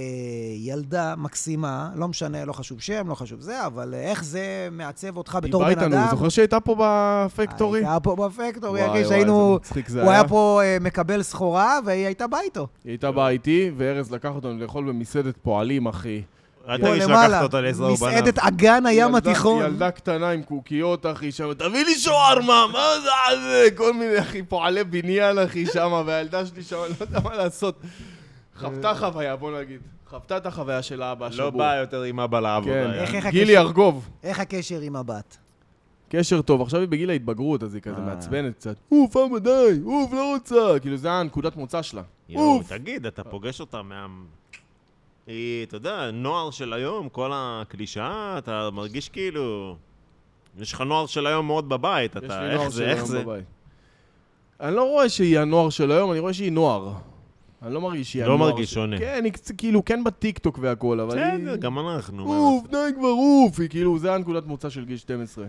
Speaker 1: לילדה מקסימה, לא משנה, לא חשוב שם, לא חשוב זה, אבל איך זה מעצב אותך בתור בן
Speaker 3: היא באה
Speaker 1: אדם? אה,
Speaker 3: איתנו, זוכר שהייתה פה בפקטורי?
Speaker 1: הייתה פה בפקטורי,
Speaker 3: וואי,
Speaker 1: אחי,
Speaker 3: וואי,
Speaker 1: שהיינו...
Speaker 3: איזה מצחיק זה
Speaker 1: הוא היה
Speaker 3: היה.
Speaker 1: פה אה, מקבל סחורה, והיא הייתה בא איתו.
Speaker 3: היא הייתה באה איתי, וארז לקח אותנו לאכול במסעדת פועלים, אחי.
Speaker 2: אל
Speaker 1: פה
Speaker 2: תגיד
Speaker 1: למעלה,
Speaker 2: שלקחת אותה לעזרה ובנה.
Speaker 1: מסעדת אגן הים
Speaker 3: ילדה-
Speaker 1: התיכון.
Speaker 3: ילדה קטנה עם קוקיות, אחי, שם, תביא לי שוארמה, מה זה זה? כל מיני, אחי, פועלי בניין, אחי, שם, והילדה שלי שם, לא יודע מה לעשות. חוותה חוויה, בוא נגיד. חוותה את החוויה של האבא
Speaker 2: לא
Speaker 3: השבור.
Speaker 2: באה יותר עם אבא אה, לעבודה.
Speaker 3: כן,
Speaker 1: איך- איך
Speaker 3: גילי
Speaker 1: הקשר?
Speaker 3: ארגוב.
Speaker 1: איך הקשר עם הבת?
Speaker 3: קשר טוב, עכשיו היא בגיל ההתבגרות, אז היא כזה
Speaker 1: אה.
Speaker 3: מעצבנת קצת. אוף, אבא, די, אוף, לא רוצה. כאילו, זה הנקודת מוצא שלה.
Speaker 2: יואו,
Speaker 3: אוף.
Speaker 2: תגיד, אתה פוגש אותה מה... היא, אתה יודע, נוער של היום, כל הקלישאה, אתה מרגיש כאילו... יש לך נוער של היום מאוד בבית,
Speaker 3: יש לי
Speaker 2: אתה...
Speaker 3: נוער
Speaker 2: איך
Speaker 3: של
Speaker 2: זה, איך
Speaker 3: היום
Speaker 2: זה?
Speaker 3: בבית. אני לא רואה שהיא הנוער של היום, אני רואה שהיא נוער. אני לא מרגיש שהיא
Speaker 2: לא
Speaker 3: הנוער.
Speaker 2: מרגיש
Speaker 3: של-
Speaker 2: שונה.
Speaker 3: כן, היא קצ- כאילו כן בטיקטוק והכל, אבל היא...
Speaker 2: בסדר, גם אנחנו. מה
Speaker 3: אוף, די כבר, אוף! היא כאילו, זה הנקודת מוצא של גיל 12.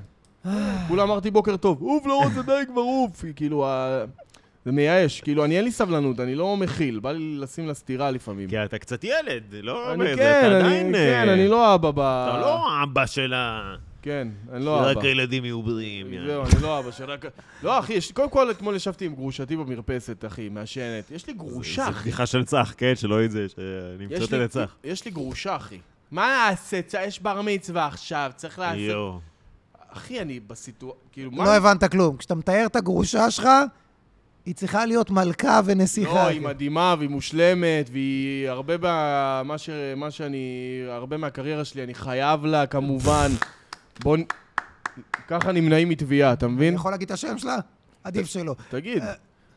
Speaker 3: כולה אמרתי בוקר טוב, אוף, לא רוצה, די כבר, אוף! היא כאילו, ה- זה מייאש. כאילו, אני אין לי סבלנות, אני לא מכיל, בא לי לשים לה סטירה לפעמים.
Speaker 2: כי אתה קצת ילד, לא...
Speaker 3: אני
Speaker 2: זה,
Speaker 3: כן,
Speaker 2: כן, אתה
Speaker 3: אני
Speaker 2: עדיין,
Speaker 3: כן,
Speaker 2: אה,
Speaker 3: אני לא אבא ב...
Speaker 2: אתה לא אבא של ה...
Speaker 3: כן, אני לא
Speaker 2: רק
Speaker 3: אבא.
Speaker 2: הילדים יהיו בריאים. יאללה.
Speaker 3: זהו, אני לא אבא שרק... לא, אחי, יש... קודם כל, אתמול ישבתי עם גרושתי במרפסת, אחי, מעשנת. יש לי גרושה,
Speaker 2: זו
Speaker 3: אחי.
Speaker 2: בדיחה של צח, כן, שלא יהיה זה, שאני
Speaker 3: יש
Speaker 2: מצטט
Speaker 3: לי-
Speaker 2: את צח.
Speaker 3: יש לי גרושה, אחי. מה נעשה? צ- יש בר מצווה עכשיו, צריך לעשות...
Speaker 2: יואו.
Speaker 3: אחי, אני בסיטואציה... כאילו, מה...
Speaker 1: לא הבנת כלום. כשאתה מתאר את הגרושה שלך, היא צריכה להיות מלכה
Speaker 3: לא,
Speaker 1: ונסיכה. כן.
Speaker 3: היא מדהימה והיא מושלמת, והיא הרבה מה... מה, ש... מה שאני... הרבה מהקריירה שלי, אני חייב לה, כמובן. בוא... נ- ככה נמנעים מתביעה, אתה
Speaker 1: אני
Speaker 3: מבין?
Speaker 1: יכול להגיד את השם שלה? עדיף שלא.
Speaker 3: תגיד.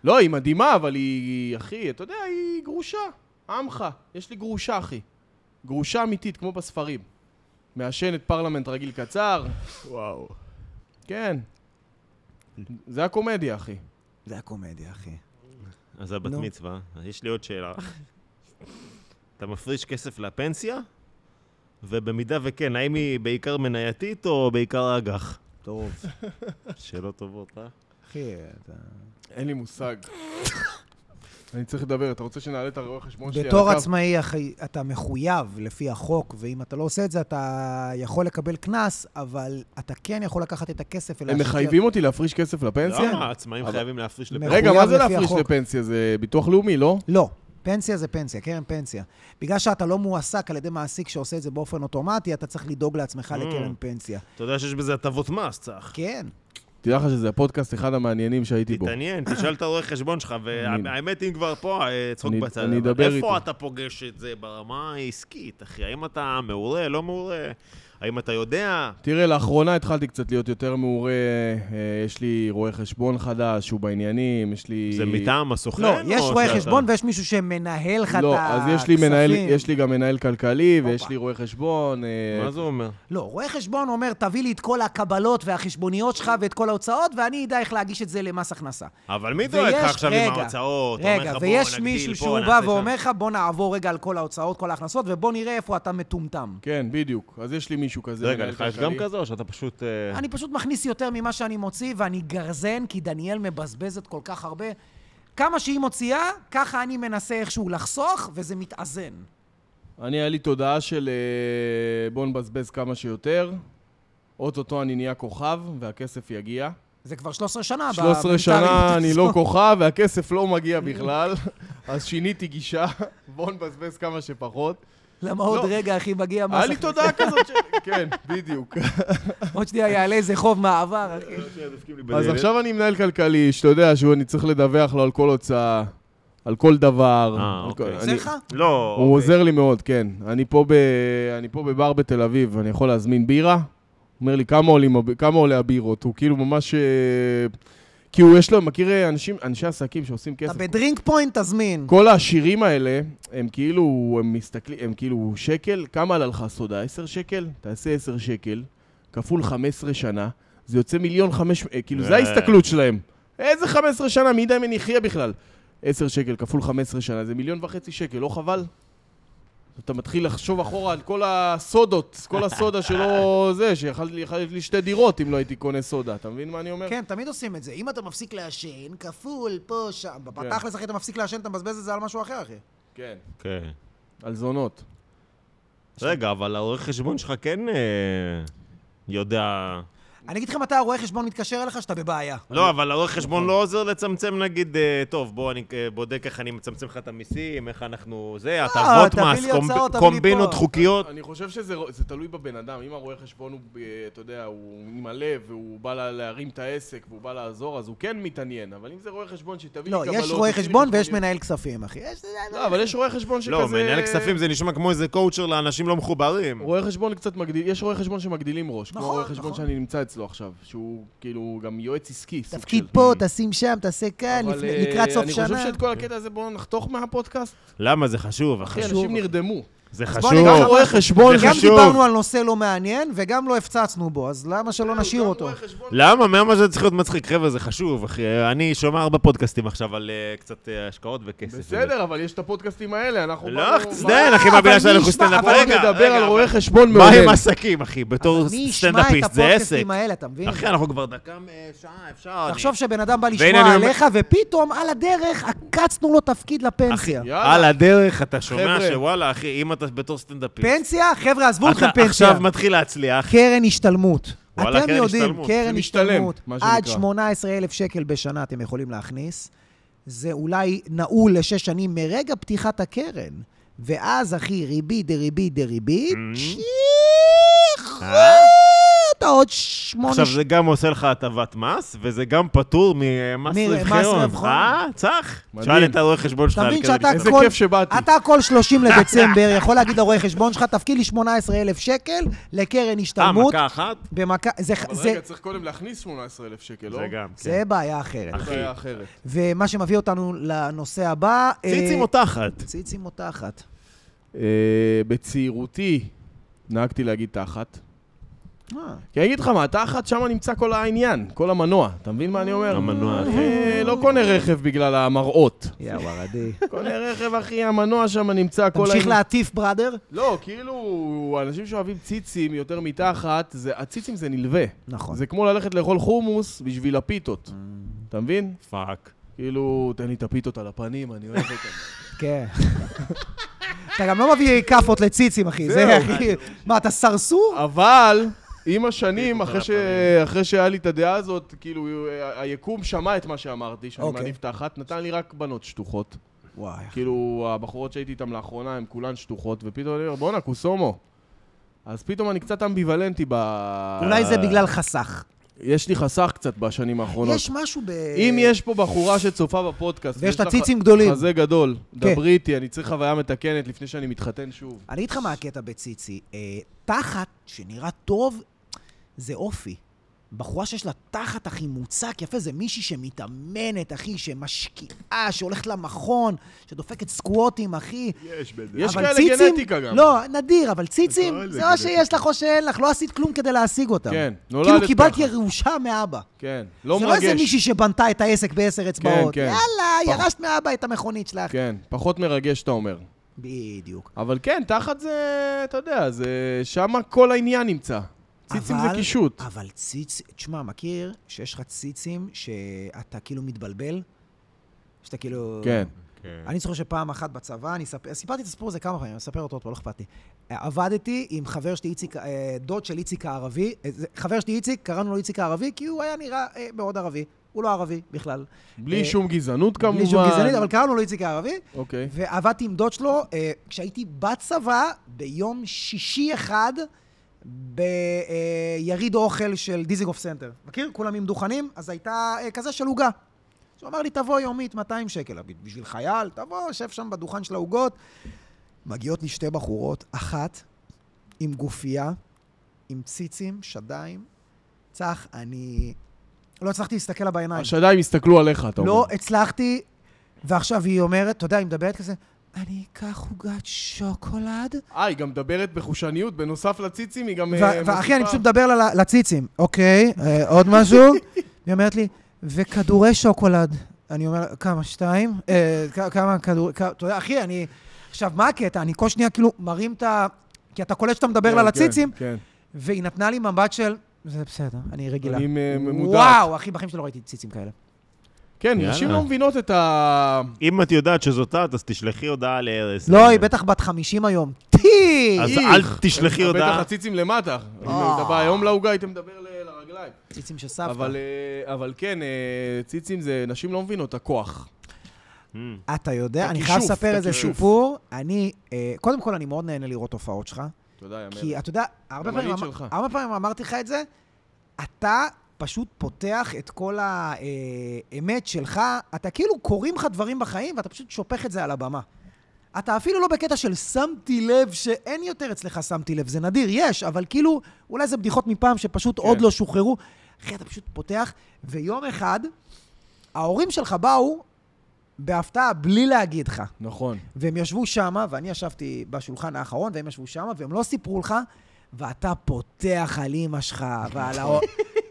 Speaker 3: לא, היא מדהימה, אבל היא... אחי, אתה יודע, היא גרושה. עמך. יש לי גרושה, אחי. גרושה אמיתית, כמו בספרים. מעשנת פרלמנט רגיל קצר.
Speaker 2: וואו.
Speaker 3: כן. זה הקומדיה, אחי.
Speaker 1: זה הקומדיה, אחי.
Speaker 2: אז הבת
Speaker 1: נו.
Speaker 2: מצווה, אז יש לי עוד שאלה. אתה מפריש כסף לפנסיה? ובמידה וכן, האם היא בעיקר מנייתית או בעיקר אג"ח?
Speaker 1: טוב.
Speaker 2: שאלות טובות, אה?
Speaker 1: אחי, אתה...
Speaker 3: אין לי מושג. אני צריך לדבר, אתה רוצה שנעלה את הרואה חשבון שלי? על
Speaker 1: בתור
Speaker 3: הקו?
Speaker 1: עצמאי אחי, אתה מחויב לפי החוק, ואם אתה לא עושה את זה, אתה יכול לקבל קנס, אבל אתה כן יכול לקחת את הכסף
Speaker 3: הם
Speaker 1: ולהשקיע.
Speaker 3: מחייבים אותי להפריש כסף לפנסיה?
Speaker 2: למה? העצמאים
Speaker 3: אבל-
Speaker 2: חייבים להפריש
Speaker 1: מ-
Speaker 2: לפנסיה.
Speaker 3: רגע, מה זה
Speaker 1: מחויב לפי
Speaker 3: להפריש
Speaker 1: החוק.
Speaker 3: לפנסיה? זה ביטוח לאומי, לא?
Speaker 1: לא. פנסיה זה פנסיה, קרן פנסיה. בגלל שאתה לא מועסק על ידי מעסיק שעושה את זה באופן אוטומטי, אתה צריך לדאוג לעצמך
Speaker 2: Mm.
Speaker 1: לקרן פנסיה.
Speaker 2: אתה יודע שיש בזה הטבות מס, צח.
Speaker 1: כן.
Speaker 3: תדע לך שזה הפודקאסט אחד המעניינים שהייתי בו.
Speaker 2: תתעניין, תשאל את הרואה חשבון שלך, והאמת, אם כבר פה, אה, צחוק
Speaker 3: אני-
Speaker 2: בצד.
Speaker 3: אני
Speaker 2: אבל
Speaker 3: אדבר
Speaker 2: איפה
Speaker 3: איתו.
Speaker 2: אתה פוגש את זה ברמה העסקית, אחי? האם אתה מעולה, לא מעולה? האם אתה יודע?
Speaker 3: תראה, לאחרונה התחלתי קצת להיות יותר מעורה, אה, יש לי רואה חשבון חדש, הוא בעניינים, יש לי...
Speaker 2: זה מטעם הסוכן?
Speaker 1: לא, יש
Speaker 2: או
Speaker 1: רואה
Speaker 2: שאתה-
Speaker 1: חשבון ויש מישהו שמנהל לך את
Speaker 3: לא, אז יש לי, מנהל,
Speaker 1: הכספים.
Speaker 3: יש לי גם מנהל כלכלי, ויש
Speaker 1: הופה.
Speaker 3: לי רואה חשבון. אה,
Speaker 2: מה זה אומר?
Speaker 1: לא, רואה חשבון אומר, תביא לי את כל הקבלות והחשבוניות שלך ואת כל ההוצאות, ואני אדע איך להגיש את זה למס הכנסה.
Speaker 2: אבל מי דואג לך
Speaker 1: ויש-
Speaker 2: עכשיו עם
Speaker 1: רגע,
Speaker 2: ההוצאות? אומר
Speaker 1: רגע,
Speaker 2: לך, בוא,
Speaker 1: ויש
Speaker 2: נגדיל
Speaker 1: מישהו
Speaker 2: פה,
Speaker 1: שהוא
Speaker 2: נעשה
Speaker 1: בא
Speaker 2: שם.
Speaker 1: ואומר לך, בוא נעבור רגע על כל ההוצאות, כל ההכנסות, ובוא נראה איפה אתה מטומטם.
Speaker 3: כן, בדיוק. אז יש לי מישהו כזה.
Speaker 2: רגע,
Speaker 3: מנהל
Speaker 2: לך יש גם
Speaker 3: כלכלי.
Speaker 2: כזה, או שאתה פשוט...
Speaker 3: כן.
Speaker 2: אה,
Speaker 1: אני פשוט מכניס יותר ממה שאני מוציא, ואני גרזן, כי דניאל מבזבזת כל כך הרבה. כמה שהיא מוציאה, ככה אני מנסה איכשהו לחסוך, וזה מתאזן.
Speaker 3: אני, היה לי תודעה של אה, בוא נבזבז כמה שיותר. אוטוטו אני נהיה כוכב, והכסף יגיע.
Speaker 1: זה כבר 13 שנה. ב-
Speaker 3: 13
Speaker 1: במנטליות
Speaker 3: שנה אני לא
Speaker 1: הזו.
Speaker 3: כוכב, והכסף לא מגיע בכלל. אז שיניתי גישה, בוא נבזבז כמה שפחות.
Speaker 1: למה עוד
Speaker 3: לא.
Speaker 1: רגע, אחי, מגיע מס...
Speaker 3: היה לי
Speaker 1: הכנסה?
Speaker 3: תודעה כזאת ש... כן, בדיוק.
Speaker 1: עוד שנייה יעלה איזה חוב מהעבר, אחי.
Speaker 3: לא אז עכשיו אני מנהל כלכלי, שאתה יודע שאני צריך לדווח לו על כל הוצאה, על כל דבר.
Speaker 2: אה,
Speaker 3: על כל-
Speaker 2: אוקיי.
Speaker 1: עוזר
Speaker 3: אני-
Speaker 1: לך?
Speaker 2: לא,
Speaker 3: הוא
Speaker 2: אוקיי.
Speaker 3: עוזר לי מאוד, כן. אני פה, ב... אני פה בבר בתל אביב, אני יכול להזמין בירה? הוא אומר לי, כמה, עולים, הב- כמה עולה הבירות? הוא כאילו ממש... אה, כי הוא יש לו, מכיר אה, אנשים, אנשי עסקים שעושים
Speaker 1: אתה
Speaker 3: כסף?
Speaker 1: בדרינק פוינט, תזמין.
Speaker 3: כל העשירים האלה, הם כאילו, הם מסתכלים, הם כאילו שקל, כמה עלה לך סודה? 10 שקל? תעשה 10 שקל, כפול 15 שנה, זה יוצא מיליון חמש, אה, כאילו, זה
Speaker 2: אה.
Speaker 3: ההסתכלות שלהם. איזה 15 שנה? מי ידע אם אני אחיה בכלל? 10 שקל כפול 15 שנה, זה מיליון וחצי שקל, לא חבל? אתה מתחיל לחשוב אחורה על כל הסודות, כל הסודה שלא זה, שיכלתי יכלתי לי שתי דירות אם לא הייתי קונה סודה, אתה מבין מה אני אומר?
Speaker 1: כן, תמיד עושים את זה. אם אתה מפסיק לעשן, כפול, פה, שם. בתכלס, אחי, אתה מפסיק לעשן, אתה מבזבז את זה על משהו אחר, אחי.
Speaker 3: כן.
Speaker 2: אוקיי.
Speaker 3: על זונות.
Speaker 2: רגע, אבל הרואה חשבון שלך כן אה, יודע...
Speaker 1: אני אגיד לך מתי הרואה חשבון מתקשר אליך, שאתה בבעיה.
Speaker 2: לא, אבל הרואה
Speaker 1: נכון.
Speaker 2: חשבון לא עוזר לצמצם, נגיד, אה, טוב, בוא, אני אה, בודק איך אני מצמצם לך את המיסים, איך אנחנו... זה, הטבות
Speaker 1: לא, תביא
Speaker 2: מס,
Speaker 1: לי
Speaker 2: קומב-
Speaker 1: הוצאות, תביא לי
Speaker 2: קומבינות
Speaker 1: פה.
Speaker 2: חוקיות.
Speaker 3: אני חושב שזה זה תלוי בבן אדם. אם הרואה חשבון הוא, אה, אתה יודע, הוא עם הלב, והוא בא לה- להרים את העסק, והוא בא לעזור, אז הוא כן מתעניין. אבל אם זה רואה חשבון שתביא
Speaker 1: לא,
Speaker 3: לי קבלות...
Speaker 1: יש רואה
Speaker 3: תביא לי
Speaker 1: חשבון ויש
Speaker 3: חשבוניות-
Speaker 1: מנהל כספים, אחי. יש...
Speaker 3: לא, אבל יש רואה חשבון שכזה...
Speaker 2: לא, מנהל כספים זה נשמע כמו איזה קואוצ'ר לאנשים לא מחוברים.
Speaker 3: רואה חשבון קצת מגדיל... יש רואה חשבון שמגדילים ראש. כמו
Speaker 1: נכון,
Speaker 3: הרואה חשבון
Speaker 1: נכון.
Speaker 3: שאני נמצא אצלו עכשיו, שהוא כאילו גם יועץ עסקי. סוג
Speaker 1: תפקיד
Speaker 3: של.
Speaker 1: פה, תשים שם, תעשה כאן,
Speaker 3: אבל,
Speaker 1: לפני-
Speaker 3: אה,
Speaker 1: לקראת סוף
Speaker 3: אני חושב
Speaker 1: שנה.
Speaker 3: שאת כל הקטע הזה בואו נחתוך מהפודקאסט.
Speaker 2: למה? זה חשוב, אחי.
Speaker 3: אחי, אנשים נרדמו.
Speaker 2: זה
Speaker 1: כן. אז בוא נגיד
Speaker 2: חשוב.
Speaker 1: לך-
Speaker 3: רואה חשבון
Speaker 2: זה
Speaker 1: גם
Speaker 2: חשוב.
Speaker 1: דיברנו על נושא לא מעניין, וגם לא הפצצנו בו, אז למה
Speaker 3: אה,
Speaker 1: שלא נשאיר אותו?
Speaker 2: למה? למה זה צריך להיות מצחיק? חבר'ה, זה חשוב, אחי. אני שומע ארבע פודקאסטים עכשיו על אה, קצת אה, השקעות וכסף.
Speaker 3: בסדר, אבל יש את הפודקאסטים האלה, אנחנו...
Speaker 2: לא,
Speaker 3: באנו-
Speaker 2: תזדיין, אחי,
Speaker 1: אבל
Speaker 2: מה בגלל
Speaker 1: מי
Speaker 2: שאנחנו
Speaker 1: ישמע-
Speaker 2: סטנדאפ?
Speaker 1: אבל
Speaker 3: בואו
Speaker 2: רגע,
Speaker 3: נדבר
Speaker 2: רגע,
Speaker 3: על
Speaker 2: אבל-
Speaker 3: רואה חשבון
Speaker 2: מה
Speaker 3: מעולה.
Speaker 2: עם עסקים, אחי? בתור
Speaker 1: מי ישמע את
Speaker 2: לא, סטנדאפיסט, זה עסק.
Speaker 1: הפודקאסטים האלה, אתה מבין?
Speaker 2: אחי, אנחנו כבר דקה, אה, שעה, אפשר. אני-
Speaker 1: תחשוב שבן אדם בא
Speaker 2: והנה אני
Speaker 1: לשמוע
Speaker 2: אומר-
Speaker 1: עליך, ופתאום על הדרך עקצנו לו תפקיד לפנסיה.
Speaker 3: יאללה.
Speaker 2: על הדרך אתה שומע
Speaker 3: חבר'ה.
Speaker 2: שוואלה, אחי, אם אתה בתור סטנדאפיסט,
Speaker 1: פנסיה? חבר'ה, עזבו אתכם
Speaker 2: אתה
Speaker 1: פנסיה.
Speaker 2: עכשיו מתחיל להצליח.
Speaker 1: קרן השתלמות.
Speaker 2: וואלה,
Speaker 1: אתם
Speaker 2: קרן
Speaker 1: יודעים,
Speaker 2: השתלמות.
Speaker 1: קרן
Speaker 3: זה משתלם,
Speaker 1: השתלמות,
Speaker 3: מה
Speaker 1: עד
Speaker 3: שנקרא.
Speaker 1: 18,000 שקל בשנה אתם יכולים להכניס. זה אולי נעול לשש שנים מרגע פתיחת הקרן. ואז, אחי, ריבית דריבית דריבית,
Speaker 2: Mm-hmm. אה?
Speaker 1: אתה עוד שמונה...
Speaker 2: עכשיו
Speaker 1: ש-
Speaker 2: זה גם עושה לך הטבת מס, וזה גם פטור ממס
Speaker 1: מ- מס
Speaker 2: רווחי הון.
Speaker 1: רווחון.
Speaker 2: אה, צח.
Speaker 3: מדהים.
Speaker 2: שאל את הרואה חשבון שלך
Speaker 1: אתה
Speaker 2: על
Speaker 1: מבין
Speaker 2: קרן
Speaker 1: שאתה
Speaker 2: השתלמות.
Speaker 3: איזה
Speaker 1: כל...
Speaker 3: כיף שבאתי.
Speaker 1: אתה כל 30 לדצמבר יכול להגיד לרואה חשבון שלך, תפקיד לי 18,000 שקל לקרן
Speaker 2: אה,
Speaker 1: השתלמות.
Speaker 2: מכה אחת?
Speaker 1: במכה... זה...
Speaker 3: אבל
Speaker 1: זה...
Speaker 3: רגע, צריך קודם להכניס 18,000 שקל, לא?
Speaker 2: זה גם, כן.
Speaker 1: זה בעיה אחרת.
Speaker 3: זה בעיה אחרת.
Speaker 1: ומה שמביא אותנו לנושא הבא... אה,
Speaker 2: ציצים או תחת?
Speaker 1: ציצים או תחת.
Speaker 3: אה, בצעירותי נהגתי להגיד תחת.
Speaker 1: אה,
Speaker 3: כי אני אגיד לך מה, תחת שם נמצא כל העניין, כל המנוע. אתה מבין מה אני אומר?
Speaker 2: המנוע, אחי.
Speaker 3: אה, לא קונה רכב בגלל המראות.
Speaker 1: יא ורדי.
Speaker 3: קונה רכב, אחי, המנוע שם נמצא כל
Speaker 1: תמשיך להטיף, בראדר.
Speaker 3: לא, כאילו, אנשים שאוהבים ציצים יותר מתחת, זה, הציצים זה נלווה.
Speaker 1: נכון.
Speaker 3: זה כמו ללכת לאכול חומוס בשביל הפיתות. אתה מבין?
Speaker 2: פאק.
Speaker 3: כאילו, תן לי את הפיתות על הפנים, אני אוהב אותן.
Speaker 1: כן. אתה גם לא מביא כאפות לציצים, אחי. זה,
Speaker 3: זהו.
Speaker 1: אחי... מה, אתה סרסור?
Speaker 3: אבל, עם השנים,
Speaker 2: פיתות על
Speaker 3: אחרי, ש...
Speaker 2: הפנים.
Speaker 3: אחרי שהיה לי את הדעה הזאת, כאילו, ה- היקום שמע את מה שאמרתי, שאני
Speaker 1: אוקיי.
Speaker 3: מעדיף תחת, נתן לי רק בנות שטוחות.
Speaker 1: וואי.
Speaker 3: כאילו, הבחורות שהייתי איתן לאחרונה, הן כולן שטוחות, ופתאום אני אומר, בואנה, קוסומו. אז פתאום אני קצת אמביוולנטי ב...
Speaker 1: אולי זה בגלל חסך.
Speaker 3: יש לי חסך קצת בשנים האחרונות.
Speaker 1: יש משהו ב...
Speaker 3: אם יש פה בחורה שצופה בפודקאסט,
Speaker 1: ויש לה
Speaker 3: ח-
Speaker 1: ציצים גדולים.
Speaker 3: חזה גדול,
Speaker 1: כן.
Speaker 3: דברי איתי, אני צריך חוויה מתקנת לפני שאני מתחתן שוב.
Speaker 1: אני אגיד לך מה הקטע בציצי. אה, תחת, שנראה טוב, זה אופי. בחורה שיש לה תחת, אחי, מוצק יפה, זה מישהי שמתאמנת, אחי, שמשקיעה, שהולכת למכון, שדופקת סקווטים, אחי.
Speaker 4: יש בזה.
Speaker 3: יש
Speaker 1: אבל
Speaker 3: כאלה
Speaker 1: ציצים-
Speaker 3: גנטיקה גם.
Speaker 1: לא, נדיר, אבל ציצים,
Speaker 4: הכל
Speaker 1: זה
Speaker 4: זה
Speaker 1: או שיש לך או שאין לך, לא עשית כלום כדי להשיג אותם.
Speaker 3: כן, נולדת
Speaker 1: כאילו קיבלת
Speaker 3: ככה.
Speaker 1: ירושה מאבא.
Speaker 3: כן, לא
Speaker 1: זה לא
Speaker 3: מרגש.
Speaker 1: איזה מישהי שבנתה את העסק בעשר אצבעות.
Speaker 3: כן.
Speaker 1: יאללה,
Speaker 3: פח-
Speaker 1: ירשת מאבא את המכונית שלך.
Speaker 3: כן, פחות מרגש, אתה אומר.
Speaker 1: בדיוק.
Speaker 3: אבל כן, תחת זה, אתה יודע, זה... שמה כל העניין נמצא. ציצים זה
Speaker 1: אבל-
Speaker 3: קישוט.
Speaker 1: אבל ציצ... תשמע, מכיר שיש לך ציצים שאתה כאילו מתבלבל? שאתה כאילו...
Speaker 3: כן.
Speaker 1: אני זוכר שפעם אחת בצבא, אני ספ... סיפרתי את הסיפור הזה כמה פעמים, אני אספר אותו עוד פעם, לא אכפת לי. אה, עבדתי עם חבר שלי, איציק, אה, דוד של איציק הערבי, אה, זה- חבר שלי איציק, קראנו לו איציק הערבי, כי הוא היה נראה אה, מאוד ערבי. הוא לא ערבי בכלל.
Speaker 3: בלי
Speaker 1: אה,
Speaker 3: שום גזענות כמובן.
Speaker 1: בלי שום גזענית, אבל קראנו לו איציק הערבי.
Speaker 3: אוקיי.
Speaker 1: ועבדתי עם דוד שלו אה, כשהייתי בצבא ביום שישי אחד ביריד אוכל של דיזינגוף סנטר. מכיר? כולם עם דוכנים, אז הייתה אה, כזה של עוגה. אז הוא אמר לי, תבוא יומית 200 שקל. אבל בשביל חייל, תבוא, שב שם בדוכן של העוגות. מגיעות לי שתי בחורות, אחת עם גופייה, עם ציצים, שדיים. צח, אני... לא הצלחתי להסתכל לה בעיניים.
Speaker 3: השדיים הסתכלו עליך, אתה אומר.
Speaker 1: לא הצלחתי, ועכשיו היא אומרת, אתה יודע, היא מדברת כזה, אני אקח עוגת שוקולד.
Speaker 3: אה, היא גם מדברת בחושניות, בנוסף לציצים היא גם...
Speaker 1: ו-
Speaker 3: אה,
Speaker 1: ואחי, אני
Speaker 3: מוסיפה-
Speaker 1: פשוט מדבר לה לציצים. אוקיי, אה, עוד משהו? היא אומרת לי, וכדורי שוקולד. אני אומר, לה, כמה, שתיים? אה, כ- כמה כדורי... כ- אתה יודע, אחי, אני... עכשיו, מה הקטע? אני כל שנייה כאילו מרים את ה... כי אתה קולט שאתה מדבר
Speaker 3: כן,
Speaker 1: לה לציצים,
Speaker 3: כן,
Speaker 1: והיא נתנה לי מבט של... זה בסדר, אני רגילה.
Speaker 3: אני, אה, ממודעת.
Speaker 1: וואו, אחי, בחיים שלי לא ראיתי ציצים כאלה.
Speaker 3: כן,
Speaker 2: יאללה.
Speaker 3: נשים לא מבינות את ה...
Speaker 2: אם את יודעת שזאת את, אז תשלחי הודעה לארז.
Speaker 1: לא, היא בטח בת 50 היום. טי!
Speaker 2: אז
Speaker 3: איך.
Speaker 2: אל תשלחי
Speaker 3: בטח
Speaker 2: הודעה.
Speaker 3: הציצים למטה. אם
Speaker 1: אה.
Speaker 3: אתה בא היום לעוגה, היית מדבר ל- לרגליים.
Speaker 1: ציצים של סבתא.
Speaker 3: אבל, אה, אבל כן, אה, ציצים זה... נשים לא מבינות, הכוח.
Speaker 1: אתה יודע, אני
Speaker 3: הכישוף,
Speaker 1: חייב לספר איזה
Speaker 3: הכישוף.
Speaker 1: סיפור. אני, אה, קודם כל, אני מאוד נהנה לראות הופעות שלך,
Speaker 3: תודה,
Speaker 1: כי
Speaker 3: יאמר.
Speaker 1: אתה יודע, הרבה
Speaker 3: במרית
Speaker 1: פעמים
Speaker 3: שלך.
Speaker 1: אמ- הרבה פעמים אמרתי לך את זה, אתה פשוט פותח את כל האמת שלך, אתה כאילו קוראים לך דברים בחיים, ואתה פשוט שופך את זה על הבמה. אתה אפילו לא בקטע של שמתי לב שאין יותר אצלך שמתי לב, זה נדיר, יש, אבל כאילו, אולי זה בדיחות מפעם שפשוט
Speaker 3: כן.
Speaker 1: עוד לא שוחררו. אחי, אתה פשוט פותח, ויום אחד, ההורים שלך באו בהפתעה בלי להגיד לך.
Speaker 3: נכון.
Speaker 1: והם ישבו שמה, ואני ישבתי בשולחן האחרון, והם ישבו שמה, והם לא סיפרו לך, ואתה פותח על אימא שלך, ועל
Speaker 3: נכון.
Speaker 1: ה...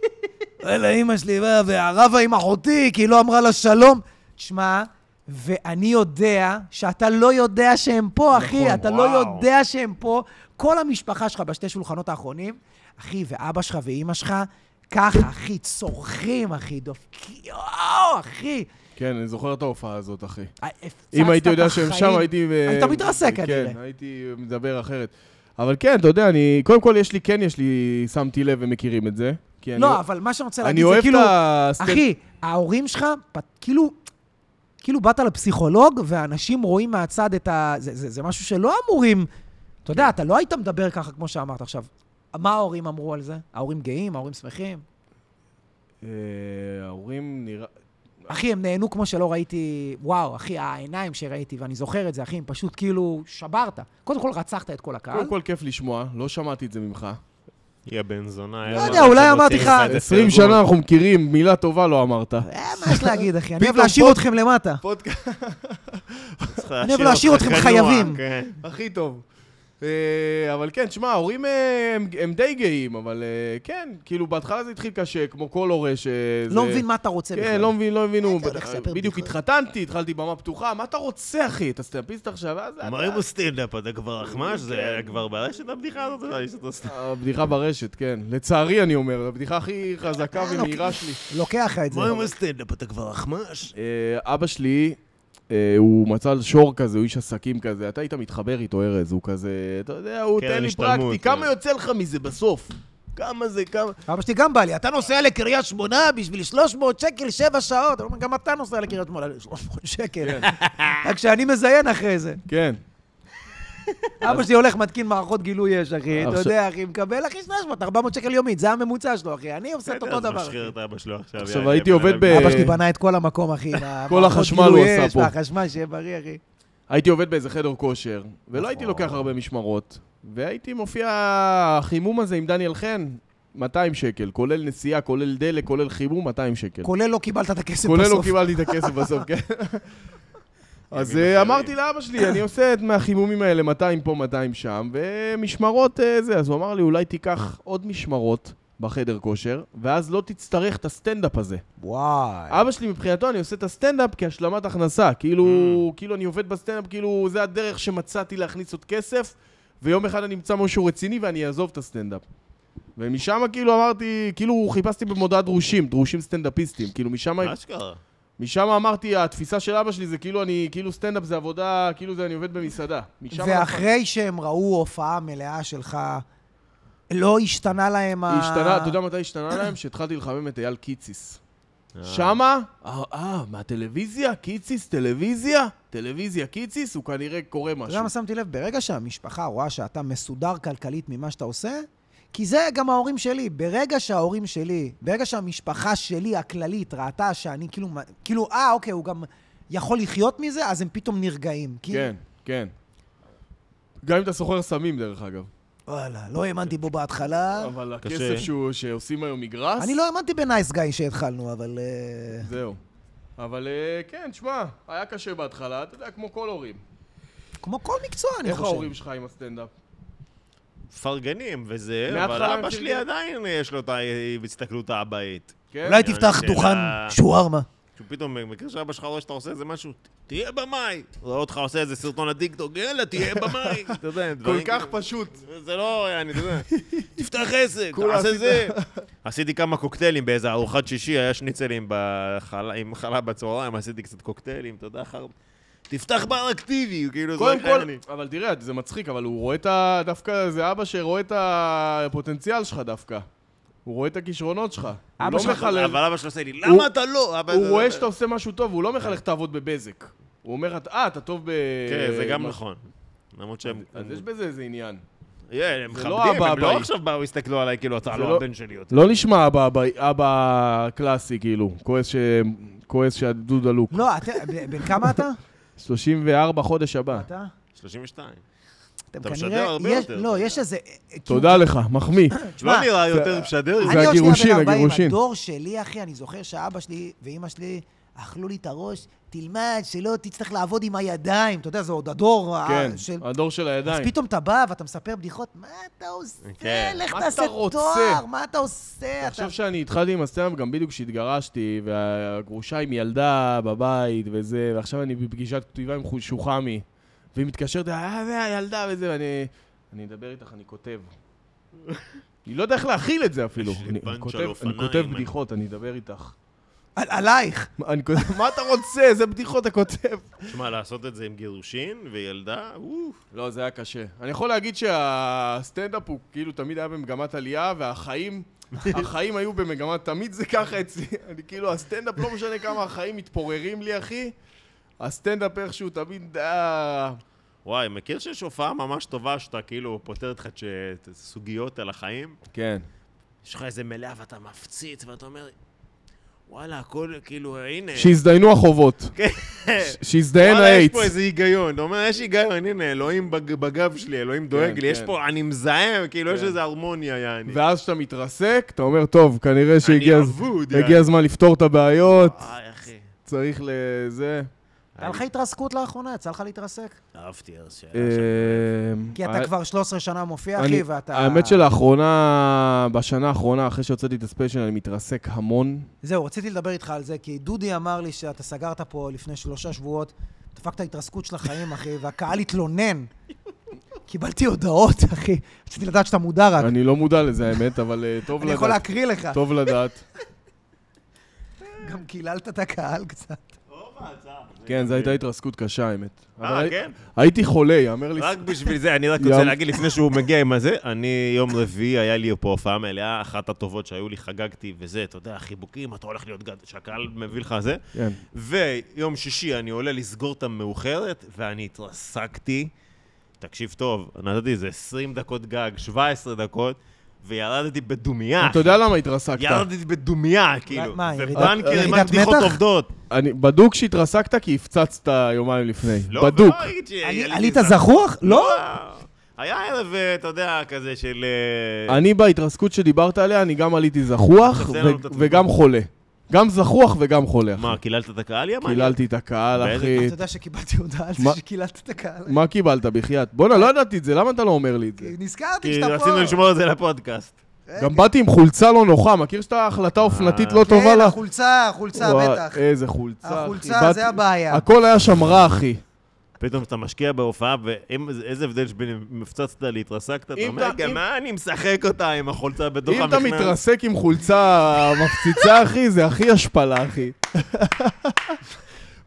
Speaker 1: וואלה, אימא שלי, ואה, והרבה עם אחותי, כי היא לא אמרה לה שלום. תשמע, ואני יודע שאתה לא יודע שהם פה,
Speaker 3: נכון,
Speaker 1: אחי, אתה לא
Speaker 2: וואו.
Speaker 1: יודע שהם פה. כל המשפחה שלך בשתי שולחנות האחרונים, אחי, ואבא שלך ואימא שלך, ככה, אחי, צורכים, אחי, דופקים, יואו, אחי.
Speaker 3: כן, אני זוכר את ההופעה הזאת, אחי.
Speaker 1: הפצצת
Speaker 3: אם הייתי יודע
Speaker 1: את
Speaker 3: שהם שם,
Speaker 1: החיים.
Speaker 3: הייתי... אה,
Speaker 1: היית מתרסק
Speaker 3: כן,
Speaker 1: כנראה.
Speaker 3: הייתי מדבר אחרת. אבל כן, אתה יודע, אני... קודם כל, יש לי, כן, יש לי... שמתי לב ומכירים את זה. כי אני-
Speaker 1: לא, אבל מה שאני רוצה
Speaker 3: אני
Speaker 1: להגיד זה
Speaker 3: אוהב את
Speaker 1: כאילו,
Speaker 3: הסטנד...
Speaker 1: אחי, ההורים שלך, פ- כאילו, כאילו באת לפסיכולוג, ואנשים רואים מהצד את ה... זה, זה, זה משהו שלא אמורים... אתה יודע, אתה לא היית מדבר ככה כמו שאמרת עכשיו. מה ההורים אמרו על זה? ההורים גאים? ההורים שמחים?
Speaker 3: אה, ההורים נראה...
Speaker 1: אחי, הם נהנו כמו שלא ראיתי... וואו, אחי, העיניים שראיתי, ואני זוכר את זה, אחי, הם פשוט כאילו שברת. קודם כל רצחת את כל הקהל.
Speaker 3: קודם כל כיף לשמוע, לא שמעתי את זה ממך.
Speaker 1: אה,
Speaker 2: יא בן זונה.
Speaker 1: לא יודע, אולי אמרתי לך-
Speaker 3: 20 שנה אנחנו מכירים, מילה טובה לא אמרת.
Speaker 1: אה, מה יש להגיד, אחי? אני אוהב
Speaker 3: פתאום
Speaker 1: להשאיר
Speaker 3: פה-
Speaker 1: אתכם למטה.
Speaker 2: אני כן.
Speaker 1: אוהב להשאיר אתכם חייבים.
Speaker 3: הכי טוב. אה, אבל כן, שמע, ההורים אה, הם- הם די גאים, אבל אה, כן, כאילו בהתחלה זה התחיל קשה, כמו כל הורה ש...
Speaker 1: לא מבין מה אתה רוצה
Speaker 3: כן, לא מבין, לא הבינו.
Speaker 1: אתה הולך לספר
Speaker 3: בדיוק
Speaker 1: בדיחות?
Speaker 3: התחתנתי, התחלתי במה פתוחה, מה אתה רוצה, אחי? אתה סטנדאפיסט עכשיו? ואז אתה-
Speaker 2: מה עם הסטנדאפ? אתה כבר אחמ"ש? זה היה כבר ברשת הבדיחה הזאת? לא, יש את הסטנדאפ.
Speaker 3: הבדיחה ברשת, כן. לצערי, אני אומר, הבדיחה הכי חזקה
Speaker 1: אה, לא.
Speaker 3: ומהירה שלי.
Speaker 1: לוקח לך את זה.
Speaker 2: מה עם הסטנדאפ? אתה כבר אחמ"ש?
Speaker 3: אה, אבא שלי, אה, הוא מצא על שור כזה, הוא איש עסקים כזה, אתה היית מתחבר איתו, ארז, הוא כזה, אתה יודע, הוא
Speaker 2: כן,
Speaker 3: תן לי
Speaker 2: השתלמות,
Speaker 3: פרקטי,
Speaker 2: כן.
Speaker 3: כמה יוצא לך מזה בסוף? כמה זה, כמה...
Speaker 1: אבא שלי גם בא לי, אתה נוסע לקריית שמונה בשביל 300 שקל שבע שעות. אני אומר, גם אתה
Speaker 3: כן.
Speaker 1: נוסע לקריית שמונה, 300 שקל. רק שאני מזיין אחרי זה.
Speaker 3: כן.
Speaker 1: אבא שלי הולך, מתקין מערכות גילוי אש, אחי. אתה יודע, אחי, מקבל, אחי, 300, 400 שקל יומית, זה הממוצע שלו, אחי. אני עושה את אותו
Speaker 2: אז
Speaker 1: דבר.
Speaker 2: משחרר את אבא שלו עכשיו.
Speaker 3: עכשיו,
Speaker 2: יעני,
Speaker 3: הייתי
Speaker 2: הבן
Speaker 3: עובד
Speaker 2: אדם.
Speaker 3: ב-
Speaker 1: אבא שלי בנה את כל המקום, אחי.
Speaker 3: כל החשמל הוא עשה פה.
Speaker 1: החשמל, שיהיה בריא, אחי.
Speaker 3: הייתי עובד באיזה חדר כושר, ולא הייתי לוקח הרבה משמרות, והייתי מופיע החימום הזה עם דניאל חן, 200 שקל, כולל נסיעה, כולל דלק, כולל חימום, 200 שקל.
Speaker 1: כולל לא קיבלת את הכסף בסוף.
Speaker 3: כולל לא קיבלתי את הכסף בסוף, כן. אז
Speaker 2: ימים
Speaker 3: אה,
Speaker 2: אחרים.
Speaker 3: אמרתי לאבא שלי, אני עושה את מהחימומים האלה 200 פה, 200 שם, ומשמרות אה, זה. אז הוא אמר לי, אולי תיקח עוד משמרות בחדר כושר, ואז לא תצטרך את הסטנדאפ הזה.
Speaker 1: וואי.
Speaker 3: אבא שלי, מבחינתו, אני עושה את הסטנדאפ כהשלמת הכנסה. כאילו, כאילו אני עובד בסטנדאפ, כאילו, זה הדרך שמצאתי להכניס עוד כסף, ויום אחד אני אמצא משהו רציני ואני אעזוב את הסטנדאפ. ומשם כאילו אמרתי, כאילו חיפשתי במודעה דרושים, דרושים סטנדאפיסטים. כאילו, משם
Speaker 2: אשכרה.
Speaker 3: משם אמרתי, התפיסה של אבא שלי זה כאילו אני, כאילו סטנדאפ זה עבודה, כאילו זה אני עובד במסעדה. משם
Speaker 1: ואחרי שהם ראו הופעה מלאה שלך, לא השתנה להם ה...
Speaker 3: השתנה, אתה יודע מתי השתנה להם? כשהתחלתי לחמם את אייל קיציס. שמה? אה, אה, מהטלוויזיה? קיציס, טלוויזיה? טלוויזיה קיציס? הוא כנראה קורא
Speaker 1: אתה יודע
Speaker 3: משהו.
Speaker 1: מה שמתי לב? ברגע שהמשפחה רואה שאתה מסודר כלכלית ממה שאתה עושה, כי זה גם ההורים שלי. ברגע שההורים שלי, ברגע שהמשפחה שלי הכללית ראתה שאני כאילו, מ- כאילו, אה, אוקיי, הוא גם יכול לחיות מזה, אז הם פתאום נרגעים. כי-
Speaker 3: כן, כן. גם אם אתה סוחר סמים, דרך אגב.
Speaker 1: וואלה, לא האמנתי בו בהתחלה.
Speaker 3: אבל
Speaker 2: קשה.
Speaker 3: הכסף שהוא- שעושים היום מגרס...
Speaker 1: אה. אני לא האמנתי בנייס גיא שהתחלנו, אבל... אה,
Speaker 3: זהו. אבל אה, כן, שמע, היה קשה בהתחלה, אתה יודע, כמו כל הורים.
Speaker 1: כמו כל מקצוע, אני
Speaker 3: איך
Speaker 1: חושב.
Speaker 3: ההורים שלך עם הסטנדאפ?
Speaker 2: מפרגנים וזה, אבל
Speaker 3: מההתחלה הם
Speaker 2: אבא שלי
Speaker 3: פרגנו.
Speaker 2: עדיין יש לו את ההסתכלות האבאית.
Speaker 3: כן?
Speaker 1: אולי תפתח
Speaker 2: שאלה-
Speaker 1: דוכן שווארמה.
Speaker 2: שהוא פתאום מכיר שאבא שלך רואה שאתה עושה איזה משהו, תהיה במאי. רואה אותך עושה איזה סרטון לטיקטוק, יאללה, תהיה במאי. אתה יודע,
Speaker 3: כל
Speaker 2: דברים
Speaker 3: כך
Speaker 2: כאילו-
Speaker 3: פשוט.
Speaker 2: זה לא, אני, אתה יודע, תפתח עסק,
Speaker 3: כולה
Speaker 2: תעשה
Speaker 3: עשית.
Speaker 2: זה. עשיתי כמה קוקטיילים באיזה ארוחת שישי, היה שניצלים בחלה- עם חלה בצהריים, עשיתי קצת קוקטיילים, אתה יודע, אחר... תפתח בר אקטיבי, הוא כאילו,
Speaker 3: קודם
Speaker 2: זה
Speaker 3: כל,
Speaker 2: אני.
Speaker 3: אבל תראה, זה מצחיק, אבל הוא רואה את ה... דווקא זה אבא שרואה את הפוטנציאל שלך דווקא. הוא רואה את הכישרונות שלך. הוא לא
Speaker 1: שלך-
Speaker 3: מחלל.
Speaker 2: אבל אבא שלו עושה לי,
Speaker 3: הוא-
Speaker 2: למה אתה לא? אבא,
Speaker 3: הוא
Speaker 2: זה-
Speaker 3: רואה
Speaker 2: זה-
Speaker 3: שאתה עושה משהו טוב, הוא לא מחלך תעבוד בבזק. הוא אומר, "אתה- אה, אתה טוב ב...
Speaker 2: כן, זה גם
Speaker 3: מה-
Speaker 2: נכון. למרות שהם...
Speaker 3: אה, אז יש בזה איזה עניין.
Speaker 2: כן, הם
Speaker 3: זה לא
Speaker 2: מכבדים,
Speaker 3: אבא
Speaker 2: הם לא
Speaker 3: אבאי.
Speaker 2: עכשיו באו, הסתכלו עליי, כאילו, אתה
Speaker 3: זה
Speaker 2: לא
Speaker 3: לא-
Speaker 2: הבן שלי יותר.
Speaker 3: לא נשמע אבא, אבא, אבא קלאסי, כאילו. כועס ש... כועס שהדוד עלוק.
Speaker 1: לא, אתה- ב- בן כמה אתה?
Speaker 3: 34 חודש הבא.
Speaker 1: אתה?
Speaker 2: 32.
Speaker 1: אתם
Speaker 2: אתה
Speaker 1: כנראה-
Speaker 2: משדר הרבה
Speaker 1: יש-
Speaker 2: יותר,
Speaker 1: לא,
Speaker 2: אתה
Speaker 1: יש איזה...
Speaker 3: תודה לך, מחמיא.
Speaker 2: לא
Speaker 1: תשמע,
Speaker 2: נראה יותר
Speaker 3: זה-
Speaker 2: משדר.
Speaker 3: זה
Speaker 1: אני עוד שנייה
Speaker 3: הגירושין,
Speaker 1: בן 40.
Speaker 3: הגירושין.
Speaker 1: הדור שלי, אחי, אני זוכר שאבא שלי ואימא שלי אכלו לי את הראש, תלמד, שלא תצטרך לעבוד עם הידיים. אתה יודע, זה עוד הדור
Speaker 2: אה,
Speaker 1: ה-
Speaker 3: כן,
Speaker 1: של...
Speaker 3: הדור של
Speaker 1: אז
Speaker 3: הידיים.
Speaker 1: פתאום אתה בא ואתה מספר בדיחות, מה אתה עושה?
Speaker 2: כן.
Speaker 1: לך
Speaker 3: מה אתה
Speaker 1: תעשה
Speaker 3: רוצה?"
Speaker 1: תואר, מה אתה עושה? אתה-
Speaker 3: עכשיו שאני התחלתי עם הסצנה, גם בדיוק כשהתגרשתי, והגרושה עם ילדה בבית וזה, ועכשיו אני בפגישת כתיבה עם חו- שוחמי, והיא מתקשרת, אה, זה הילדה וזה, ואני... אני אדבר איתך, אני כותב. אני לא יודע איך להכיל את זה אפילו.
Speaker 2: יש לי
Speaker 3: אני,
Speaker 2: פאנץ' על
Speaker 3: אני, כותב, אני
Speaker 2: אופניים,
Speaker 3: כותב
Speaker 2: אני-
Speaker 3: בדיחות, אני אדבר איתך.
Speaker 1: על- עלייך.
Speaker 3: אני כותב, מה אתה רוצה? איזה בדיחות אתה כותב?
Speaker 2: שמע, לעשות את זה עם גירושין וילדה, אוף.
Speaker 3: לא, זה היה קשה. אני יכול להגיד שהסטנדאפ הוא כאילו תמיד היה במגמת עלייה, והחיים, החיים היו במגמת, תמיד זה ככה אצלי. אני כאילו, הסטנדאפ, לא משנה כמה החיים מתפוררים לי, אחי, הסטנדאפ איכשהו תמיד אה, היה...
Speaker 2: וואי, מכיר שיש הופעה ממש טובה שאתה כאילו פותרת לך צ'- את סוגיות על החיים?
Speaker 3: כן.
Speaker 2: יש לך איזה מלאה ואתה מפציץ ואתה אומר, וואלה, הכל כאילו, הנה.
Speaker 3: שהזדיינו החובות.
Speaker 2: כן.
Speaker 3: שהזדיין
Speaker 2: וואלה, יש
Speaker 3: האיידס.
Speaker 2: פה איזה היגיון. אתה אומר, יש היגיון, הנה, אלוהים בג- בגב שלי, אלוהים דואג לי. יש
Speaker 3: כן.
Speaker 2: פה, אני מזהם, כאילו, יש
Speaker 3: כן.
Speaker 2: איזה הרמוניה, יעני.
Speaker 3: ואז כשאתה מתרסק, אתה אומר, טוב, כנראה שהגיע הז-
Speaker 2: אבוד,
Speaker 3: הגיע
Speaker 2: יעני."
Speaker 3: הזמן לפתור את הבעיות,
Speaker 2: וואי, אחי.
Speaker 3: צריך לזה.
Speaker 1: היה לך התרסקות לאחרונה? יצא לך להתרסק?
Speaker 2: אהבתי, אז שאלה
Speaker 3: אה, אמ,
Speaker 1: כי
Speaker 2: אה,
Speaker 3: ה-
Speaker 1: אתה כבר 13 שנה מופיע,
Speaker 3: אני-
Speaker 1: אחי, ואתה...
Speaker 3: האמת שלאחרונה, בשנה האחרונה, אחרי שהוצאתי את הספיישל, אני מתרסק המון.
Speaker 1: זהו, רציתי לדבר איתך על זה, כי דודי אמר לי שאתה סגרת פה לפני שלושה שבועות, דפקת התרסקות של החיים, אחי, והקהל התלונן. קיבלתי הודעות, אחי. רציתי לדעת שאתה מודע רק.
Speaker 3: אני לא מודע לזה, האמת, אבל אה, טוב
Speaker 1: אני יכול
Speaker 3: לדעת.
Speaker 1: להקריא לך.
Speaker 3: טוב לדעת.
Speaker 1: גם קיללת את הקהל קצת.
Speaker 2: אה,
Speaker 3: כן, זו הייתה התרסקות קשה, האמת. אבל הי-
Speaker 2: כן?
Speaker 3: הייתי חולה, יאמר לי...
Speaker 2: רק בשביל זה, אני רק רוצה
Speaker 3: ים.
Speaker 2: להגיד לפני שהוא מגיע עם הזה, אני יום רביעי, היה לי פה הופעה מלאה, אחת הטובות שהיו לי, חגגתי וזה, אתה יודע, חיבוקים, אתה הולך להיות גד, שהקהל מביא לך זה.
Speaker 3: כן.
Speaker 2: ויום שישי אני עולה לסגור את המאוחרת, ואני התרסקתי תקשיב טוב, נתתי איזה 20 דקות גג, 17 דקות, וירדתי בדומייה.
Speaker 3: אתה יודע למה התרסקת?
Speaker 2: ירדתי בדומייה, כאילו.
Speaker 1: מה,
Speaker 2: זה
Speaker 1: ירידת-
Speaker 2: בנקר עם
Speaker 1: ירידת
Speaker 2: הבדיחות
Speaker 1: מתח?
Speaker 2: עובדות.
Speaker 3: אני בדוק שהתרסקת כי הפצצת יומיים לפני.
Speaker 2: לא,
Speaker 3: בדוק.
Speaker 2: ולא אגיד שהיה
Speaker 1: עלי-
Speaker 2: לי
Speaker 1: עלית
Speaker 2: ניסיון.
Speaker 1: זחוח? לא?
Speaker 2: אה. היה ערב, אה, אתה יודע, כזה של... אה,
Speaker 3: אני בהתרסקות שדיברת עליה, אני גם עליתי זחוח
Speaker 2: תעשה
Speaker 3: ו-
Speaker 2: לנו את התמונה.
Speaker 3: וגם חולה. גם זחוח וגם חולה. אחי.
Speaker 2: מה, קיללת את הקהל, יא מה?
Speaker 3: קיללתי את הקהל,
Speaker 2: באיזה-
Speaker 3: אחי.
Speaker 1: אה, אתה יודע שקיבלתי הודעה על זה
Speaker 3: מה?
Speaker 1: שקיללת את הקהל.
Speaker 3: מה קיבלת, בחייאת? בואנה, לא ידעתי את זה, למה אתה לא אומר לי את זה? אה,
Speaker 1: נזכרתי
Speaker 2: כי
Speaker 1: שאתה פה.
Speaker 2: רצינו לשמור את זה לפודקאסט.
Speaker 3: גם באתי עם חולצה לא נוחה, מכיר שאתה החלטה אופנתית לא טובה
Speaker 1: כן,
Speaker 3: לך?
Speaker 1: החולצה, החולצה,
Speaker 3: וואי, אה,
Speaker 1: בטח.
Speaker 3: איזה חולצה, אחי.
Speaker 1: החולצה,
Speaker 3: באתי-
Speaker 1: זה הבעיה.
Speaker 3: הכל היה שם רע, אחי.
Speaker 2: פתאום אתה משקיע בהופעה, ואיזה הבדל שבין אם הפצצת להתרסקת, אתה
Speaker 3: אם
Speaker 2: אומר,
Speaker 3: אתה-
Speaker 2: גם
Speaker 3: אם-
Speaker 2: מה אני משחק אותה עם החולצה בתוך
Speaker 3: אם אתה
Speaker 2: המכנס?
Speaker 3: מתרסק עם חולצה מפציצה, אחי, זה הכי השפלה, אחי.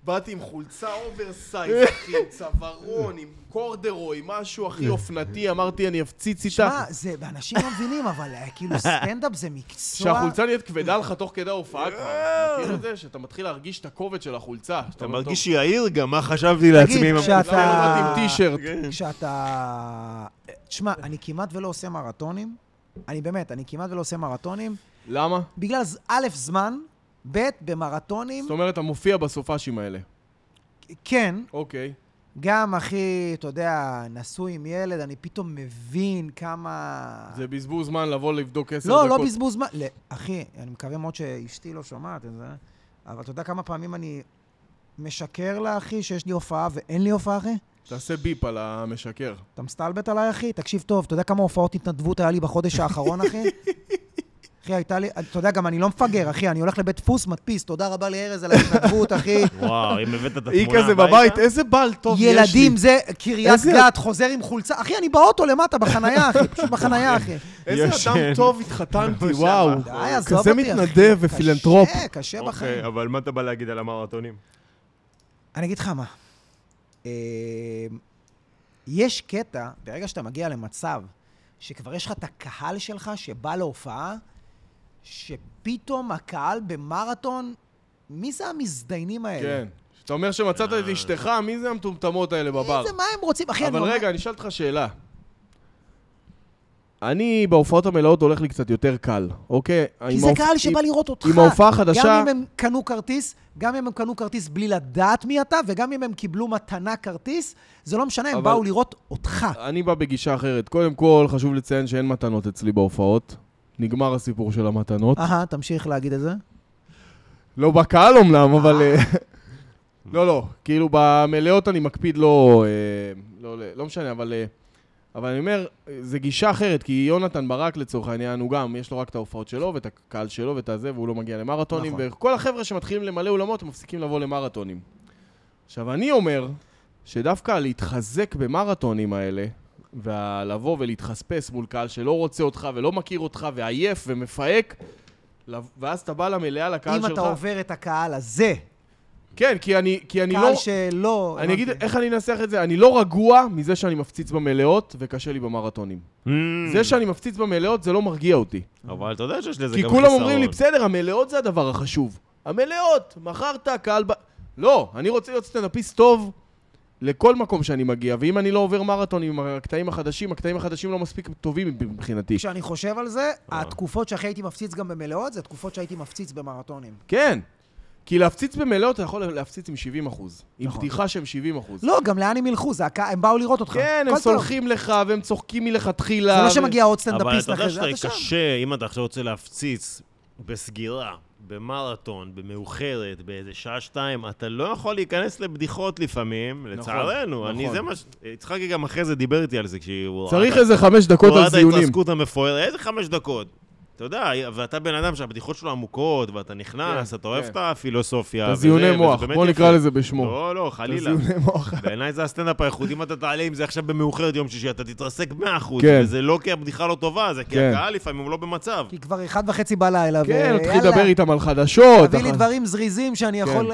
Speaker 3: באתי עם חולצה אוברסייז, אחי, עם צווארון, עם קורדרוי, משהו הכי אופנתי, אמרתי, אני אפציץ איתה.
Speaker 1: מה, זה, ואנשים לא מבינים, אבל אה, כאילו סטנדאפ זה מקצוע.
Speaker 3: כשהחולצה נהיית כבדה לך תוך כדי
Speaker 2: אה.
Speaker 3: ההופעה כבר, מכיר את זה? שאתה מתחיל להרגיש את הכובד של החולצה.
Speaker 2: אתה מרגיש יאיר גם, מה חשבתי לעצמי עם
Speaker 1: כשאת-
Speaker 3: שאתה... למה באתי עם טישרט?
Speaker 2: כן.
Speaker 1: כשאתה... תשמע, אני כמעט ולא עושה מרתונים. אני באמת, אני כמעט ולא עושה מרתונים.
Speaker 3: למה?
Speaker 1: בגלל, ז- א', זמן, ב', במרתונים,
Speaker 3: זאת אומרת, אתה מופיע בסופאשים האלה.
Speaker 1: כן,
Speaker 3: אוקיי.
Speaker 1: גם אחי, אתה יודע, נשוי עם ילד, אני פתאום מבין כמה...
Speaker 3: זה בזבוז זמן לבוא לבדוק עשר דקות.
Speaker 1: לא, לא בזבוז זמן. לא, אחי, אני מקווה מאוד שאשתי לא שומעת את זה, אבל אתה יודע כמה פעמים אני משקר לה, אחי, שיש לי הופעה ואין לי הופעה, אחי?
Speaker 3: תעשה ביפ על המשקר.
Speaker 1: אתה מסתלבט עליי, אחי? תקשיב טוב, אתה יודע כמה הופעות התנדבות היה לי בחודש האחרון, אחי? אחי, הייתה לי... אתה יודע, גם אני לא מפגר, אחי, אני הולך לבית דפוס, מדפיס, תודה רבה לארז על ההתנדבות, אחי.
Speaker 2: וואו, אם הבאת את התמונה
Speaker 3: היא כזה בבית, איזה בעל טוב יש לי.
Speaker 1: ילדים זה קריית
Speaker 3: איזה-
Speaker 1: גת, חוזר עם חולצה. אחי, אני באוטו למטה, בחנייה, אחי, פשוט בחנייה, אחי.
Speaker 3: איזה
Speaker 2: ישן.
Speaker 3: אדם טוב התחתנתי, כן. וואו.
Speaker 1: די, עזוב
Speaker 3: כזה
Speaker 1: אותי, אחי.
Speaker 3: מתנדב ופילנטרופ.
Speaker 1: קשה, קשה בחיים.
Speaker 2: אוקיי, אבל מה אתה בא להגיד על המרתונים?
Speaker 1: אני אגיד לך מה. אה, יש קטע, ברגע שאתה מגיע למצב שכבר יש לך את הקהל שלך שבא להופעה, שפתאום הקהל במרתון, מי זה המזדיינים האלה?
Speaker 3: כן. כשאתה אומר שמצאת את אשתך, מי זה המטומטמות האלה בבר?
Speaker 1: איזה, מה הם רוצים? אחי, אני
Speaker 3: אבל
Speaker 1: אומר-
Speaker 3: רגע, אני אשאל אותך שאלה. אני בהופעות המלאות הולך לי קצת יותר קל, אוקיי?
Speaker 1: כי
Speaker 3: עם
Speaker 1: זה
Speaker 3: ההופ-
Speaker 1: קהל שבא
Speaker 3: עם-
Speaker 1: לראות אותך.
Speaker 3: עם ההופעה
Speaker 1: גם
Speaker 3: החדשה,
Speaker 1: אם הם קנו כרטיס, גם אם הם קנו כרטיס בלי לדעת מי אתה, וגם אם הם קיבלו מתנה כרטיס, זה לא משנה, הם
Speaker 3: אבל- אה.
Speaker 1: באו לראות אותך.
Speaker 3: אני בא בגישה אחרת. קודם כל, חשוב לציין שאין מתנות אצלי בהופעות. נגמר הסיפור של המתנות.
Speaker 1: אהה, תמשיך להגיד את זה.
Speaker 3: לא בקהל אמנם, אבל... אה, לא, לא, כאילו במלאות אני מקפיד לא... אה, לא, ל- לא משנה, אבל... אה, אבל אני אומר, אה, זה גישה אחרת, כי יונתן ברק לצורך העניין, הוא גם, יש לו רק את ההופעות שלו ואת הקהל שלו ואת הזה, והוא לא מגיע למרתונים,
Speaker 1: נכון.
Speaker 3: וכל החבר'ה שמתחילים למלא אולמות, הם מפסיקים לבוא למרתונים. עכשיו, אני אומר שדווקא להתחזק במרתונים האלה, ולבוא ולהתחספס מול קהל שלא רוצה אותך ולא מכיר אותך ועייף ומפהק, לב- ואז אתה בא למלאה לקהל
Speaker 1: אם
Speaker 3: שלך...
Speaker 1: אתה עובר את הקהל הזה,
Speaker 3: כן, כי אני, כי אני
Speaker 1: קהל
Speaker 3: לא...
Speaker 1: שלא...
Speaker 3: אני אגיד
Speaker 1: הבנתי.
Speaker 3: איך אני אנסח את זה, אני לא רגוע מזה שאני מפציץ במלאות וקשה לי במרתונים.
Speaker 2: Mm.
Speaker 3: זה שאני מפציץ במלאות זה לא מרגיע אותי.
Speaker 2: אבל אתה יודע שיש לזה גם
Speaker 3: כי
Speaker 2: חיסרון.
Speaker 3: כולם אומרים לי, בסדר, המלאות זה הדבר החשוב. המלאות, מכרת, קהל ב... לא, אני רוצה להיות סטנדאפיסט טוב לכל מקום שאני מגיע, ואם אני לא עובר מרתון עם הקטעים החדשים, הקטעים החדשים לא מספיק טובים מבחינתי.
Speaker 1: כשאני חושב על זה,
Speaker 3: אה.
Speaker 1: התקופות שהכי הייתי מפציץ גם במלאות, זה תקופות שהייתי מפציץ במרתונים.
Speaker 3: כן. כי להפציץ במלאות אתה יכול להפציץ עם 70 אחוז. עם
Speaker 1: נכון.
Speaker 3: פתיחה שהם 70 אחוז.
Speaker 1: לא, גם לאן הם ילכו? זה הקה- הם באו לראות אותך.
Speaker 3: כן, הם
Speaker 1: הכל טוב.
Speaker 3: סולחים לך והם צוחקים מלכתחילה.
Speaker 1: זה לא
Speaker 3: ו-
Speaker 1: שמגיע עוד
Speaker 2: אבל
Speaker 1: סטנדאפיסט
Speaker 2: אתה יודע
Speaker 1: אחרי זה, אתה
Speaker 2: שאתה
Speaker 1: שם.
Speaker 2: קשה, אם אתה עכשיו רוצה להפציץ בסגירה, במרתון, במאוחרת, באיזה שעה-שתיים, אתה לא יכול להיכנס לבדיחות לפעמים, לצערנו. אני
Speaker 3: נכון.
Speaker 2: זה מה ש... יצחקי גם אחרי זה דיבר איתי על זה, כשהוא...
Speaker 3: צריך
Speaker 2: ראה את
Speaker 3: איזה חמש דקות
Speaker 2: הוא ראה
Speaker 3: על
Speaker 2: את
Speaker 3: זיונים.
Speaker 2: ההתרסקות המפוארת, איזה חמש דקות. אתה יודע, ואתה בן אדם שהבדיחות שלו עמוקות, ואתה נכנס,
Speaker 3: כן,
Speaker 2: אתה אוהב
Speaker 3: כן.
Speaker 2: את הפילוסופיה.
Speaker 3: את
Speaker 2: וזה,
Speaker 3: הזיוני
Speaker 2: אה, וזה
Speaker 3: מוח,
Speaker 2: באמת
Speaker 3: בוא
Speaker 2: יפה.
Speaker 3: נקרא לזה בשמו. כן,
Speaker 2: לא, לא,
Speaker 3: את
Speaker 2: חלילה.
Speaker 3: הזיוני מוח.
Speaker 2: בעיניי זה הסטנדאפ האיכותי, אם אתה תעלה עם זה עכשיו במאוחרת יום שישי, אתה תתרסק 100%,
Speaker 3: כן.
Speaker 2: וזה לא כי הבדיחה לא טובה, זה כי
Speaker 3: כן.
Speaker 2: הקהל לפעמים הוא לא במצב.
Speaker 1: כי כבר אחד וחצי בלילה,
Speaker 3: כן,
Speaker 1: ויאללה,
Speaker 3: הוא התחיל לדבר כן. איתם על חדשות.
Speaker 1: תביא לי
Speaker 3: אחר-
Speaker 1: דברים זריזים שאני יכול...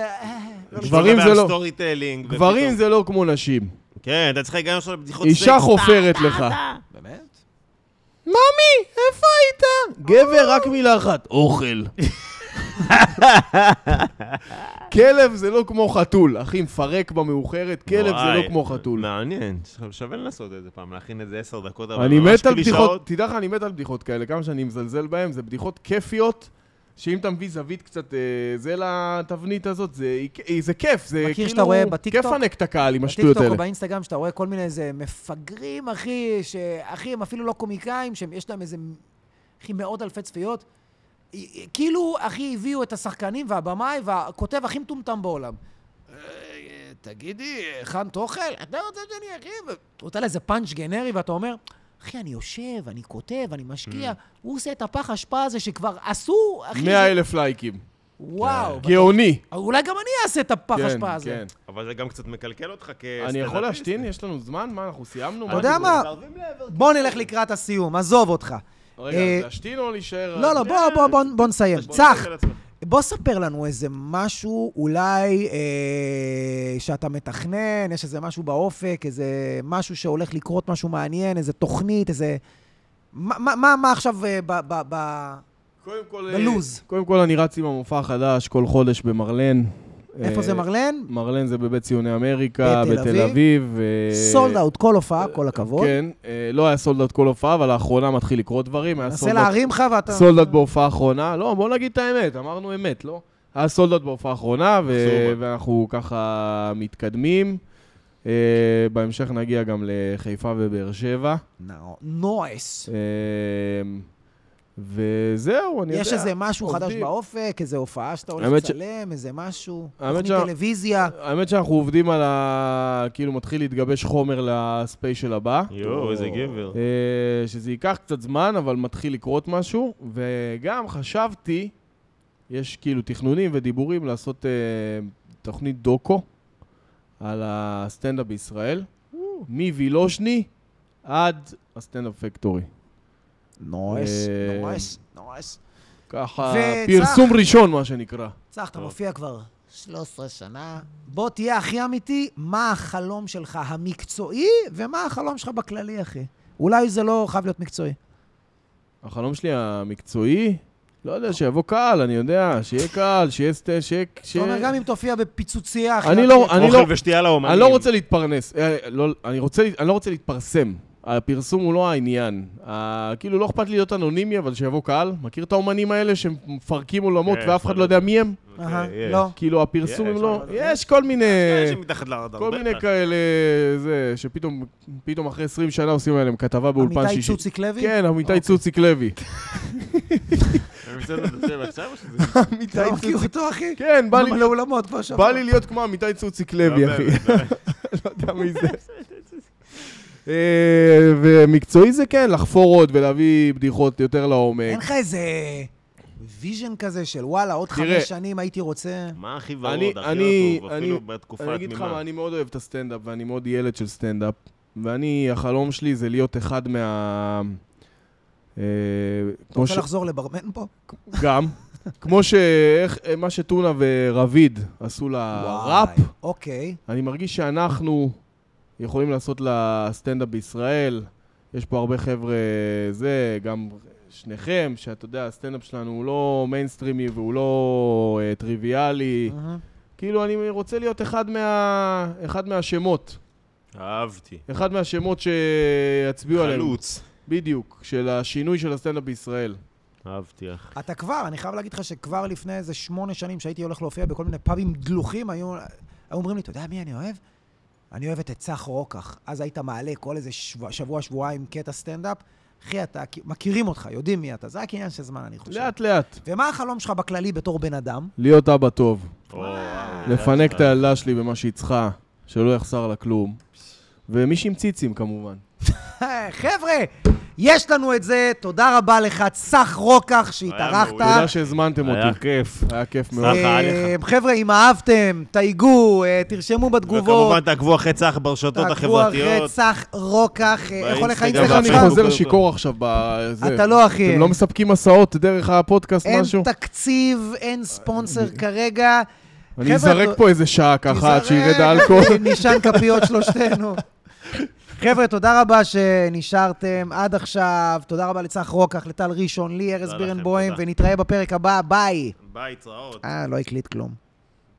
Speaker 3: גברים זה לא-
Speaker 2: סטורי טיילינג.
Speaker 3: גברים זה לא כמו נשים.
Speaker 2: כן, אתה צריך להיגן עכשיו לבדיחות סקס.
Speaker 3: אישה חופרת לך.
Speaker 1: באמת?
Speaker 3: ממי, איפה היית? גבר, רק מילה אחת, אוכל. כלב זה לא כמו חתול, אחי, מפרק במאוחרת, כלב זה לא
Speaker 2: וואי,
Speaker 3: כמו חתול.
Speaker 2: מעניין, שווה לנסות את זה פעם, להכין את זה עשר דקות, אבל
Speaker 3: אני
Speaker 2: ממש
Speaker 3: מת על
Speaker 2: קלישאות.
Speaker 3: בדיחות, תדע לך, אני מת על בדיחות כאלה, כמה שאני מזלזל בהן, זה בדיחות כיפיות, שאם אתה מביא זווית קצת, אה, זה לתבנית הזאת, זה זה כיף, זה כאילו...
Speaker 1: מכיר שאתה רואה בטיקטוק?
Speaker 3: כיף פנק את הקהל עם השטויות
Speaker 1: בטיקטוק
Speaker 3: האלה.
Speaker 1: או באינסטגרם, שאתה רואה כל מיני איזה מפגרים, אחי, שאחי, הם אפילו לא קומיקאים, שיש להם איזה, אחי, מאות אלפי צפיות. כאילו, אחי, הביאו את השחקנים והבמאי והכותב הכי מטומטם בעולם. "אה, תגידי, הכנת אוכל? אתה רוצה שאני אחי? ו- נותן לה איזה פאנץ' גנרי, ואתה אומר, אחי, אני יושב, אני כותב, אני
Speaker 3: Mm.
Speaker 1: משקיע. הוא עושה את הפח אשפה הזה שכבר עשו, אחי.
Speaker 3: 100 אלף לייקים.
Speaker 1: וואו.
Speaker 3: גאוני.
Speaker 1: אולי גם אני אעשה את הפח
Speaker 3: כן,
Speaker 1: אשפה הזה.
Speaker 3: כן.
Speaker 2: אבל זה גם קצת מקלקל אותך אה, כ...
Speaker 3: אני יכול להשתין? אה, יש לנו זמן? מה, אנחנו סיימנו?
Speaker 1: אתה יודע מה? בוא נלך לקראת הסיום, עזוב אותך.
Speaker 3: רגע,
Speaker 1: אה,
Speaker 3: אז להשתין או להישאר...
Speaker 1: לא, לא, בוא, בוא, בוא, בוא נסיים.
Speaker 2: בוא
Speaker 1: צח,
Speaker 2: נסתכל על עצמך.
Speaker 1: בוא ספר לנו איזה משהו, אולי אה, שאתה מתכנן, יש איזה משהו באופק, איזה משהו שהולך לקרות, משהו מעניין, איזה תוכנית, איזה... מה, מה, מה, מה עכשיו אה, ב... ב, ב...
Speaker 3: קודם כל... אה,
Speaker 1: בלוז.
Speaker 3: קודם כל, אני רץ עם המופע החדש כל חודש במרלן.
Speaker 1: איפה
Speaker 3: אה,
Speaker 1: זה מרלן?
Speaker 3: מרלן זה בבית ציוני אמריקה,
Speaker 1: בתל
Speaker 3: בתל
Speaker 1: אביב.
Speaker 3: אביב. אה,
Speaker 1: סולד אאוט, כל הופעה, כל הכבוד.
Speaker 3: כן, אה, לא היה סולדאוט כל הופעה, אבל לאחרונה מתחיל לקרות דברים. היה
Speaker 1: נסה
Speaker 3: sold out-
Speaker 1: להרים לך ואתה...
Speaker 3: סולדאוט בהופעה האחרונה. לא, בוא נגיד את האמת, אמרנו אמת, לא? היה סולדאוט בהופעה האחרונה, ו-
Speaker 2: נחזור בה.
Speaker 3: ואנחנו ככה מתקדמים. אה, בהמשך נגיע גם לחיפה ובאר שבע.
Speaker 1: נו- נויס.
Speaker 3: אה, וזהו, אני יודע.
Speaker 1: יש איזה משהו חדש
Speaker 3: עובדים.
Speaker 1: באופק, איזה הופעה שאתה הולך
Speaker 3: האמת ש-
Speaker 1: לצלם, איזה משהו,
Speaker 3: האמת
Speaker 1: תוכנית
Speaker 3: שה-
Speaker 1: טלוויזיה.
Speaker 3: האמת שאנחנו עובדים על ה... כאילו מתחיל להתגבש חומר לספיישל הבא.
Speaker 2: יואו, איזה גבר.
Speaker 3: אה, שזה ייקח קצת זמן, אבל מתחיל לקרות משהו. וגם חשבתי, יש כאילו תכנונים ודיבורים לעשות אה, תוכנית דוקו על הסטנדאפ בישראל, מווילושני עד הסטנדאפ פקטורי.
Speaker 1: נויס,
Speaker 3: אה,
Speaker 1: נויס, נויס.
Speaker 3: ככה,
Speaker 1: וצח.
Speaker 3: פרסום ראשון, מה שנקרא.
Speaker 1: צח, אתה
Speaker 2: טוב.
Speaker 1: מופיע כבר 13 שנה.
Speaker 3: Mm.
Speaker 1: בוא תהיה הכי אמיתי, מה החלום שלך המקצועי, ומה החלום שלך בכללי, אחי. אולי זה לא חייב להיות מקצועי.
Speaker 3: החלום שלי המקצועי, לא יודע, שיבוא קהל, אני יודע, שיהיה קהל, שיהיה סטנד, שיהיה...
Speaker 1: אתה אומר,
Speaker 3: שיהיה-
Speaker 1: גם אם תופיע בפיצוצייה, אחי.
Speaker 3: אני
Speaker 1: רק
Speaker 3: לא-
Speaker 1: תהיה-
Speaker 3: אני
Speaker 2: אוכל ושתייה לאומנים.
Speaker 3: אני לא רוצה להתפרנס, אה, לא- אני רוצה להת- אני לא רוצה להתפרסם. הפרסום הוא לא העניין. ה- כאילו, לא אכפת לי להיות אנונימי, אבל שיבוא קהל. מכיר את האומנים האלה שמפרקים עולמות
Speaker 2: כן,
Speaker 3: ואף אחד
Speaker 2: בסדר.
Speaker 3: לא יודע מי הם?
Speaker 1: אהה,
Speaker 2: אוקיי, יש.
Speaker 1: לא.
Speaker 3: כאילו, הפרסום
Speaker 2: יש,
Speaker 3: הם לא...
Speaker 2: אבל-
Speaker 3: יש כל מיני...
Speaker 2: יש מתחת לרדאר.
Speaker 3: אה, כל מיני
Speaker 2: בטח.
Speaker 3: כאלה, זה, שפתאום פתאום אחרי 20 שנה עושים עליהם כתבה באולפן
Speaker 1: אמיתי
Speaker 3: שישי.
Speaker 1: צוציק לוי?
Speaker 3: כן, אמיתי
Speaker 1: אוקיי.
Speaker 3: צוציק לוי.
Speaker 2: אני רוצה לדעת את זה עכשיו או שזה...
Speaker 3: אמיתי
Speaker 1: אתה לא מכיר אותו, אחי?
Speaker 3: כן, בא לי-
Speaker 1: הוא מלא אולמות כבר שבוע.
Speaker 3: בא לי להיות כמו אמיתי צוציק לוי,
Speaker 2: לא,
Speaker 3: אחי.
Speaker 2: באמת, באמת.
Speaker 3: לא יודע מי זה. אה, ומקצועי זה כן, לחפור עוד ולהביא בדיחות יותר לעומק.
Speaker 1: אין לך איזה ויז'ן כזה של וואלה, עוד
Speaker 3: תראה.
Speaker 1: חמש שנים הייתי רוצה...
Speaker 2: מה הכי
Speaker 3: אני-
Speaker 2: ורוד, הכי
Speaker 3: אני-
Speaker 2: רטוב,
Speaker 3: אני-
Speaker 2: אפילו בתקופה
Speaker 3: אני אגיד לך
Speaker 2: התמימה.
Speaker 3: מה, אני מאוד אוהב את הסטנדאפ, ואני מאוד ילד של סטנדאפ. ואני, החלום שלי זה להיות אחד מה... אה,
Speaker 1: אתה
Speaker 3: כמו
Speaker 1: רוצה
Speaker 3: ש...
Speaker 1: לחזור לברמן פה?
Speaker 3: גם. כמו ש... איך- מה שטונה ורביד עשו לראפ,
Speaker 1: וואי, אוקיי.
Speaker 3: אני מרגיש שאנחנו יכולים לעשות לסטנדאפ בישראל. יש פה הרבה חבר'ה, זה, גם שניכם, שאתה יודע, הסטנדאפ שלנו הוא לא מיינסטרימי והוא לא אה, טריוויאלי.
Speaker 1: אהה.
Speaker 3: כאילו, אני רוצה להיות אחד, מה... אחד מהשמות.
Speaker 2: אהבתי.
Speaker 3: אחד מהשמות שיצביעו עליהם.
Speaker 2: חלוץ.
Speaker 3: בדיוק, של השינוי של הסטנדאפ בישראל.
Speaker 2: אהבתי, אחי.
Speaker 1: אתה כבר, אני חייב להגיד לך שכבר לפני איזה שמונה שנים שהייתי הולך להופיע בכל מיני פאבים דלוחים, היו, היו אומרים לי, אתה יודע מי אני אוהב? אני אוהב את צח רוקח. אז היית מעלה כל איזה שבוע, שבוע שבועיים קטע סטנדאפ. אחי, אתה, מכירים אותך, יודעים מי אתה. זה רק עניין של זמן, אני חושב.
Speaker 3: לאט לאט.
Speaker 1: ומה החלום שלך בכללי בתור בן אדם?
Speaker 3: להיות אבא טוב.
Speaker 2: או, וואו,
Speaker 3: לפנק את
Speaker 2: ידעתי.
Speaker 3: הילדה שלי במה שהיא צריכה, שלא יחסר לה כלום. ומישהי עם ציצים כמובן.
Speaker 1: חבר'ה, יש לנו את זה. תודה רבה לך, צח רוקח, שהתארחת.
Speaker 2: מעולה.
Speaker 3: תודה שהזמנתם
Speaker 2: היה
Speaker 3: אותי.
Speaker 2: כיף.
Speaker 3: היה כיף מאוד.
Speaker 2: סחר
Speaker 1: אה,
Speaker 2: עליך.
Speaker 1: חבר'ה, אם אהבתם, תייגו, אה, תרשמו בתגובות.
Speaker 2: וכמובן, תעקבו אחרי צח ברשתות
Speaker 1: תעקבו אחרי
Speaker 2: החברתיות.
Speaker 1: צח רוקח, אה, איך הולך
Speaker 2: באינסטגרם,
Speaker 3: איך
Speaker 1: האינסטגרם
Speaker 3: אני
Speaker 1: שלך?
Speaker 2: והפייסבוק.
Speaker 3: חוזר שיכור עכשיו בזה?
Speaker 1: אתה לא, אחי.
Speaker 3: אתם לא מספקים הסעות דרך הפודקאסט
Speaker 1: אין
Speaker 3: משהו?
Speaker 1: תקציב, אין ספונסר
Speaker 2: אה,
Speaker 1: כרגע.
Speaker 3: אני
Speaker 1: חבר'ה,
Speaker 3: אזרק
Speaker 1: אתה-
Speaker 3: פה איזה שעה ככה עד
Speaker 1: תיזהר,
Speaker 3: שירד האלכוהול.
Speaker 1: נישן כפיות שלושתנו. חבר'ה, תודה רבה שנשארתם עד עכשיו. תודה רבה לצח רוקח, לטל ראשון, לי, ארז
Speaker 2: תודה לכם,
Speaker 1: בירנבוים,
Speaker 2: תודה.
Speaker 1: ונתראה בפרק הבא. ביי.
Speaker 2: ביי, צרעות.
Speaker 1: אה, לא הקליט כלום.